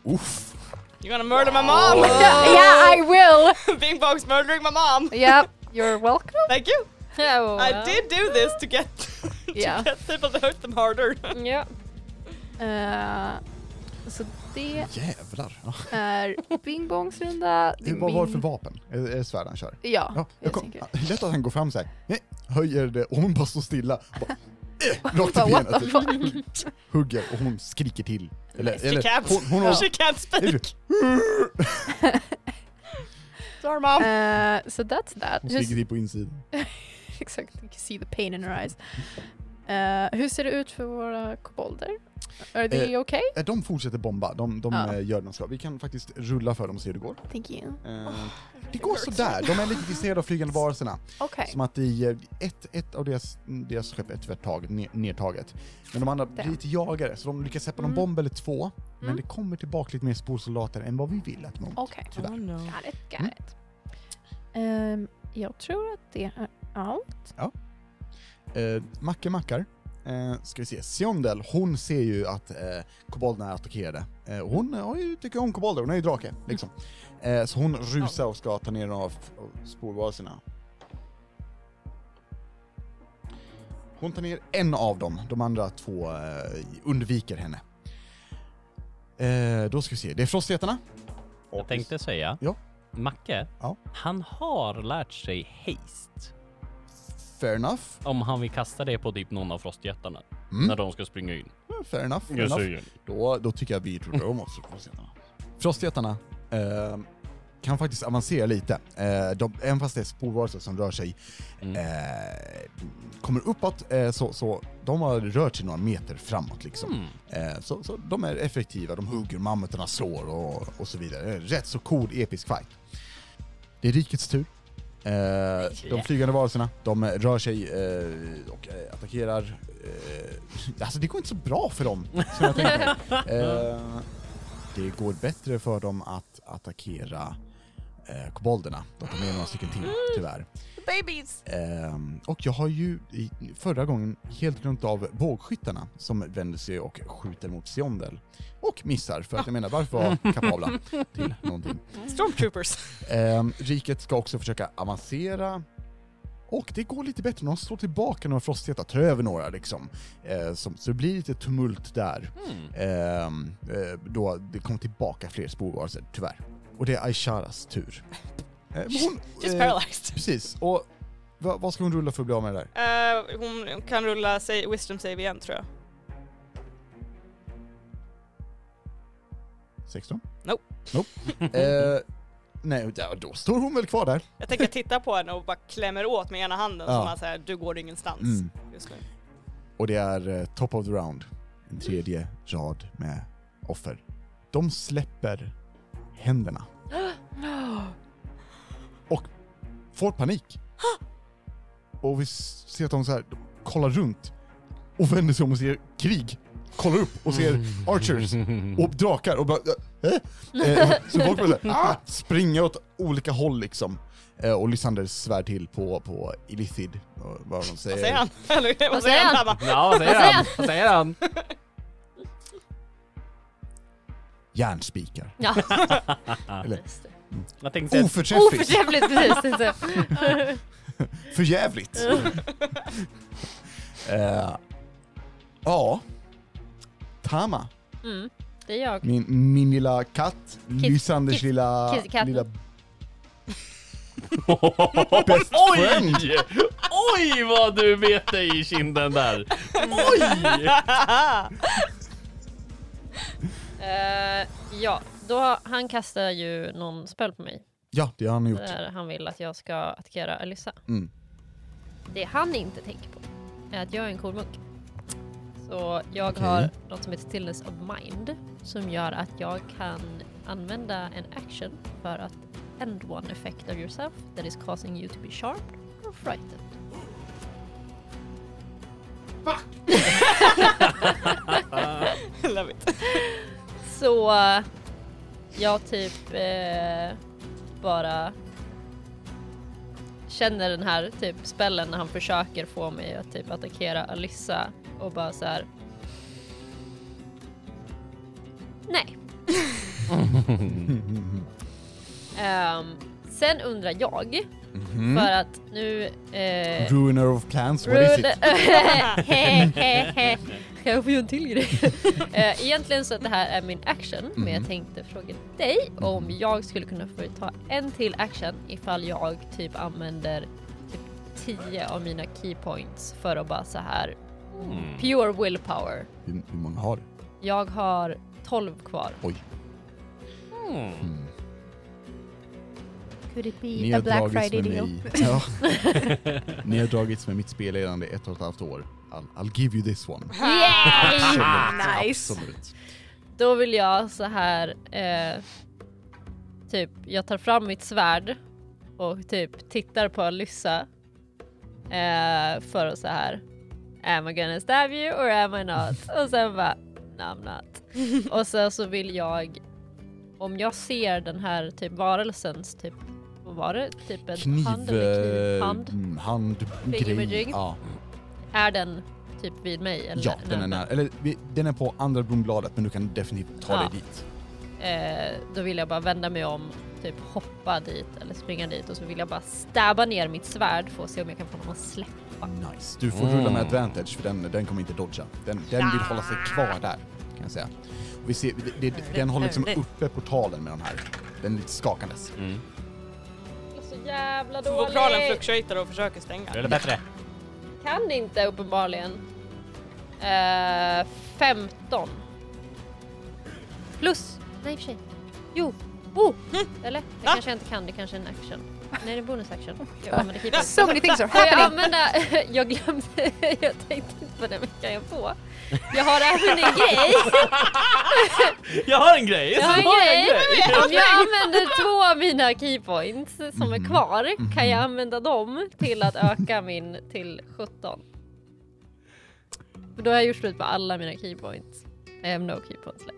[SPEAKER 1] Uff!
[SPEAKER 6] You're gonna murder my [LAUGHS]
[SPEAKER 2] [LAUGHS]
[SPEAKER 6] mom!
[SPEAKER 2] yeah, I will!
[SPEAKER 6] Bing Bong's murdering my mom!
[SPEAKER 2] Yep, you're welcome.
[SPEAKER 6] [LAUGHS] Thank you!
[SPEAKER 5] Oh,
[SPEAKER 6] I
[SPEAKER 5] well.
[SPEAKER 6] did do this to get, to [LAUGHS]
[SPEAKER 2] Yeah.
[SPEAKER 6] get people to Typ hurt them harder.
[SPEAKER 5] Ja.
[SPEAKER 2] Eh, så det
[SPEAKER 1] Jävlar! Ja.
[SPEAKER 2] är Bing Bongs runda. Det är
[SPEAKER 1] Vad var det
[SPEAKER 2] min-
[SPEAKER 1] för vapen? Är är det svärd han kör?
[SPEAKER 2] Ja,
[SPEAKER 1] Ja, jag
[SPEAKER 2] jag
[SPEAKER 1] kom,
[SPEAKER 2] tänker.
[SPEAKER 1] [LAUGHS] lätt att han går fram såhär, nej, höjer det och hon bara står stilla. Bara, eh, rakt i
[SPEAKER 2] [LAUGHS] Bara, what
[SPEAKER 1] benet.
[SPEAKER 2] the fuck?
[SPEAKER 1] Hugger och hon skriker till. Eller,
[SPEAKER 6] she can't.
[SPEAKER 1] hon, hon har...
[SPEAKER 6] she can't speak.
[SPEAKER 1] [LAUGHS]
[SPEAKER 6] Sorry mom.
[SPEAKER 2] Eh, so that's that.
[SPEAKER 1] Hon
[SPEAKER 2] Hur-
[SPEAKER 1] skriker till på insidan.
[SPEAKER 2] [LAUGHS] Exakt, you can see the pain in her eyes. Eh, hur ser det ut för våra kobolder? Are they okay?
[SPEAKER 1] Eh, De fortsätter bomba, de, de
[SPEAKER 2] Ja.
[SPEAKER 1] eh, gör något slag. Vi kan faktiskt rulla för dem och se hur det går.
[SPEAKER 2] Thank you.
[SPEAKER 1] Eh, det går sådär, de är lite
[SPEAKER 6] [LAUGHS]
[SPEAKER 1] intresserade av flygande varelserna.
[SPEAKER 2] Okay.
[SPEAKER 1] Som att i eh, ett, ett av deras, mm, deras skepp är tyvärr taget, ne- nedtaget. Men de andra blir
[SPEAKER 2] Damn.
[SPEAKER 1] lite jagade, så de lyckas släppa någon
[SPEAKER 2] Mm.
[SPEAKER 1] bomb eller två. Men
[SPEAKER 2] Mm.
[SPEAKER 1] det kommer tillbaka lite mer spolsoldater än vad vi vill att någon...
[SPEAKER 2] Okej.
[SPEAKER 1] Tyvärr.
[SPEAKER 6] no.
[SPEAKER 2] Got it, got
[SPEAKER 1] Mm.
[SPEAKER 2] it. Ehm, jag tror att det är allt.
[SPEAKER 1] Eh, Macke Mackar, eh, ska vi se. Siondel, hon ser ju att eh, kobolderna är attackerade. Eh, och hon eh, har ju, tycker om kobolder, hon är ju drake liksom. Eh, så hon rusar och ska ta ner några av f- av spolvarelserna. Hon tar ner en av dem, de andra två eh, undviker henne. Eh, då ska vi se, det är frostjättarna.
[SPEAKER 4] Jag tänkte säga,
[SPEAKER 1] Ja.
[SPEAKER 4] Macke,
[SPEAKER 1] Ja.
[SPEAKER 4] han har lärt sig haste.
[SPEAKER 1] Fair enough.
[SPEAKER 4] Om han vill kasta det på typ någon av frostjättarna
[SPEAKER 1] Mm.
[SPEAKER 4] när de ska springa in.
[SPEAKER 1] Fair enough. Fair enough. Då, då tycker jag vi trodde om oss frostjättarna. Frostjättarna eh, kan faktiskt avancera lite. Eh, de, även fast det är spårvarelser som rör sig,
[SPEAKER 4] Mm.
[SPEAKER 1] eh, kommer uppåt, eh, så, så de har rört sig några meter framåt liksom.
[SPEAKER 4] Mm.
[SPEAKER 1] Eh, så, så de är effektiva, de hugger, mammutarna slår och, och så vidare. Eh, Rätt så cool episk fight. Det är rikets tur. Eh, de flygande varelserna, de rör sig eh, och eh, attackerar. Eh, [LAUGHS] alltså det går inte så bra för dem, som jag tänkte. Eh, det går bättre för dem att attackera eh, kobolderna. De tar med några stycken till, tyvärr.
[SPEAKER 3] Babies!
[SPEAKER 1] Ehm, och jag har ju i, förra gången helt glömt av bågskyttarna som vänder sig och skjuter mot Siondel. Och missar, för att jag menar varför vara kapabla till någonting? [LAUGHS]
[SPEAKER 6] Stormtroopers.
[SPEAKER 1] Ehm, riket ska också försöka avancera. Och det går lite bättre, de slår tillbaka några frostjättar, tar över några liksom. Ehm, som, så det blir lite tumult där.
[SPEAKER 4] Mm.
[SPEAKER 1] Ehm, eh, då det kommer tillbaka fler spårvarelser, tyvärr. Och det är Aisharas tur. Ehm, hon,
[SPEAKER 6] [LAUGHS] Just
[SPEAKER 1] eh,
[SPEAKER 6] paralyzed.
[SPEAKER 1] Precis, och va, vad ska hon rulla för att bli av med det där?
[SPEAKER 6] Eh, hon kan rulla sig, wisdom save igen tror jag.
[SPEAKER 1] 16?
[SPEAKER 6] Nope.
[SPEAKER 1] Nope.
[SPEAKER 6] [LAUGHS]
[SPEAKER 1] eh, nej, ja, då står hon väl kvar där.
[SPEAKER 6] Jag tänker titta på henne och bara klämmer åt med ena handen
[SPEAKER 1] Ja.
[SPEAKER 6] som att säga du går ingenstans
[SPEAKER 1] Mm.
[SPEAKER 6] just nu.
[SPEAKER 1] Och det är eh, top of the round. En tredje rad med offer. De släpper händerna. Och får panik. Och vi s- ser att de så här, de kollar runt och vänder sig om och ser krig. Kollar upp och ser
[SPEAKER 4] Mm.
[SPEAKER 1] archers och drakar och bara... eh, Eh, så folk börjar så här, ah, springa åt olika håll liksom. Eh, och Lysander svär till på, på Illithid. och Vad de säger.
[SPEAKER 6] Vad säger han? [LAUGHS] Eller vad
[SPEAKER 7] Vad
[SPEAKER 6] säger
[SPEAKER 7] säger
[SPEAKER 6] han?
[SPEAKER 7] han?
[SPEAKER 6] Han bara,
[SPEAKER 4] [LAUGHS] Ja, vad säger han? Vad säger han?
[SPEAKER 1] Järnspikar.
[SPEAKER 5] [LAUGHS] Ja.
[SPEAKER 1] Eller-
[SPEAKER 5] Just det.
[SPEAKER 4] Jag tänkte säga,
[SPEAKER 1] Oförträffligt!
[SPEAKER 5] Oförträffligt precis! tänkte jag.
[SPEAKER 6] [LAUGHS]
[SPEAKER 1] Förjävligt!
[SPEAKER 6] Mm.
[SPEAKER 1] Eh, Ja. Tama,
[SPEAKER 5] Mm. Det är jag.
[SPEAKER 1] min, min lilla katt, Lysanders
[SPEAKER 5] kiss-
[SPEAKER 1] lilla...
[SPEAKER 5] kissekatten.
[SPEAKER 1] lilla best friend!
[SPEAKER 4] oj! Oj vad du bet dig i kinden där! Oj!
[SPEAKER 5] Eh, ja, då har, han kastar ju någon spel på mig.
[SPEAKER 1] Ja, det har han gjort.
[SPEAKER 5] Där han vill att jag ska attackera Alyssa.
[SPEAKER 1] Mm.
[SPEAKER 5] Det han inte tänker på är att jag är en cool munk. Så jag
[SPEAKER 1] Okej.
[SPEAKER 5] har något som heter Stillness of Mind som gör att jag kan använda en action för att end one effect of yourself that is causing you to be sharp or frightened.
[SPEAKER 6] [LAUGHS] love it.
[SPEAKER 5] Så eh, jag typ eh, bara känner den här typ spällen när han försöker få mig att typ attackera Alyssa och bara så här. Nej. Ehm, sen undrar jag, för att nu... Eh,
[SPEAKER 1] Ruiner of plans, what is it?
[SPEAKER 5] Rune... [LAUGHS] Kan jag få göra en till
[SPEAKER 1] [LAUGHS]
[SPEAKER 5] grej? Eh, Egentligen så att det här är min action, men
[SPEAKER 1] Mhm.
[SPEAKER 5] jag tänkte fråga dig om jag skulle kunna få ta en till action ifall jag typ använder typ 10 av mina key points för att bara så här
[SPEAKER 1] Mm.
[SPEAKER 5] pure willpower.
[SPEAKER 1] Hur, hur många har du?
[SPEAKER 5] Jag har 12 kvar.
[SPEAKER 1] Oj.
[SPEAKER 7] Could it be
[SPEAKER 1] Ni har
[SPEAKER 7] a Black
[SPEAKER 1] dragits [LAUGHS]
[SPEAKER 7] Friday
[SPEAKER 1] med
[SPEAKER 5] [LAUGHS]
[SPEAKER 7] deal?
[SPEAKER 1] mig. Ja. Ni har dragits med mitt spelledande i ett och ett halvt år. I'll, I'll give you this one.
[SPEAKER 5] Yay!
[SPEAKER 6] Ah,
[SPEAKER 1] Absolut,
[SPEAKER 2] Nice.
[SPEAKER 1] Absolut.
[SPEAKER 5] Då vill jag så här eh, typ jag tar fram mitt svärd och typ tittar på Alyssa eh, för att så här Am I gonna stab you or am
[SPEAKER 1] [LAUGHS]
[SPEAKER 5] I not? Och sen bara No I'm not. och sen så vill jag om jag ser den här typ varelsens typ vad var det? Typ en
[SPEAKER 1] Kniv...
[SPEAKER 5] hand eller
[SPEAKER 1] eh,
[SPEAKER 5] knivhand?
[SPEAKER 1] mm, hand
[SPEAKER 5] Fingermaging.
[SPEAKER 1] grej. Ja,
[SPEAKER 5] Är den typ vid mig? Eller
[SPEAKER 1] ja den är nära. Eller vi- den är på andra blombladet men du kan definitivt ta
[SPEAKER 5] Ja.
[SPEAKER 1] dig dit.
[SPEAKER 5] Eh, då vill jag bara vända mig om, typ hoppa dit eller springa dit och så vill jag bara stabba ner mitt svärd för att se om jag kan få honom att släppa.
[SPEAKER 1] Nice. Du får rulla med advantage för den, den kommer inte dodga. Den, den vill hålla sig kvar där kan jag säga. Och vi ser, det, Ah. det, den håller liksom uppe portalen med den här. Den är lite skakandes.
[SPEAKER 5] Det är så jävla
[SPEAKER 6] Vokralen
[SPEAKER 5] dålig!
[SPEAKER 6] fluctuatar och försöker stänga.
[SPEAKER 4] Rulla bättre.
[SPEAKER 5] Kan inte uppenbarligen. Eh, 15. Plus! Nej i och för sig. Jo! Oh! Eller? Det kanske jag inte kan, det kanske är en action. Nej det är en bonus action. Jag använder keeper.
[SPEAKER 2] So many things are [LAUGHS]
[SPEAKER 5] Får jag
[SPEAKER 2] happening.
[SPEAKER 5] använda... [LAUGHS] Jag glömde... Jag tänkte inte på den veckan jag får. Jag har även en grej.
[SPEAKER 4] Jag har en grej!
[SPEAKER 5] Jag har en grej. Om jag använder två av mina keypoints som är kvar kan jag använda dem till att öka min till 17. För då har jag gjort slut på alla mina keypoints. I have no keypoints left.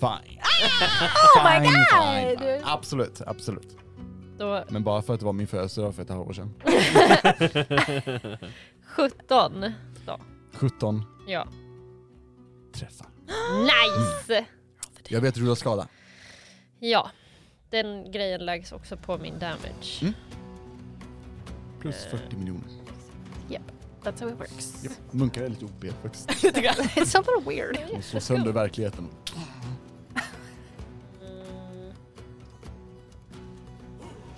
[SPEAKER 1] [LAUGHS] Fine. Ah! Oh my god! Fine, fine. Absolut, absolut.
[SPEAKER 5] Då
[SPEAKER 1] Men bara för att det var min födelsedag för ett halvår sedan.
[SPEAKER 5] 17.
[SPEAKER 1] 17
[SPEAKER 5] Ja.
[SPEAKER 1] träffar.
[SPEAKER 5] Nice!
[SPEAKER 1] Jag vet hur du har skada.
[SPEAKER 5] Ja. Den grejen läggs också på min damage.
[SPEAKER 1] Plus 40 miljoner.
[SPEAKER 2] That's how it works.
[SPEAKER 1] [LAUGHS] Munkar är lite OP faktiskt.
[SPEAKER 6] [LAUGHS] Lite grann.
[SPEAKER 2] It's a little weird.
[SPEAKER 1] De slår sönder verkligheten.
[SPEAKER 5] Mm.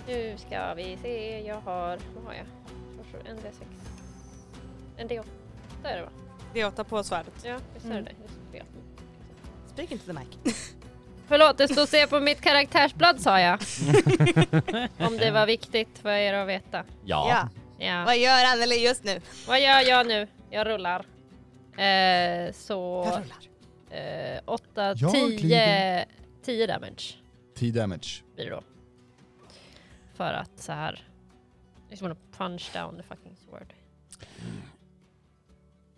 [SPEAKER 5] Nu ska vi se, jag har... Vad har jag? Varför? En D6. En D8 är det va?
[SPEAKER 6] Det åtta på svärdet.
[SPEAKER 5] Ja, visst är det det Just det.
[SPEAKER 6] Speak inte till Mike.
[SPEAKER 5] Förlåt, det står C på mitt karaktärsblad sa jag. Om det var viktigt för er att veta.
[SPEAKER 4] Ja.
[SPEAKER 5] Ja.
[SPEAKER 6] Vad gör Anneli just nu?
[SPEAKER 5] Vad gör jag nu? Jag rullar. Eh, så...
[SPEAKER 6] Jag rullar.
[SPEAKER 5] Eh, 8,
[SPEAKER 1] Jag
[SPEAKER 5] 10...
[SPEAKER 1] glider.
[SPEAKER 5] 10 damage.
[SPEAKER 1] 10 damage.
[SPEAKER 5] blir det då. För att så här. Liksom wanna punch down the fucking sword.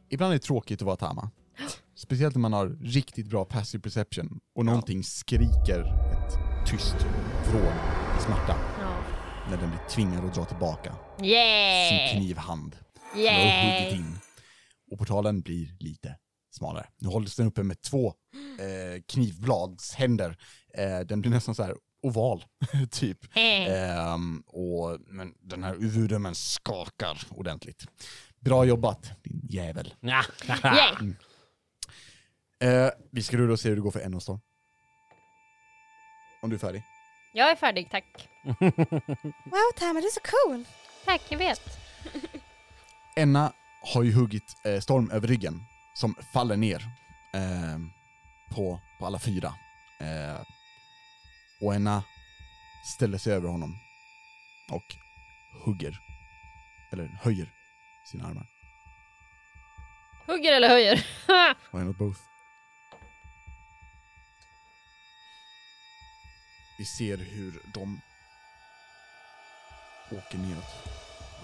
[SPEAKER 1] Ibland är det tråkigt att vara Tama. [GASPS] Speciellt när man har riktigt bra passive perception och någonting skriker ett tyst vrål i smärta när den blir tvingad att dra tillbaka sin
[SPEAKER 5] Yeah!
[SPEAKER 1] knivhand. Den har huggit
[SPEAKER 5] Yeah!
[SPEAKER 1] in. Och portalen blir lite smalare. Nu hålls den uppe med två eh, knivbladshänder. Eh, den blir nästan så här oval, [LAUGHS] typ. Ehm, och, men den här uvudumen skakar ordentligt. Bra jobbat, din jävel.
[SPEAKER 4] Ja.
[SPEAKER 5] Yeah!
[SPEAKER 1] Eh, vi ska rulla och se hur det går för en storm. Om du är färdig.
[SPEAKER 5] Jag är färdig, tack.
[SPEAKER 6] Wow Tammy, du är så cool!
[SPEAKER 5] Tack, jag vet.
[SPEAKER 1] Enna har ju huggit eh, Storm över ryggen, som faller ner eh, på, på alla fyra. Eh, och Enna ställer sig över honom och hugger, eller höjer, sina armar.
[SPEAKER 5] Hugger eller höjer? [LAUGHS]
[SPEAKER 1] Why not both? Vi ser hur de åker neråt,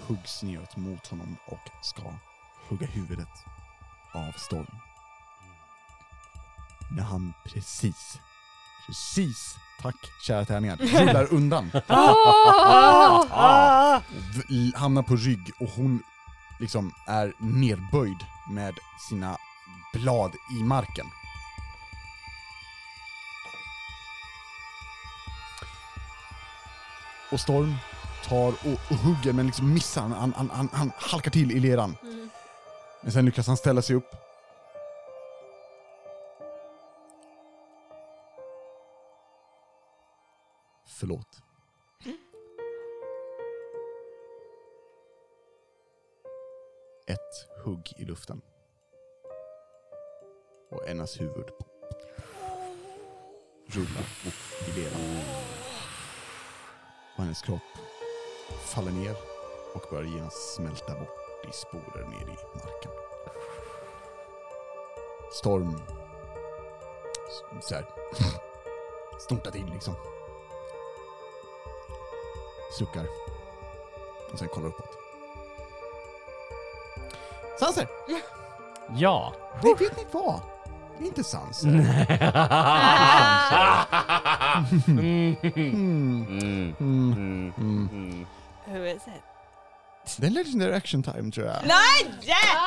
[SPEAKER 1] huggs neråt mot honom och ska hugga huvudet av Storm. När han precis, precis, tack kära tärningar, rullar undan
[SPEAKER 5] Åh!
[SPEAKER 1] v- l- hamnar på rygg och hon liksom är nerböjd med sina blad i marken. Och Storm tar och, och hugger men liksom missar, han, han, han, han, han halkar till i leran. Men sen lyckas han ställa sig upp. Förlåt. ett hugg i luften. Och Ennas huvud rullar upp i leran. Och hennes kropp faller ner och börjar genast smälta bort. 40 sporer ner i marken. Storm... s- Så här. [LAUGHS] Snortar till liksom. Suckar. Och sen kollar uppåt. Sanser!
[SPEAKER 4] [LAUGHS] Ja.
[SPEAKER 1] Det vet ni vad? Det är inte Sanser.
[SPEAKER 6] Who is it?
[SPEAKER 1] Det är Legendary Action Time tror jag.
[SPEAKER 6] Nej! Yeah!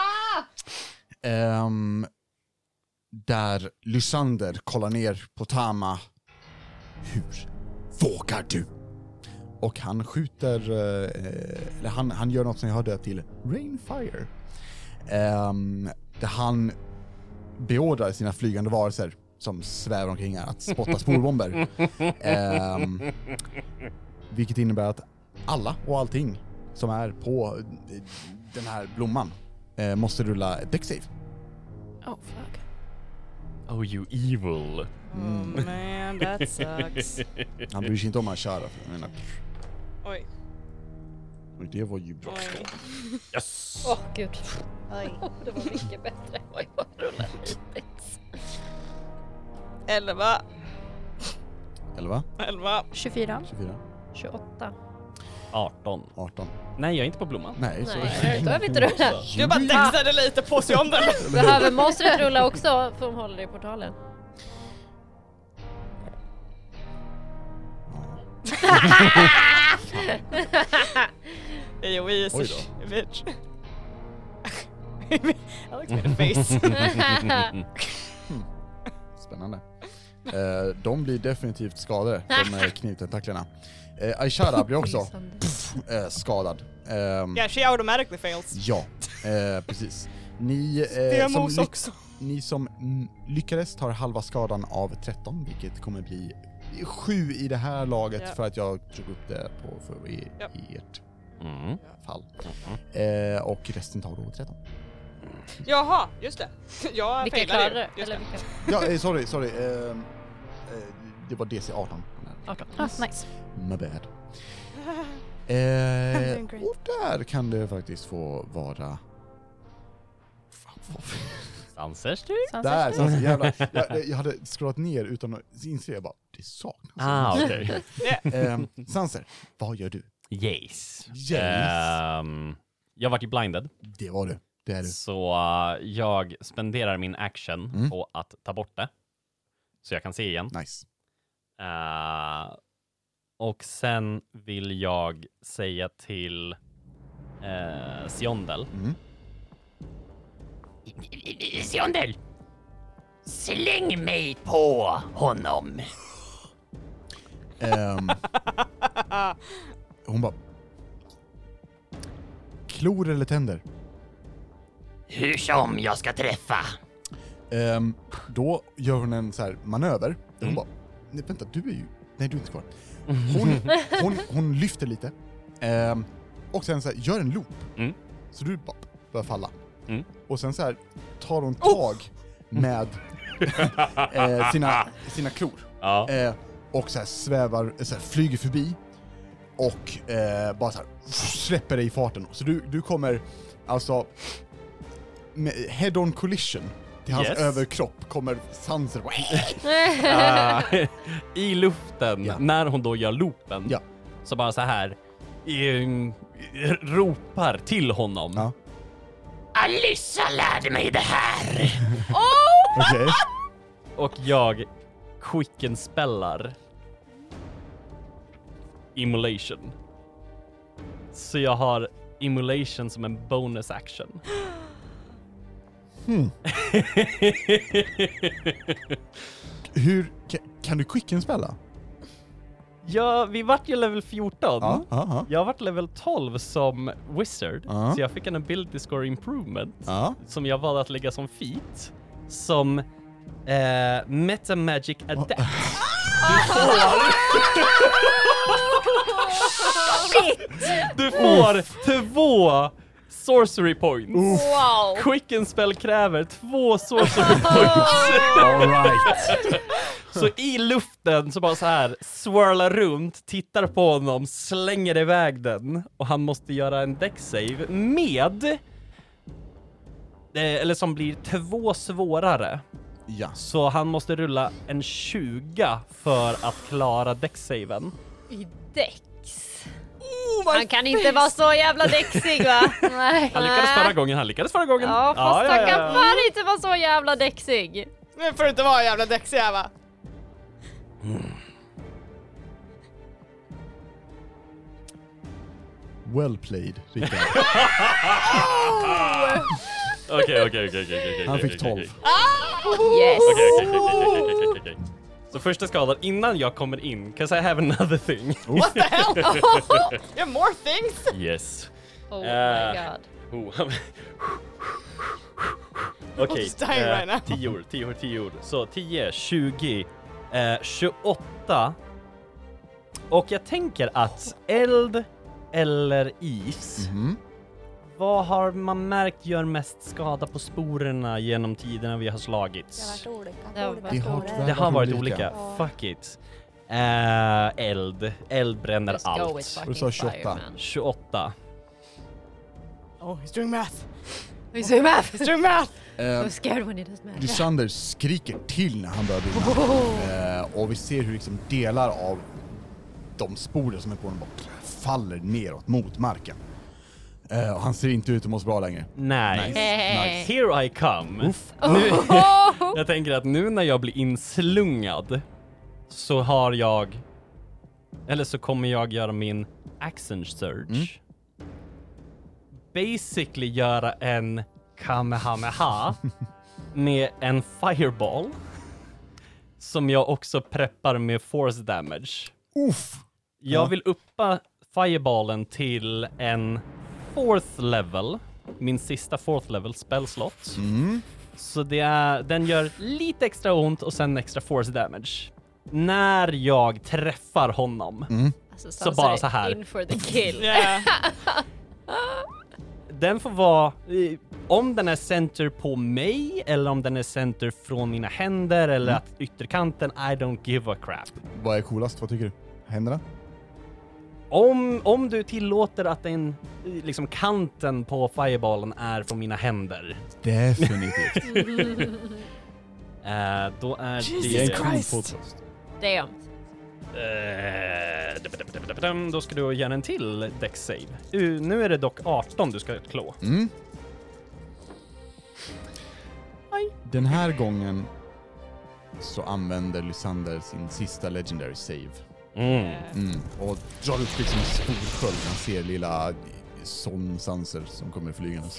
[SPEAKER 1] Ehm, där Lysander kollar ner på Tama. Hur vågar du? Och han skjuter, eh, eller han, han gör något som jag hörde till Rainfire. Ehm, där han beordrar sina flygande varelser som svävar omkring här att spotta sporbomber. Ehm, vilket innebär att alla och allting som är på eh, den här blomman eh, måste rulla ett deck save.
[SPEAKER 6] Oh fuck.
[SPEAKER 1] [LAUGHS]
[SPEAKER 4] [LAUGHS] Oh you evil.
[SPEAKER 1] Mm.
[SPEAKER 6] Oh man, that sucks.
[SPEAKER 1] Han bryr sig inte om att köra. för jag menar,
[SPEAKER 6] [LAUGHS] Oj,
[SPEAKER 1] Och det var ju bra.
[SPEAKER 6] oj.
[SPEAKER 4] Yes!
[SPEAKER 5] Åh gud. Det var mycket bättre än vad jag rullade hittills.
[SPEAKER 6] Elva,
[SPEAKER 1] 11,
[SPEAKER 6] elva.
[SPEAKER 2] 24.
[SPEAKER 1] 24,
[SPEAKER 5] 28.
[SPEAKER 4] 18.
[SPEAKER 1] 18.
[SPEAKER 4] Nej, jag är inte på blomman.
[SPEAKER 1] Nej, så...
[SPEAKER 5] Nej, då är vi inte rullat.
[SPEAKER 6] Du bara dexade lite på sig
[SPEAKER 1] [LAUGHS]
[SPEAKER 6] om den.
[SPEAKER 5] Behöver monstret rulla också för de håller i
[SPEAKER 4] [LAUGHS]
[SPEAKER 5] portalen?
[SPEAKER 6] Hey, we is a
[SPEAKER 1] Oj
[SPEAKER 6] sh- bitch. [LAUGHS] Alex made
[SPEAKER 1] [LAUGHS]
[SPEAKER 6] a face.
[SPEAKER 1] [LAUGHS] Spännande. Eh, de blir definitivt skadade, de
[SPEAKER 6] [LAUGHS]
[SPEAKER 1] eh, knivtentaklerna. Eh, Aishara blir också eh, skadad. Ehm,
[SPEAKER 6] yeah, she automatically fails.
[SPEAKER 1] ja, eh, precis. Ni, eh, som
[SPEAKER 6] Diamos
[SPEAKER 1] lyck-
[SPEAKER 6] också.
[SPEAKER 1] ni som mm, lyckades tar halva skadan av 13, vilket kommer bli 7 i det här laget
[SPEAKER 6] Ja.
[SPEAKER 1] för att jag tog upp det på, för, i,
[SPEAKER 6] Ja.
[SPEAKER 1] i ert
[SPEAKER 4] Mm.
[SPEAKER 1] fall. Eh, och resten tar då 13.
[SPEAKER 6] Jaha, just det. [LAUGHS] Jag
[SPEAKER 5] Vilka
[SPEAKER 6] failade ju.
[SPEAKER 5] klarar
[SPEAKER 6] Just
[SPEAKER 5] Eller
[SPEAKER 6] det.
[SPEAKER 5] vilka?
[SPEAKER 1] Ja, eh, sorry, sorry. Ehm, eh, det var DC 18.
[SPEAKER 5] 18.
[SPEAKER 2] Ah, nice.
[SPEAKER 1] My bad.
[SPEAKER 6] I'm
[SPEAKER 1] Eh,
[SPEAKER 6] doing great.
[SPEAKER 1] och där kan det faktiskt få vara... Fan, vad-
[SPEAKER 4] Sansers du?
[SPEAKER 1] Där, så alltså, jävlar. Jag, jag hade scrollat ner utan att inse, jag bara, det saknas.
[SPEAKER 4] Ah, okej. [LAUGHS]
[SPEAKER 1] Ehm, Sanser, vad gör du?
[SPEAKER 4] Yes.
[SPEAKER 1] Yes.
[SPEAKER 4] Ehm, jag vart ju blinded,
[SPEAKER 1] Det var du. Det är du.
[SPEAKER 4] så uh, jag spenderar min action
[SPEAKER 1] Mm.
[SPEAKER 4] på att ta bort det. Så jag kan se igen.
[SPEAKER 1] Nice.
[SPEAKER 4] Eh, och sen vill jag säga till uh, Siondel.
[SPEAKER 1] Mm.
[SPEAKER 4] Siondel! Släng mig på honom!
[SPEAKER 1] Ehm, hon bara... Klor eller tänder?
[SPEAKER 4] Hur som jag ska träffa.
[SPEAKER 1] Ehm, då gör hon en så här manöver. Där hon
[SPEAKER 4] Mm.
[SPEAKER 1] bara, nej vänta, du är ju... Nej, du är inte kvar. Hon,
[SPEAKER 4] [LAUGHS]
[SPEAKER 1] hon, hon lyfter lite. Ehm, och sen så här, gör en loop.
[SPEAKER 4] Mm.
[SPEAKER 1] Så du bara börjar falla.
[SPEAKER 4] Mm. Oh!
[SPEAKER 1] Och sen så här tar hon tag med [LAUGHS] eh, sina, sina klor.
[SPEAKER 4] Ja.
[SPEAKER 1] Eh, och så här svävar, eh, så här flyger förbi. Och eh, bara så här släpper dig i farten. Så du, du kommer alltså... Med head on collision till hans
[SPEAKER 4] Yes.
[SPEAKER 1] överkropp kommer Sanser bara,
[SPEAKER 4] [LAUGHS] Eh, I luften,
[SPEAKER 1] Ja.
[SPEAKER 4] när hon då gör loopen,
[SPEAKER 1] Ja.
[SPEAKER 4] så bara så här ehm, r- ropar till honom.
[SPEAKER 1] [LAUGHS] Ja.
[SPEAKER 4] Alyssa lärde mig det här!
[SPEAKER 1] Okej.
[SPEAKER 4] Och jag quicken-spellar Immolation. Så jag har Immolation som en bonus action.
[SPEAKER 1] Hur, kan, kan du quicken spela?
[SPEAKER 4] Ja, vi vart ju level 14.
[SPEAKER 1] Ja.
[SPEAKER 4] Jag vart level 12 som wizard,
[SPEAKER 1] Ja.
[SPEAKER 4] så jag fick en ability score improvement
[SPEAKER 1] Ja.
[SPEAKER 4] som jag valde att lägga som feat som eh, meta magic adept. Du får, du får två sorcery points.
[SPEAKER 5] Wow!
[SPEAKER 4] [LAUGHS] Quicken spell kräver två sorcery points.
[SPEAKER 1] All right.
[SPEAKER 4] [LAUGHS] Så i luften så bara så här swirlar runt, tittar på honom, slänger iväg den och han måste göra en decksave med eh, eller som blir två svårare.
[SPEAKER 1] Ja.
[SPEAKER 4] Så han måste rulla en 20 för att klara decksaven.
[SPEAKER 5] I däcks. han kan inte vara så jävla däcksig va? Nej.
[SPEAKER 4] Oh, [LAUGHS] Han lyckades förra
[SPEAKER 1] Äh.
[SPEAKER 4] gången, han lyckades förra gången.
[SPEAKER 5] Ja fast
[SPEAKER 4] ja,
[SPEAKER 5] han
[SPEAKER 4] ja,
[SPEAKER 5] kan
[SPEAKER 4] ja.
[SPEAKER 5] fan inte vara så jävla däcksig.
[SPEAKER 6] Nu får du inte vara jävla däcksjävel.
[SPEAKER 1] Well played, [LAUGHS] Rickard.
[SPEAKER 8] Okej, okej, okej, okej, okej. okej,
[SPEAKER 1] Han
[SPEAKER 8] okej,
[SPEAKER 1] fick
[SPEAKER 8] okej,
[SPEAKER 1] 12.
[SPEAKER 8] okej.
[SPEAKER 4] Oh,
[SPEAKER 5] Yes.
[SPEAKER 8] Okej, okej, okej, okej, okej, okej, okej, okej.
[SPEAKER 4] Så första skadan innan jag kommer in, 'cause I have another thing.
[SPEAKER 6] What the hell? You're more things!
[SPEAKER 8] Yes.
[SPEAKER 5] Oh
[SPEAKER 4] Eh.
[SPEAKER 5] my god.
[SPEAKER 8] Oh.
[SPEAKER 4] [LAUGHS] Okej,
[SPEAKER 6] Just dying right now.
[SPEAKER 4] 10 ord, 10 ord, 10 ord. Så 10, 20, eh, 28. Och jag tänker att eld eller is,
[SPEAKER 1] Mhm.
[SPEAKER 4] vad har man märkt gör mest skada på sporerna genom tiderna vi har slagits?
[SPEAKER 5] Det har varit
[SPEAKER 1] Det har
[SPEAKER 4] Det har varit olika,
[SPEAKER 1] olika.
[SPEAKER 4] fuck it. Eh, eld, eld bränner
[SPEAKER 5] Just go with
[SPEAKER 4] allt.
[SPEAKER 1] Och du
[SPEAKER 5] fucking
[SPEAKER 1] sa
[SPEAKER 5] fire
[SPEAKER 1] 28.
[SPEAKER 5] man.
[SPEAKER 4] 28.
[SPEAKER 6] Oh, he's doing math!
[SPEAKER 5] He's doing math!
[SPEAKER 6] He's doing math!
[SPEAKER 1] Eh,
[SPEAKER 5] I'm scared when he does math. [LAUGHS]
[SPEAKER 1] Lysander skriker till när han börjar brinna. Eh, och vi ser hur liksom delar av de sporer som är på honom bara faller neråt mot marken. Eh, och han ser inte ut att må så bra längre.
[SPEAKER 4] Nice.
[SPEAKER 5] Nice.
[SPEAKER 4] Here I come. Nu,
[SPEAKER 5] Oh!
[SPEAKER 4] jag tänker att nu när jag blir inslungad så har jag... Eller så kommer jag göra min action surge. Basically göra en kamehameha med en fireball. Som jag också preppar med force damage.
[SPEAKER 1] Uff!
[SPEAKER 4] Jag vill uppa fireballen till en fourth level. Min sista fourth level spellslott. Så det är, den gör lite extra ont och sen extra force damage. När jag träffar honom,
[SPEAKER 5] Alltså,
[SPEAKER 4] Så bara så här.
[SPEAKER 5] In for the [LAUGHS] kill.
[SPEAKER 6] Yeah. [LAUGHS]
[SPEAKER 4] den får vara, eh, om den är center på mig eller om den är center från mina händer eller att ytterkanten, I don't give a crap.
[SPEAKER 1] Vad är coolast? Vad tycker du? Händerna?
[SPEAKER 4] Om, om du tillåter att den, eh, liksom kanten på fireballen är från mina händer,
[SPEAKER 1] Definitivt.
[SPEAKER 4] eh, då är
[SPEAKER 1] Det är en
[SPEAKER 4] det...
[SPEAKER 1] cool
[SPEAKER 6] Christ.
[SPEAKER 1] podcast.
[SPEAKER 5] Damn.
[SPEAKER 4] Eh, dum, dum, dum, dum, dum. Då ska du göra en till dex save. Uh, nu är det dock 18 du ska klå.
[SPEAKER 1] Mm. Den här gången så använder Lysander sin sista legendary save. Mm. Och drar upp liksom en stor sköld. Man ser lilla Son Sanser som kommer flygandes.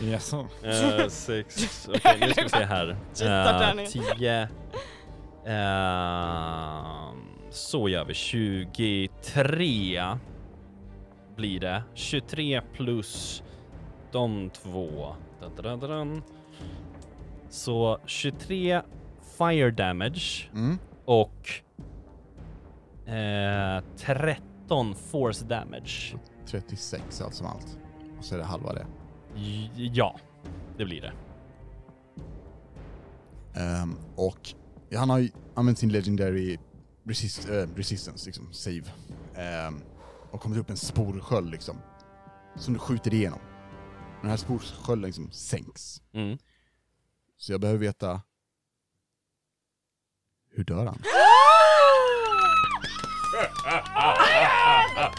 [SPEAKER 1] Jaså?
[SPEAKER 4] Eh, sex. Okej, nu ska vi se här. Eh,
[SPEAKER 6] Cheatar, Danny.
[SPEAKER 4] 10. Eh, så gör vi. 23 blir det. 23 plus de två. Dun, dun, dun, dun, dun. Så 23 fire damage
[SPEAKER 1] Mm.
[SPEAKER 4] och eh, 13 force damage.
[SPEAKER 1] 36 allt som allt. Och så är det halva det.
[SPEAKER 4] J- Ja, det blir det.
[SPEAKER 1] Ehm, och han har ju använt sin legendary resist, eh, resistance, liksom, save. Ehm, och kommit upp en sporsköld liksom. Som du skjuter igenom. Den här sporskölden liksom sänks.
[SPEAKER 4] Mm.
[SPEAKER 1] Så jag behöver veta... Hur dör han?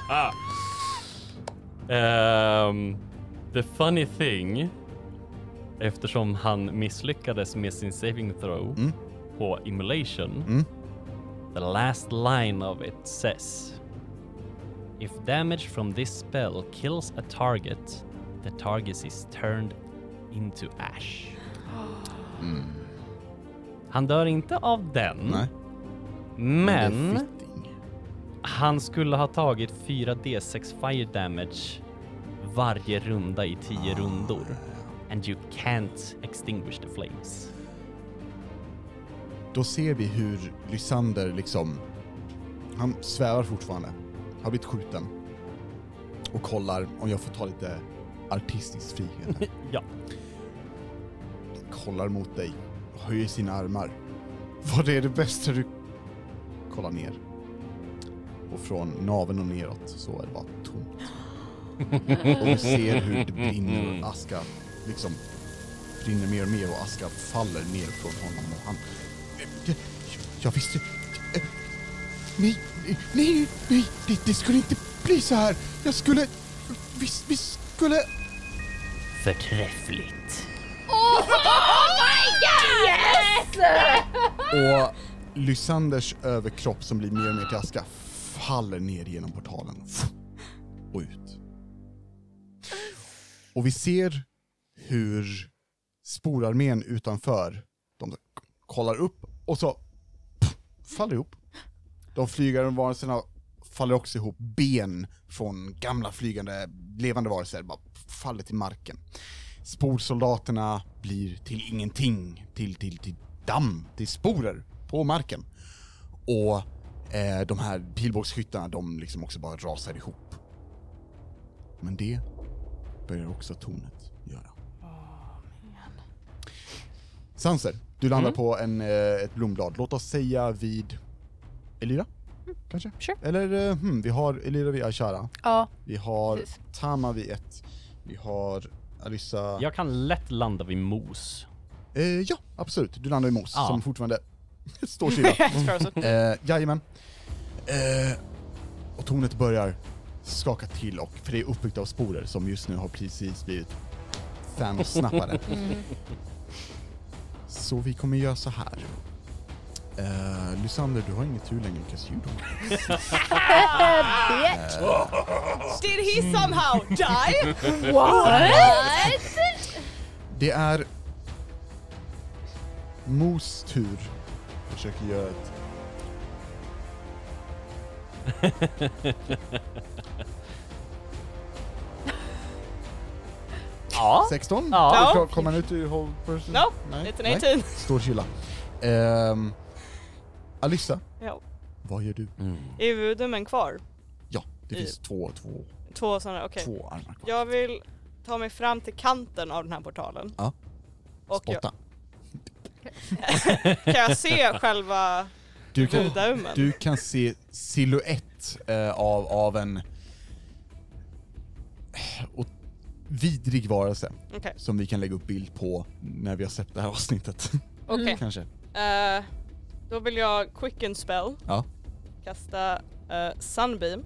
[SPEAKER 4] Ah. Ehm, the funny thing, eftersom han misslyckades med sin saving throw
[SPEAKER 1] Mm.
[SPEAKER 4] på immolation,
[SPEAKER 1] Mm.
[SPEAKER 4] the last line of it says If damage from this spell kills a target, the target is turned into
[SPEAKER 1] [GASPS]
[SPEAKER 4] ash. Han dör inte av den,
[SPEAKER 1] Mm. Nej.
[SPEAKER 4] Mm. men
[SPEAKER 1] Det är fitting.
[SPEAKER 4] han skulle ha tagit 4d6 fire damage varje runda i 10 rundor. And you can't extinguish the [LAUGHS] flames.
[SPEAKER 1] Då ser vi hur Lysander liksom... Han svävar fortfarande. Har blivit skjuten. Och kollar om jag får ta lite artistisk frihet. här.
[SPEAKER 4] Ja.
[SPEAKER 1] kollar mot dig och höjer sina armar. Vad är det bästa du... Kollar ner. Och från naveln och neråt så är det bara tomt. Och du ser hur det brinner och aska liksom brinner mer och mer och aska faller ner från honom och han... Jag, jag visste... Nej, nej, nej, det, det skulle inte bli så här. Jag skulle... Vi, vi skulle...
[SPEAKER 4] Förträffligt.
[SPEAKER 7] Oh
[SPEAKER 1] Och Lysanders överkropp som blir mer och mer till aska faller ner genom portalen. Och ut. Och vi ser hur sporarmén utanför, de kollar upp och så faller ihop. De flygande varelserna faller också ihop. Ben från gamla flygande, levande varelser bara faller till marken. Sporsoldaterna blir till ingenting, till, till, till damm, till sporer på marken. Och eh, de här pilbågsskyttarna, de liksom också bara rasar ihop. Men det börjar också tornet göra. Sanser, du landar
[SPEAKER 2] Mm.
[SPEAKER 1] på en, eh, ett blomblad. Låt oss säga vid Elira? Kanske?
[SPEAKER 2] sure.
[SPEAKER 1] Eller eh, hmm, vi har Elira vid Aishara.
[SPEAKER 2] Ja,
[SPEAKER 1] Vi har
[SPEAKER 2] Precis.
[SPEAKER 1] Tama vid ett. Vi har Alyssa.
[SPEAKER 4] Jag kan lätt landa vid mos.
[SPEAKER 1] Eh, ja, absolut. Du landar i Mos
[SPEAKER 4] Ja.
[SPEAKER 1] som fortfarande [LAUGHS] står stilla.
[SPEAKER 6] Frozen.
[SPEAKER 1] Eh, jajamän. Eh, och tornet börjar skaka till och, för det är uppbyggt av sporer som just nu har precis blivit Thanos-snappade. Så vi kommer göra så här. Eh, Lysander, du har ingen tur längre because you don't.
[SPEAKER 6] Did he somehow
[SPEAKER 1] [LAUGHS]
[SPEAKER 6] die?
[SPEAKER 1] Det är Mos tur. Försöker göra ett...
[SPEAKER 4] Ja.
[SPEAKER 1] 16?
[SPEAKER 4] Ja.
[SPEAKER 1] Kom- Kommer han ut ur hold person?
[SPEAKER 6] No,
[SPEAKER 1] Nej.
[SPEAKER 6] it's an
[SPEAKER 1] Nej.
[SPEAKER 6] 18.
[SPEAKER 1] Står stilla. Ehm, Alyssa,
[SPEAKER 6] Ja.
[SPEAKER 1] vad gör du?
[SPEAKER 6] Är vudumen kvar?
[SPEAKER 1] Ja, det
[SPEAKER 6] Eh.
[SPEAKER 1] finns två, två,
[SPEAKER 6] Två sådana, okej.
[SPEAKER 1] två armar kvar.
[SPEAKER 6] Jag vill ta mig fram till kanten av den här portalen.
[SPEAKER 1] Ja.
[SPEAKER 6] Och jag,
[SPEAKER 1] Spotta.
[SPEAKER 6] kan
[SPEAKER 1] [LAUGHS]
[SPEAKER 6] jag se själva
[SPEAKER 1] Du kan,
[SPEAKER 6] vudaumen?
[SPEAKER 1] du kan se siluett eh, av, av en eh, och vidrig varelse
[SPEAKER 6] Okej.
[SPEAKER 1] som vi kan lägga upp bild på när vi har sett det här
[SPEAKER 6] [LAUGHS]
[SPEAKER 1] avsnittet.
[SPEAKER 6] Okej.
[SPEAKER 1] Kanske.
[SPEAKER 6] Eh, då vill jag quicken spell,
[SPEAKER 1] Ja.
[SPEAKER 6] kasta eh, sunbeam.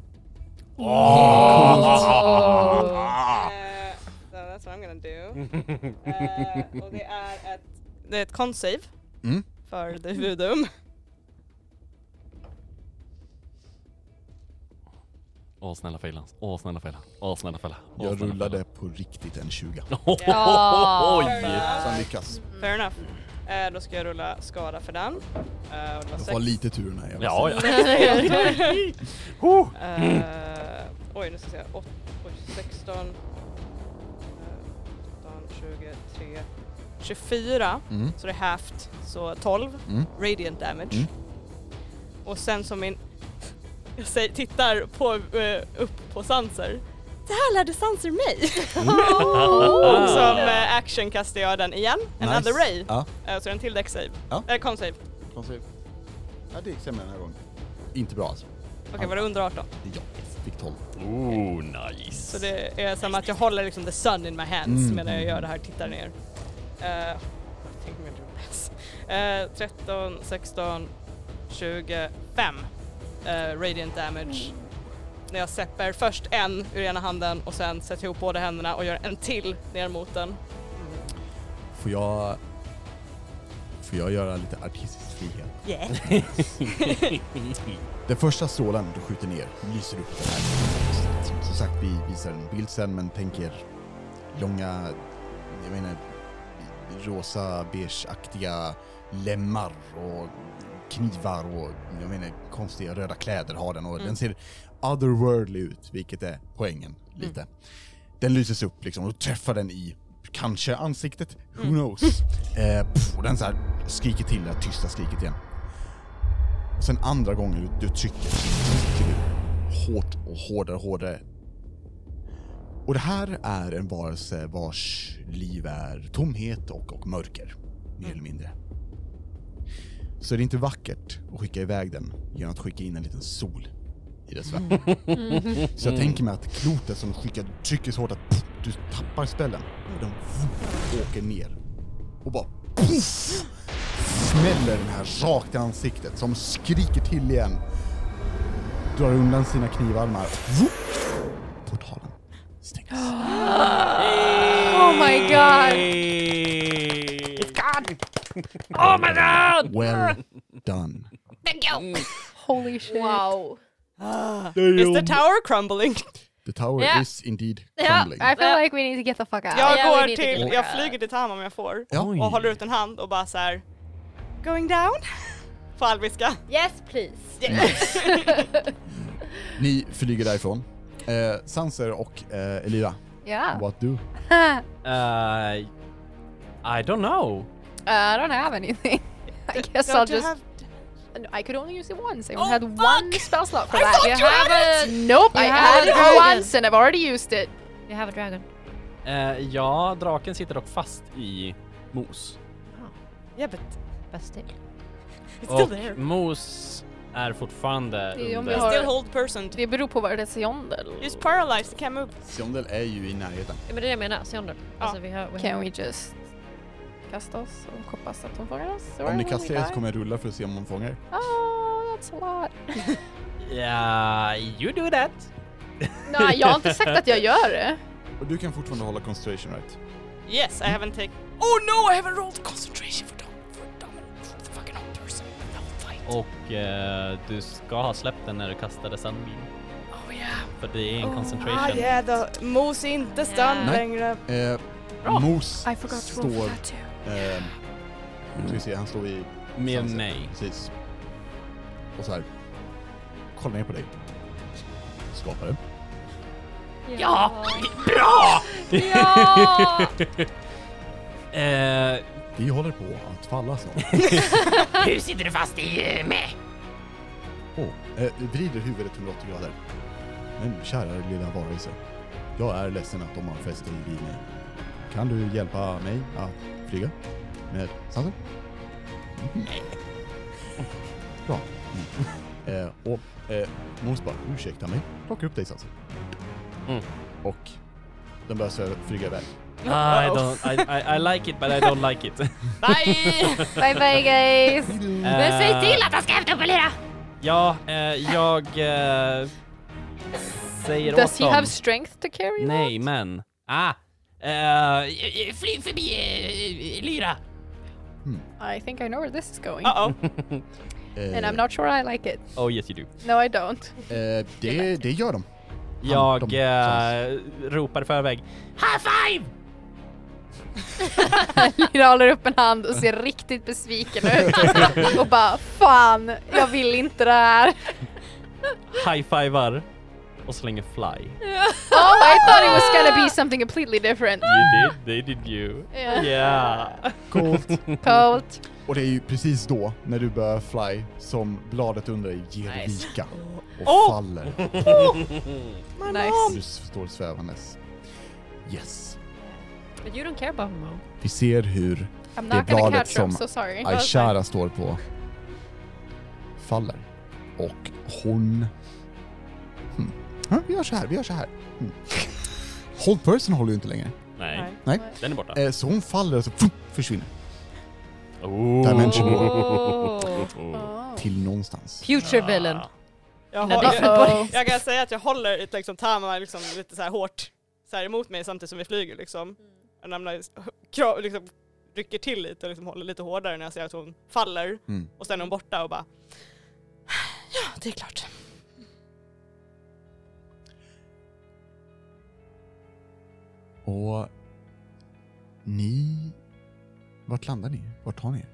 [SPEAKER 6] Eh, so that's what I'm gonna do. Eh, och det är ett, det är ett con-save
[SPEAKER 1] Mm.
[SPEAKER 6] för the vudum.
[SPEAKER 4] Åh snälla fälla. Åh snälla fälla. Åh snälla fälla. Åh,
[SPEAKER 1] Jag
[SPEAKER 4] snälla
[SPEAKER 1] rullade på riktigt en 20.
[SPEAKER 4] [LAUGHS] Oj!
[SPEAKER 1] Sen lyckas.
[SPEAKER 6] Fair enough. Eh, då ska jag rulla skada för den. Eh, och det var
[SPEAKER 1] Jag
[SPEAKER 6] sex.
[SPEAKER 1] får [LAUGHS]
[SPEAKER 6] [LAUGHS]
[SPEAKER 1] lite tur den här jävla
[SPEAKER 4] Ja, [LAUGHS]
[SPEAKER 1] scenen.
[SPEAKER 4] ja.
[SPEAKER 6] Eh, oj, nu ska jag se. Åt- Oj, Eh, 16, eh, 18, 23, 24.
[SPEAKER 1] Mm.
[SPEAKER 6] Så det är halvt, så 12
[SPEAKER 1] Mm.
[SPEAKER 6] radiant damage.
[SPEAKER 1] Mm.
[SPEAKER 6] Och sen som min... Jag säger, tittar på, eh, upp på Sanser. Det här lärde Sanser mig!
[SPEAKER 1] [LAUGHS]
[SPEAKER 6] Och som eh, action kastar jag den igen.
[SPEAKER 1] Oh. Nice.
[SPEAKER 6] Another ray.
[SPEAKER 1] Ja.
[SPEAKER 6] Eh, så den till deck save.
[SPEAKER 1] Ja.
[SPEAKER 6] Eller con save. Okej,
[SPEAKER 1] Konstigt. Ja, det gick sämre den här gången. Inte bra alltså.
[SPEAKER 6] var det under 18?
[SPEAKER 1] Ja, fick 12.
[SPEAKER 4] Oh,
[SPEAKER 6] Så
[SPEAKER 4] nice.
[SPEAKER 6] det är som att jag håller liksom the sun in my hands
[SPEAKER 1] Mm.
[SPEAKER 6] medan jag gör det här och tittar ner. Eh, tänk om jag drog pass. Eh, 13, 16, 25 eh, radiant damage. När jag släpper först en ur ena handen och sen sätter ihop båda händerna och gör en till ner mot den.
[SPEAKER 1] Får jag... Får jag göra lite artistisk frihet?
[SPEAKER 6] Yeah.
[SPEAKER 1] Den första strålen du skjuter ner lyser upp det här. Som sagt, vi visar en bild sen, men tänk er långa, jag menar, rosa beigeaktiga lemmar och knivar och jag menar konstiga röda kläder har den och den ser otherworldly ut, vilket är poängen lite. Den lyses upp liksom och träffar den i kanske ansiktet, who knows. Eh, pff, och den så här skriker till, det här tysta skriket igen. Och sen andra gången du, du trycker, trycker du hårt och hårdare och hårdare. Och det här är en varelse vars liv är tomhet och, och mörker. mer eller mindre. Så det är inte vackert att skicka iväg den genom att skicka in en liten sol i dess värld. Så jag tänker mig att klotet som skickar trycker så hårt att pff, du tappar spällen och den pff, åker ner och bara puff, smäller den här rakt i ansiktet som skriker till igen. Drar undan sina knivarmar. Vup, portalen stängs.
[SPEAKER 5] Oh my god!
[SPEAKER 1] Well done.
[SPEAKER 2] Holy shit.
[SPEAKER 5] Wow.
[SPEAKER 6] Is the tower crumbling?
[SPEAKER 1] The tower
[SPEAKER 5] Ja.
[SPEAKER 1] is indeed
[SPEAKER 5] Ja,
[SPEAKER 1] crumbling.
[SPEAKER 2] I feel
[SPEAKER 5] Yeah.
[SPEAKER 2] like we need to get the fuck out.
[SPEAKER 6] Jag
[SPEAKER 5] yeah, we
[SPEAKER 6] går
[SPEAKER 5] need to
[SPEAKER 6] till,
[SPEAKER 5] go.
[SPEAKER 6] jag flyger till Tam om jag får.
[SPEAKER 1] Ja.
[SPEAKER 4] Oj.
[SPEAKER 6] Och håller ut en hand och bara så här. Going down? [LAUGHS] På alviska.
[SPEAKER 5] [LAUGHS] Yes please.
[SPEAKER 1] Ni flyger därifrån. Eh, Sanser och eh, Elira,
[SPEAKER 2] Yeah.
[SPEAKER 1] what do?
[SPEAKER 4] Uh, I don't know.
[SPEAKER 2] Uh, I don't have anything. [LAUGHS]
[SPEAKER 6] [LAUGHS]
[SPEAKER 2] I guess I'll
[SPEAKER 6] you
[SPEAKER 2] just.
[SPEAKER 6] have-
[SPEAKER 2] No, I could only use it once. I
[SPEAKER 6] Oh,
[SPEAKER 2] only had one spell slot for
[SPEAKER 6] I
[SPEAKER 2] that.
[SPEAKER 6] thought
[SPEAKER 2] You
[SPEAKER 6] you had
[SPEAKER 2] have a- Nope, I
[SPEAKER 5] You
[SPEAKER 2] had
[SPEAKER 5] had
[SPEAKER 2] it
[SPEAKER 5] dragon.
[SPEAKER 2] once and I've already used it.
[SPEAKER 5] We have a dragon.
[SPEAKER 4] Eh, ja, draken sitter dock fast i mos.
[SPEAKER 6] Yeah but
[SPEAKER 5] Best day.
[SPEAKER 6] it's still there.
[SPEAKER 4] [LAUGHS] Och mos är fortfarande
[SPEAKER 2] Det är om vi
[SPEAKER 4] under...
[SPEAKER 2] har-
[SPEAKER 6] Still hold person.
[SPEAKER 2] Det beror på vad det är Siondel.
[SPEAKER 6] Just paralyzed, can't move.
[SPEAKER 1] Siondel är ju i närheten.
[SPEAKER 5] Ja men det är det jag menar, Seondor. Alltså vi har...
[SPEAKER 2] Can we just kasta oss och hoppas att de fångar oss? Or
[SPEAKER 1] Om ni
[SPEAKER 2] will we
[SPEAKER 1] kastar er så
[SPEAKER 2] die?
[SPEAKER 1] kommer jag rulla för att se om hon fångar er.
[SPEAKER 2] Oh, that's a [LAUGHS] lot.
[SPEAKER 4] Ja, you do that.
[SPEAKER 2] Nej, jag har inte sagt att jag gör det.
[SPEAKER 1] Och du kan fortfarande hålla concentration right?
[SPEAKER 6] Yes, I haven't taken... Oh no, I haven't rolled concentration for dumb... For dumb... For fucking old person. That will fight.
[SPEAKER 4] Och eh, du ska ha släppt den när du kastade sandmin.
[SPEAKER 6] Oh yeah.
[SPEAKER 4] För det är en concentration.
[SPEAKER 6] Ah yeah, då. Mos är inte stund
[SPEAKER 1] Nej.
[SPEAKER 6] längre.
[SPEAKER 1] Eh,
[SPEAKER 4] Bra.
[SPEAKER 1] Mos
[SPEAKER 2] I forgot to roll
[SPEAKER 1] står...
[SPEAKER 2] for that too.
[SPEAKER 1] ehm, Nu ska vi se, han står i...
[SPEAKER 4] Mm. Med
[SPEAKER 1] Sanser.
[SPEAKER 4] mig.
[SPEAKER 1] Precis. Och så här. Kollar ner på dig. Skapare.
[SPEAKER 5] Ja!
[SPEAKER 2] Ja!
[SPEAKER 4] Eh,
[SPEAKER 1] Vi håller på att falla snart.
[SPEAKER 3] Hur sitter du fast i eh, mig?
[SPEAKER 1] Oh, eh, vrider huvudet 180 grader. Men kära lilla varelse. Jag är ledsen att de har fäst dig vid mig. Kan du hjälpa mig att flyga? Med Sanser? Nej. Bra. Mm. Eh, och eh, Mons bara, ursäkta mig. Plocka upp dig Sanser.
[SPEAKER 4] Mm.
[SPEAKER 1] Och den börjar svä- flyga iväg.
[SPEAKER 6] Oh,
[SPEAKER 4] I don't, I, I, I like it but I don't
[SPEAKER 6] [LAUGHS]
[SPEAKER 4] like it. Eh,
[SPEAKER 6] Bye!
[SPEAKER 2] [LAUGHS] bye bye guys!
[SPEAKER 4] Men
[SPEAKER 3] Säg till att han ska hämta upp och lira!
[SPEAKER 4] Ja, eh, jag eh, säger
[SPEAKER 2] Does
[SPEAKER 4] åt
[SPEAKER 2] he
[SPEAKER 4] dem.
[SPEAKER 2] have strength to carry
[SPEAKER 4] Nej, men... Ah! Eh,
[SPEAKER 3] Flyg förbi eh, eh, Lyra!
[SPEAKER 2] that? I think I know where this is going.
[SPEAKER 6] Uh-oh.
[SPEAKER 1] Eh,
[SPEAKER 2] And I'm not sure I like it.
[SPEAKER 4] oh yes you do.
[SPEAKER 2] No I don't.
[SPEAKER 1] eh, det, det gör de.
[SPEAKER 4] Jag
[SPEAKER 1] de-
[SPEAKER 4] eh, ropar i förväg.
[SPEAKER 3] High five!
[SPEAKER 2] Jag håller upp en hand och ser riktigt besviken ut. och bara fan, jag vill inte det här.
[SPEAKER 4] high-fivar och slänger fly.
[SPEAKER 2] Oh, I thought it was gonna be something completely different.
[SPEAKER 4] You did, they did you.
[SPEAKER 2] Yeah.
[SPEAKER 4] Yeah.
[SPEAKER 1] Coolt.
[SPEAKER 2] Coolt.
[SPEAKER 1] Och det är ju precis då, när du börjar fly, som bladet under dig ger
[SPEAKER 3] Nice.
[SPEAKER 1] vika och
[SPEAKER 6] Åh!
[SPEAKER 1] faller.
[SPEAKER 2] Nice.
[SPEAKER 1] Du står svävandes. Yes.
[SPEAKER 5] But you don't care about Mo.
[SPEAKER 1] Vi ser hur
[SPEAKER 2] I'm
[SPEAKER 1] Det är
[SPEAKER 2] not gonna
[SPEAKER 1] bladet
[SPEAKER 2] catch her, I'm
[SPEAKER 1] som-
[SPEAKER 2] so sorry.
[SPEAKER 1] Aishara står på faller. Och hon... Hmm. Ja, vi gör så här, vi gör så här. Hmm. Hold person håller ju inte längre.
[SPEAKER 6] Nej.
[SPEAKER 4] Nej,
[SPEAKER 1] Nej.
[SPEAKER 4] den är borta.
[SPEAKER 1] Eh, Så hon faller och så fup, försvinner.
[SPEAKER 4] Oh.
[SPEAKER 1] Dimension.
[SPEAKER 5] [LAUGHS] Oh.
[SPEAKER 2] Oh.
[SPEAKER 1] Till någonstans.
[SPEAKER 5] Future villain.
[SPEAKER 6] Jag,
[SPEAKER 5] Nej,
[SPEAKER 6] håller,
[SPEAKER 5] det-
[SPEAKER 6] jag, [LAUGHS] jag kan säga att jag håller ett, liksom, Tama liksom, lite så här hårt så här, emot mig samtidigt som vi flyger. Liksom.
[SPEAKER 2] Mm.
[SPEAKER 6] And I'm like, krav, liksom, rycker till lite och liksom, håller lite hårdare när jag ser att hon faller.
[SPEAKER 1] Mm.
[SPEAKER 6] Och sen är hon borta och bara... [SIGHS] Ja, det är klart.
[SPEAKER 1] Och ni... Vart landar ni? Vart tar ni er?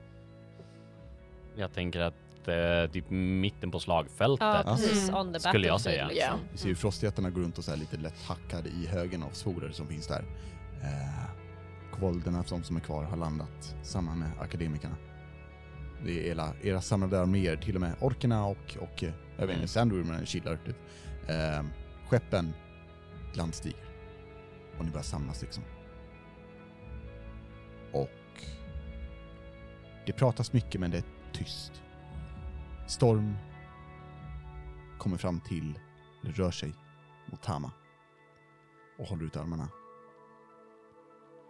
[SPEAKER 4] Jag tänker att eh, typ mitten på slagfältet.
[SPEAKER 5] Ja, precis.
[SPEAKER 6] Mm.
[SPEAKER 5] On the
[SPEAKER 4] Skulle jag säga.
[SPEAKER 5] battlefield,
[SPEAKER 2] Ja.
[SPEAKER 5] liksom.
[SPEAKER 1] Vi ser ju frostjättarna gå runt och så här lite lätt hackade i högen av svorer som finns där. Eh, Kvolderna, de som är kvar, har landat samman med akademikerna. Det är era, era samlade arméer, till och med orkerna och, och eh, jag vet inte, sandwormen chillar typ. Eh, skeppen landstiger. Och ni börjar samlas liksom. Och Det pratas mycket men det är tyst. Storm kommer fram till, eller rör sig mot Tama och håller ut armarna.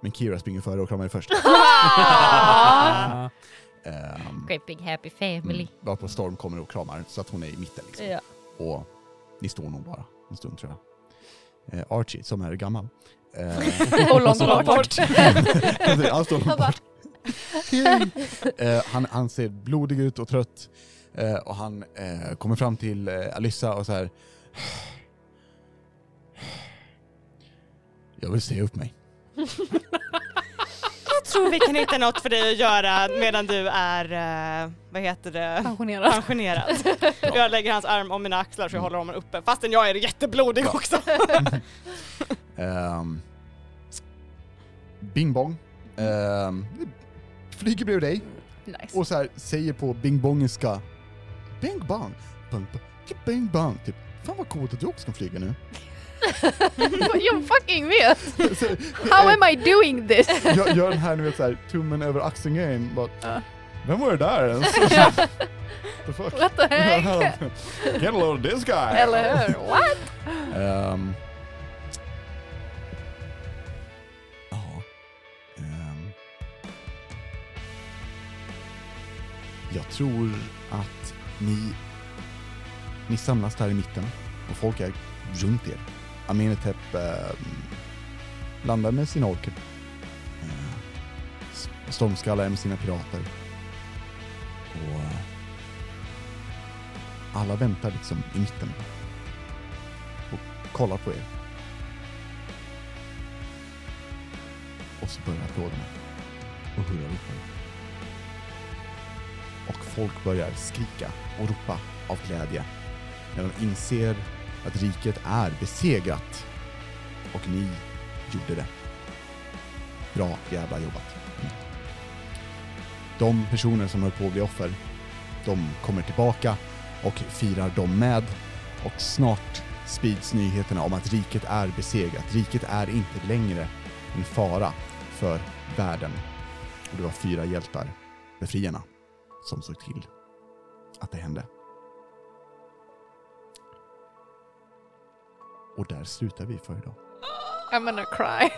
[SPEAKER 1] Men Kira springer före och kramar dig först.
[SPEAKER 2] Ah.
[SPEAKER 4] Ah.
[SPEAKER 1] Ehm, mm,
[SPEAKER 5] Great big happy family.
[SPEAKER 1] varpå Storm kommer och kramar så att hon är i mitten liksom.
[SPEAKER 5] Mm. Ja.
[SPEAKER 1] Och ni står nog bara en stund tror jag. Eh, Archie, som är gammal. Eh,
[SPEAKER 2] [LAUGHS] Och långt
[SPEAKER 1] [LAUGHS]
[SPEAKER 2] bort.
[SPEAKER 1] han står långt bort. [LAUGHS] eh, han, han ser blodig ut och trött. Eh, och han eh, kommer fram till eh, Alyssa och så här. Jag vill säga upp mig.
[SPEAKER 6] Jag tror vi kan hitta något för dig att göra medan du är, eh, vad heter det,
[SPEAKER 2] Pensionerad.
[SPEAKER 6] pensionerad.
[SPEAKER 5] [LAUGHS]
[SPEAKER 6] Jag lägger hans arm om mina axlar så jag håller honom uppe fastän jag är jätteblodig
[SPEAKER 5] [LAUGHS]
[SPEAKER 6] också.
[SPEAKER 1] Ehm, bing bong. Ehm, flyger bredvid dig.
[SPEAKER 2] Nice.
[SPEAKER 1] och så här säger på bingbongiska Bing bong, bong, bong, typ bing bong, typ Fan vad coolt att du också kan flyga nu.
[SPEAKER 2] [LAUGHS] Jag fucking vet!
[SPEAKER 1] så,
[SPEAKER 2] How am I
[SPEAKER 1] [LAUGHS]
[SPEAKER 2] doing this?
[SPEAKER 1] jag
[SPEAKER 2] [LAUGHS]
[SPEAKER 1] gör den här nu vet så här, tummen över axeln grejen bara,
[SPEAKER 2] Ja.
[SPEAKER 1] Vem var det där
[SPEAKER 2] [LAUGHS]
[SPEAKER 1] ens? the fuck?
[SPEAKER 2] What the heck?
[SPEAKER 1] [LAUGHS] Get a load of this guy!
[SPEAKER 2] Eller hur? What?
[SPEAKER 1] Ehm. Ja. Ehm. Jag tror att ni, ni samlas där i mitten och folk är runt er. Amenetep ehm, landar med sina orker. Ehm, S- Stormskallar är med sina pirater. Och eh, alla väntar liksom i mitten kollar på er. Och så börjar applåderna och hurraropen. Och folk börjar skrika och ropa av glädje när de inser att riket är besegrat. Och ni gjorde det. Bra jävla jobbat. De personer som höll på att bli offer, de kommer tillbaka och firar dem med och snart sprids nyheterna om att riket är besegrat. Riket är inte längre en fara för världen. Och det var fyra hjältar, befriarna, som såg till att det hände. Och där slutar vi för idag.
[SPEAKER 2] I'm gonna
[SPEAKER 1] [LAUGHS]
[SPEAKER 2] cry.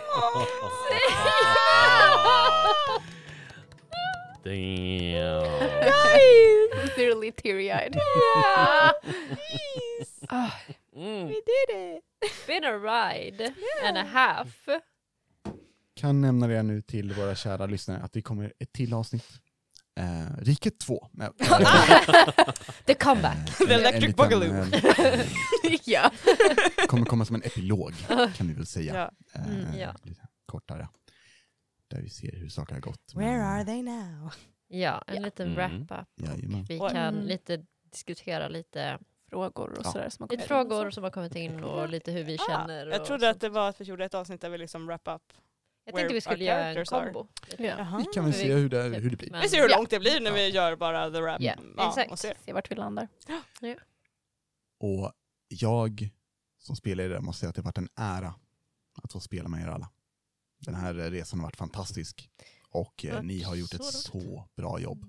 [SPEAKER 2] [LAUGHS]
[SPEAKER 8] Damn.
[SPEAKER 2] Literally teary-eyed. Ah,
[SPEAKER 1] Mm.
[SPEAKER 5] Been a ride and a half.
[SPEAKER 1] Kan nämna det nu till våra kära lyssnare att det kommer ett till avsnitt. Eh, Riket
[SPEAKER 6] [LAUGHS]
[SPEAKER 1] 2. Nej,
[SPEAKER 5] [LAUGHS] The [LAUGHS] comeback.
[SPEAKER 1] en- en
[SPEAKER 6] Electric
[SPEAKER 1] liten,
[SPEAKER 6] Boogaloo.
[SPEAKER 1] eh,
[SPEAKER 2] ja.
[SPEAKER 1] kommer komma som en epilog, kan vi väl säga.
[SPEAKER 6] Ja.
[SPEAKER 1] Eh,
[SPEAKER 5] Mm, [LAUGHS] ja.
[SPEAKER 1] Lite kortare. Där vi ser hur saker har gått.
[SPEAKER 6] Where are they now?
[SPEAKER 5] Ja, en liten
[SPEAKER 8] Mm.
[SPEAKER 5] wrap-up.
[SPEAKER 1] Jajamän.
[SPEAKER 5] Vi
[SPEAKER 6] Oj.
[SPEAKER 5] kan
[SPEAKER 2] Mm.
[SPEAKER 5] lite diskutera lite,
[SPEAKER 2] Frågor och
[SPEAKER 1] Ja.
[SPEAKER 2] sådär som har
[SPEAKER 5] lite
[SPEAKER 2] kommit in.
[SPEAKER 5] frågor som har kommit in och lite hur vi känner.
[SPEAKER 6] Ah. jag
[SPEAKER 5] och
[SPEAKER 6] trodde att
[SPEAKER 5] sånt.
[SPEAKER 6] det var att vi gjorde ett avsnitt där vi liksom wrap up.
[SPEAKER 5] jag tänkte
[SPEAKER 6] where
[SPEAKER 5] vi
[SPEAKER 6] our
[SPEAKER 5] skulle göra en
[SPEAKER 6] characters are.
[SPEAKER 5] kombo.
[SPEAKER 2] Ja.
[SPEAKER 1] Vi kan väl
[SPEAKER 5] Vi-
[SPEAKER 1] se hur det, hur det blir.
[SPEAKER 5] Men-
[SPEAKER 6] Vi ser hur
[SPEAKER 2] Ja.
[SPEAKER 6] långt det blir när vi gör bara the wrap.
[SPEAKER 5] Ja,
[SPEAKER 6] Och
[SPEAKER 5] exakt.
[SPEAKER 6] ser.
[SPEAKER 2] Se vart vi landar.
[SPEAKER 1] Och jag som spelare måste säga att det har varit en ära att få spela med er alla. Den här eh, resan har varit fantastisk och eh,
[SPEAKER 5] Varit
[SPEAKER 1] ni har gjort ett
[SPEAKER 5] så Mm.
[SPEAKER 1] så bra jobb.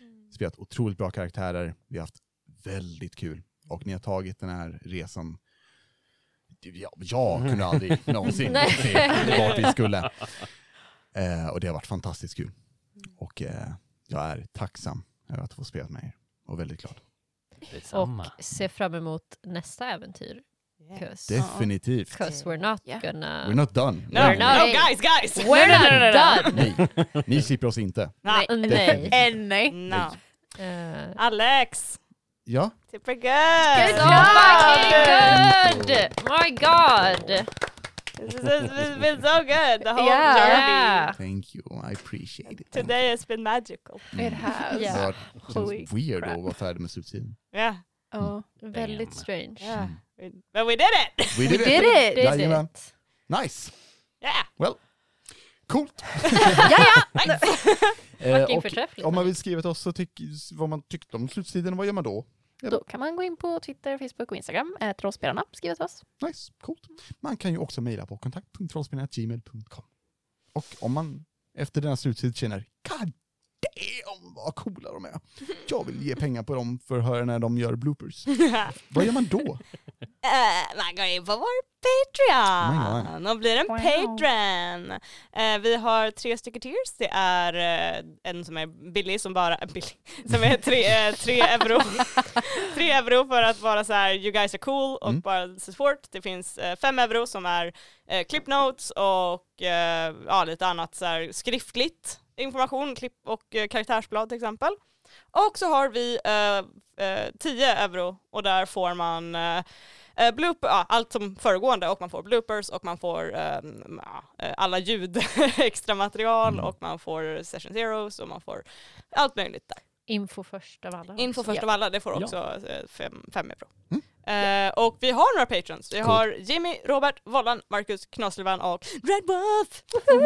[SPEAKER 1] Mm. Spelat otroligt bra karaktärer, vi har haft väldigt kul och ni har tagit den här resan jag, jag kunde aldrig
[SPEAKER 5] [LAUGHS]
[SPEAKER 1] någonsin
[SPEAKER 5] Nej.
[SPEAKER 1] se vart vi skulle. Eh, och det har varit fantastiskt kul.
[SPEAKER 5] Mm.
[SPEAKER 1] Och eh, jag är tacksam över att få spela med er och väldigt glad.
[SPEAKER 8] Detsamma.
[SPEAKER 5] Och se fram emot nästa äventyr. Cause,
[SPEAKER 1] Definitivt.
[SPEAKER 5] 'cause we're not
[SPEAKER 2] Yeah.
[SPEAKER 5] gonna...
[SPEAKER 1] We're not done.
[SPEAKER 6] No,
[SPEAKER 5] We're
[SPEAKER 6] no,
[SPEAKER 5] not-
[SPEAKER 6] guys, guys!
[SPEAKER 5] We're not done!
[SPEAKER 1] Nej, ni slipper oss inte.
[SPEAKER 6] Nej.
[SPEAKER 5] Nej.
[SPEAKER 1] Definitivt.
[SPEAKER 2] Än nej.
[SPEAKER 6] No.
[SPEAKER 5] Eh,
[SPEAKER 6] Alex!
[SPEAKER 1] Ja,
[SPEAKER 6] Super good!
[SPEAKER 5] So fucking good! My god!
[SPEAKER 6] This is- it's been so good, the whole
[SPEAKER 2] Yeah.
[SPEAKER 6] journey.
[SPEAKER 5] Yeah.
[SPEAKER 1] thank you. I appreciate it.
[SPEAKER 6] Today has been magical.
[SPEAKER 1] Mm.
[SPEAKER 2] It has.
[SPEAKER 1] Det
[SPEAKER 5] Yeah.
[SPEAKER 1] var
[SPEAKER 2] Holy
[SPEAKER 1] känns weird
[SPEAKER 2] crap.
[SPEAKER 1] att vara färdig med slutsidan. Mm.
[SPEAKER 6] Yeah,
[SPEAKER 2] Ja.
[SPEAKER 5] Väldigt strange.
[SPEAKER 6] yeah. We, but we did it! [LAUGHS]
[SPEAKER 1] We did
[SPEAKER 2] Did it!
[SPEAKER 5] Did
[SPEAKER 1] Jajamän.
[SPEAKER 5] it.
[SPEAKER 1] Nice!
[SPEAKER 6] Yeah!
[SPEAKER 1] Coolt! Eh,
[SPEAKER 5] Fucking
[SPEAKER 1] och
[SPEAKER 5] förträffligt.
[SPEAKER 1] om man vill skriva till oss så tyck, vad man tyckte om slutsidan, vad gör man då?
[SPEAKER 2] Då kan man gå in på Twitter, Facebook och Instagram. eh, till Rollspelarna. Skriv till oss.
[SPEAKER 1] Nice, coolt. Man kan ju också mejla på kontakt.rollspelarna.gmail.com. Och om man efter denna slutsida känner God damn! fan vad coola de
[SPEAKER 5] [LAUGHS]
[SPEAKER 1] är. Jag vill ge pengar på dem för att höra när de gör bloopers.
[SPEAKER 6] [LAUGHS]
[SPEAKER 1] Vad gör man då?
[SPEAKER 6] Eh, man går in på vår
[SPEAKER 1] My
[SPEAKER 6] Patreon och blir en
[SPEAKER 2] Wow.
[SPEAKER 6] patron. Eh, vi har tre stycken tiers. Det är eh, en som är billig som bara [LAUGHS] är billig. Som är tre, eh, tre euro. tre euro för att vara så här you guys are cool och
[SPEAKER 1] Mm.
[SPEAKER 6] bara support. Det finns eh, fem euro som är eh, clip notes och eh, ja, lite annat så här skriftligt information, klipp och eh, karaktärsblad till exempel. Och så har vi eh, eh, 10 euro och där får man eh, eh, blooper, ja, allt som föregående och man får bloopers och man får eh, ja, eh, alla ljud, [LAUGHS] extra material
[SPEAKER 1] Mm.
[SPEAKER 6] och man får session zeros och man får allt möjligt där.
[SPEAKER 5] Info först av alla.
[SPEAKER 6] Info först
[SPEAKER 5] Ja.
[SPEAKER 6] av alla, det får
[SPEAKER 4] Ja.
[SPEAKER 6] också eh, fem, fem euro.
[SPEAKER 1] Mm.
[SPEAKER 6] Eh, och vi har några patrons. Vi
[SPEAKER 1] Cool.
[SPEAKER 6] har Jimmy, Robert, Vollan, Marcus, Knaslövan och Red Wolf!
[SPEAKER 5] Woo!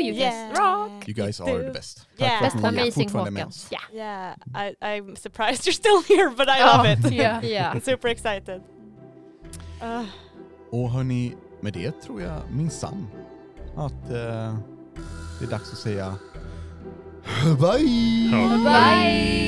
[SPEAKER 5] You
[SPEAKER 6] Yeah.
[SPEAKER 5] guys rock!
[SPEAKER 1] You guys are the best. Tack
[SPEAKER 6] Yeah.
[SPEAKER 1] för att
[SPEAKER 5] Best
[SPEAKER 1] ni är
[SPEAKER 5] amazing
[SPEAKER 1] fortfarande med
[SPEAKER 5] Håkan.
[SPEAKER 1] oss.
[SPEAKER 5] Ja.
[SPEAKER 6] Yeah, I, I'm surprised you're still here but I
[SPEAKER 5] [LAUGHS]
[SPEAKER 6] love it.
[SPEAKER 2] Yeah.
[SPEAKER 5] Ja.
[SPEAKER 6] I'm super excited.
[SPEAKER 5] Uh.
[SPEAKER 6] Ah,
[SPEAKER 1] Och hörni, med det tror jag minsann att eh, det är dags att säga bye!
[SPEAKER 5] Bye!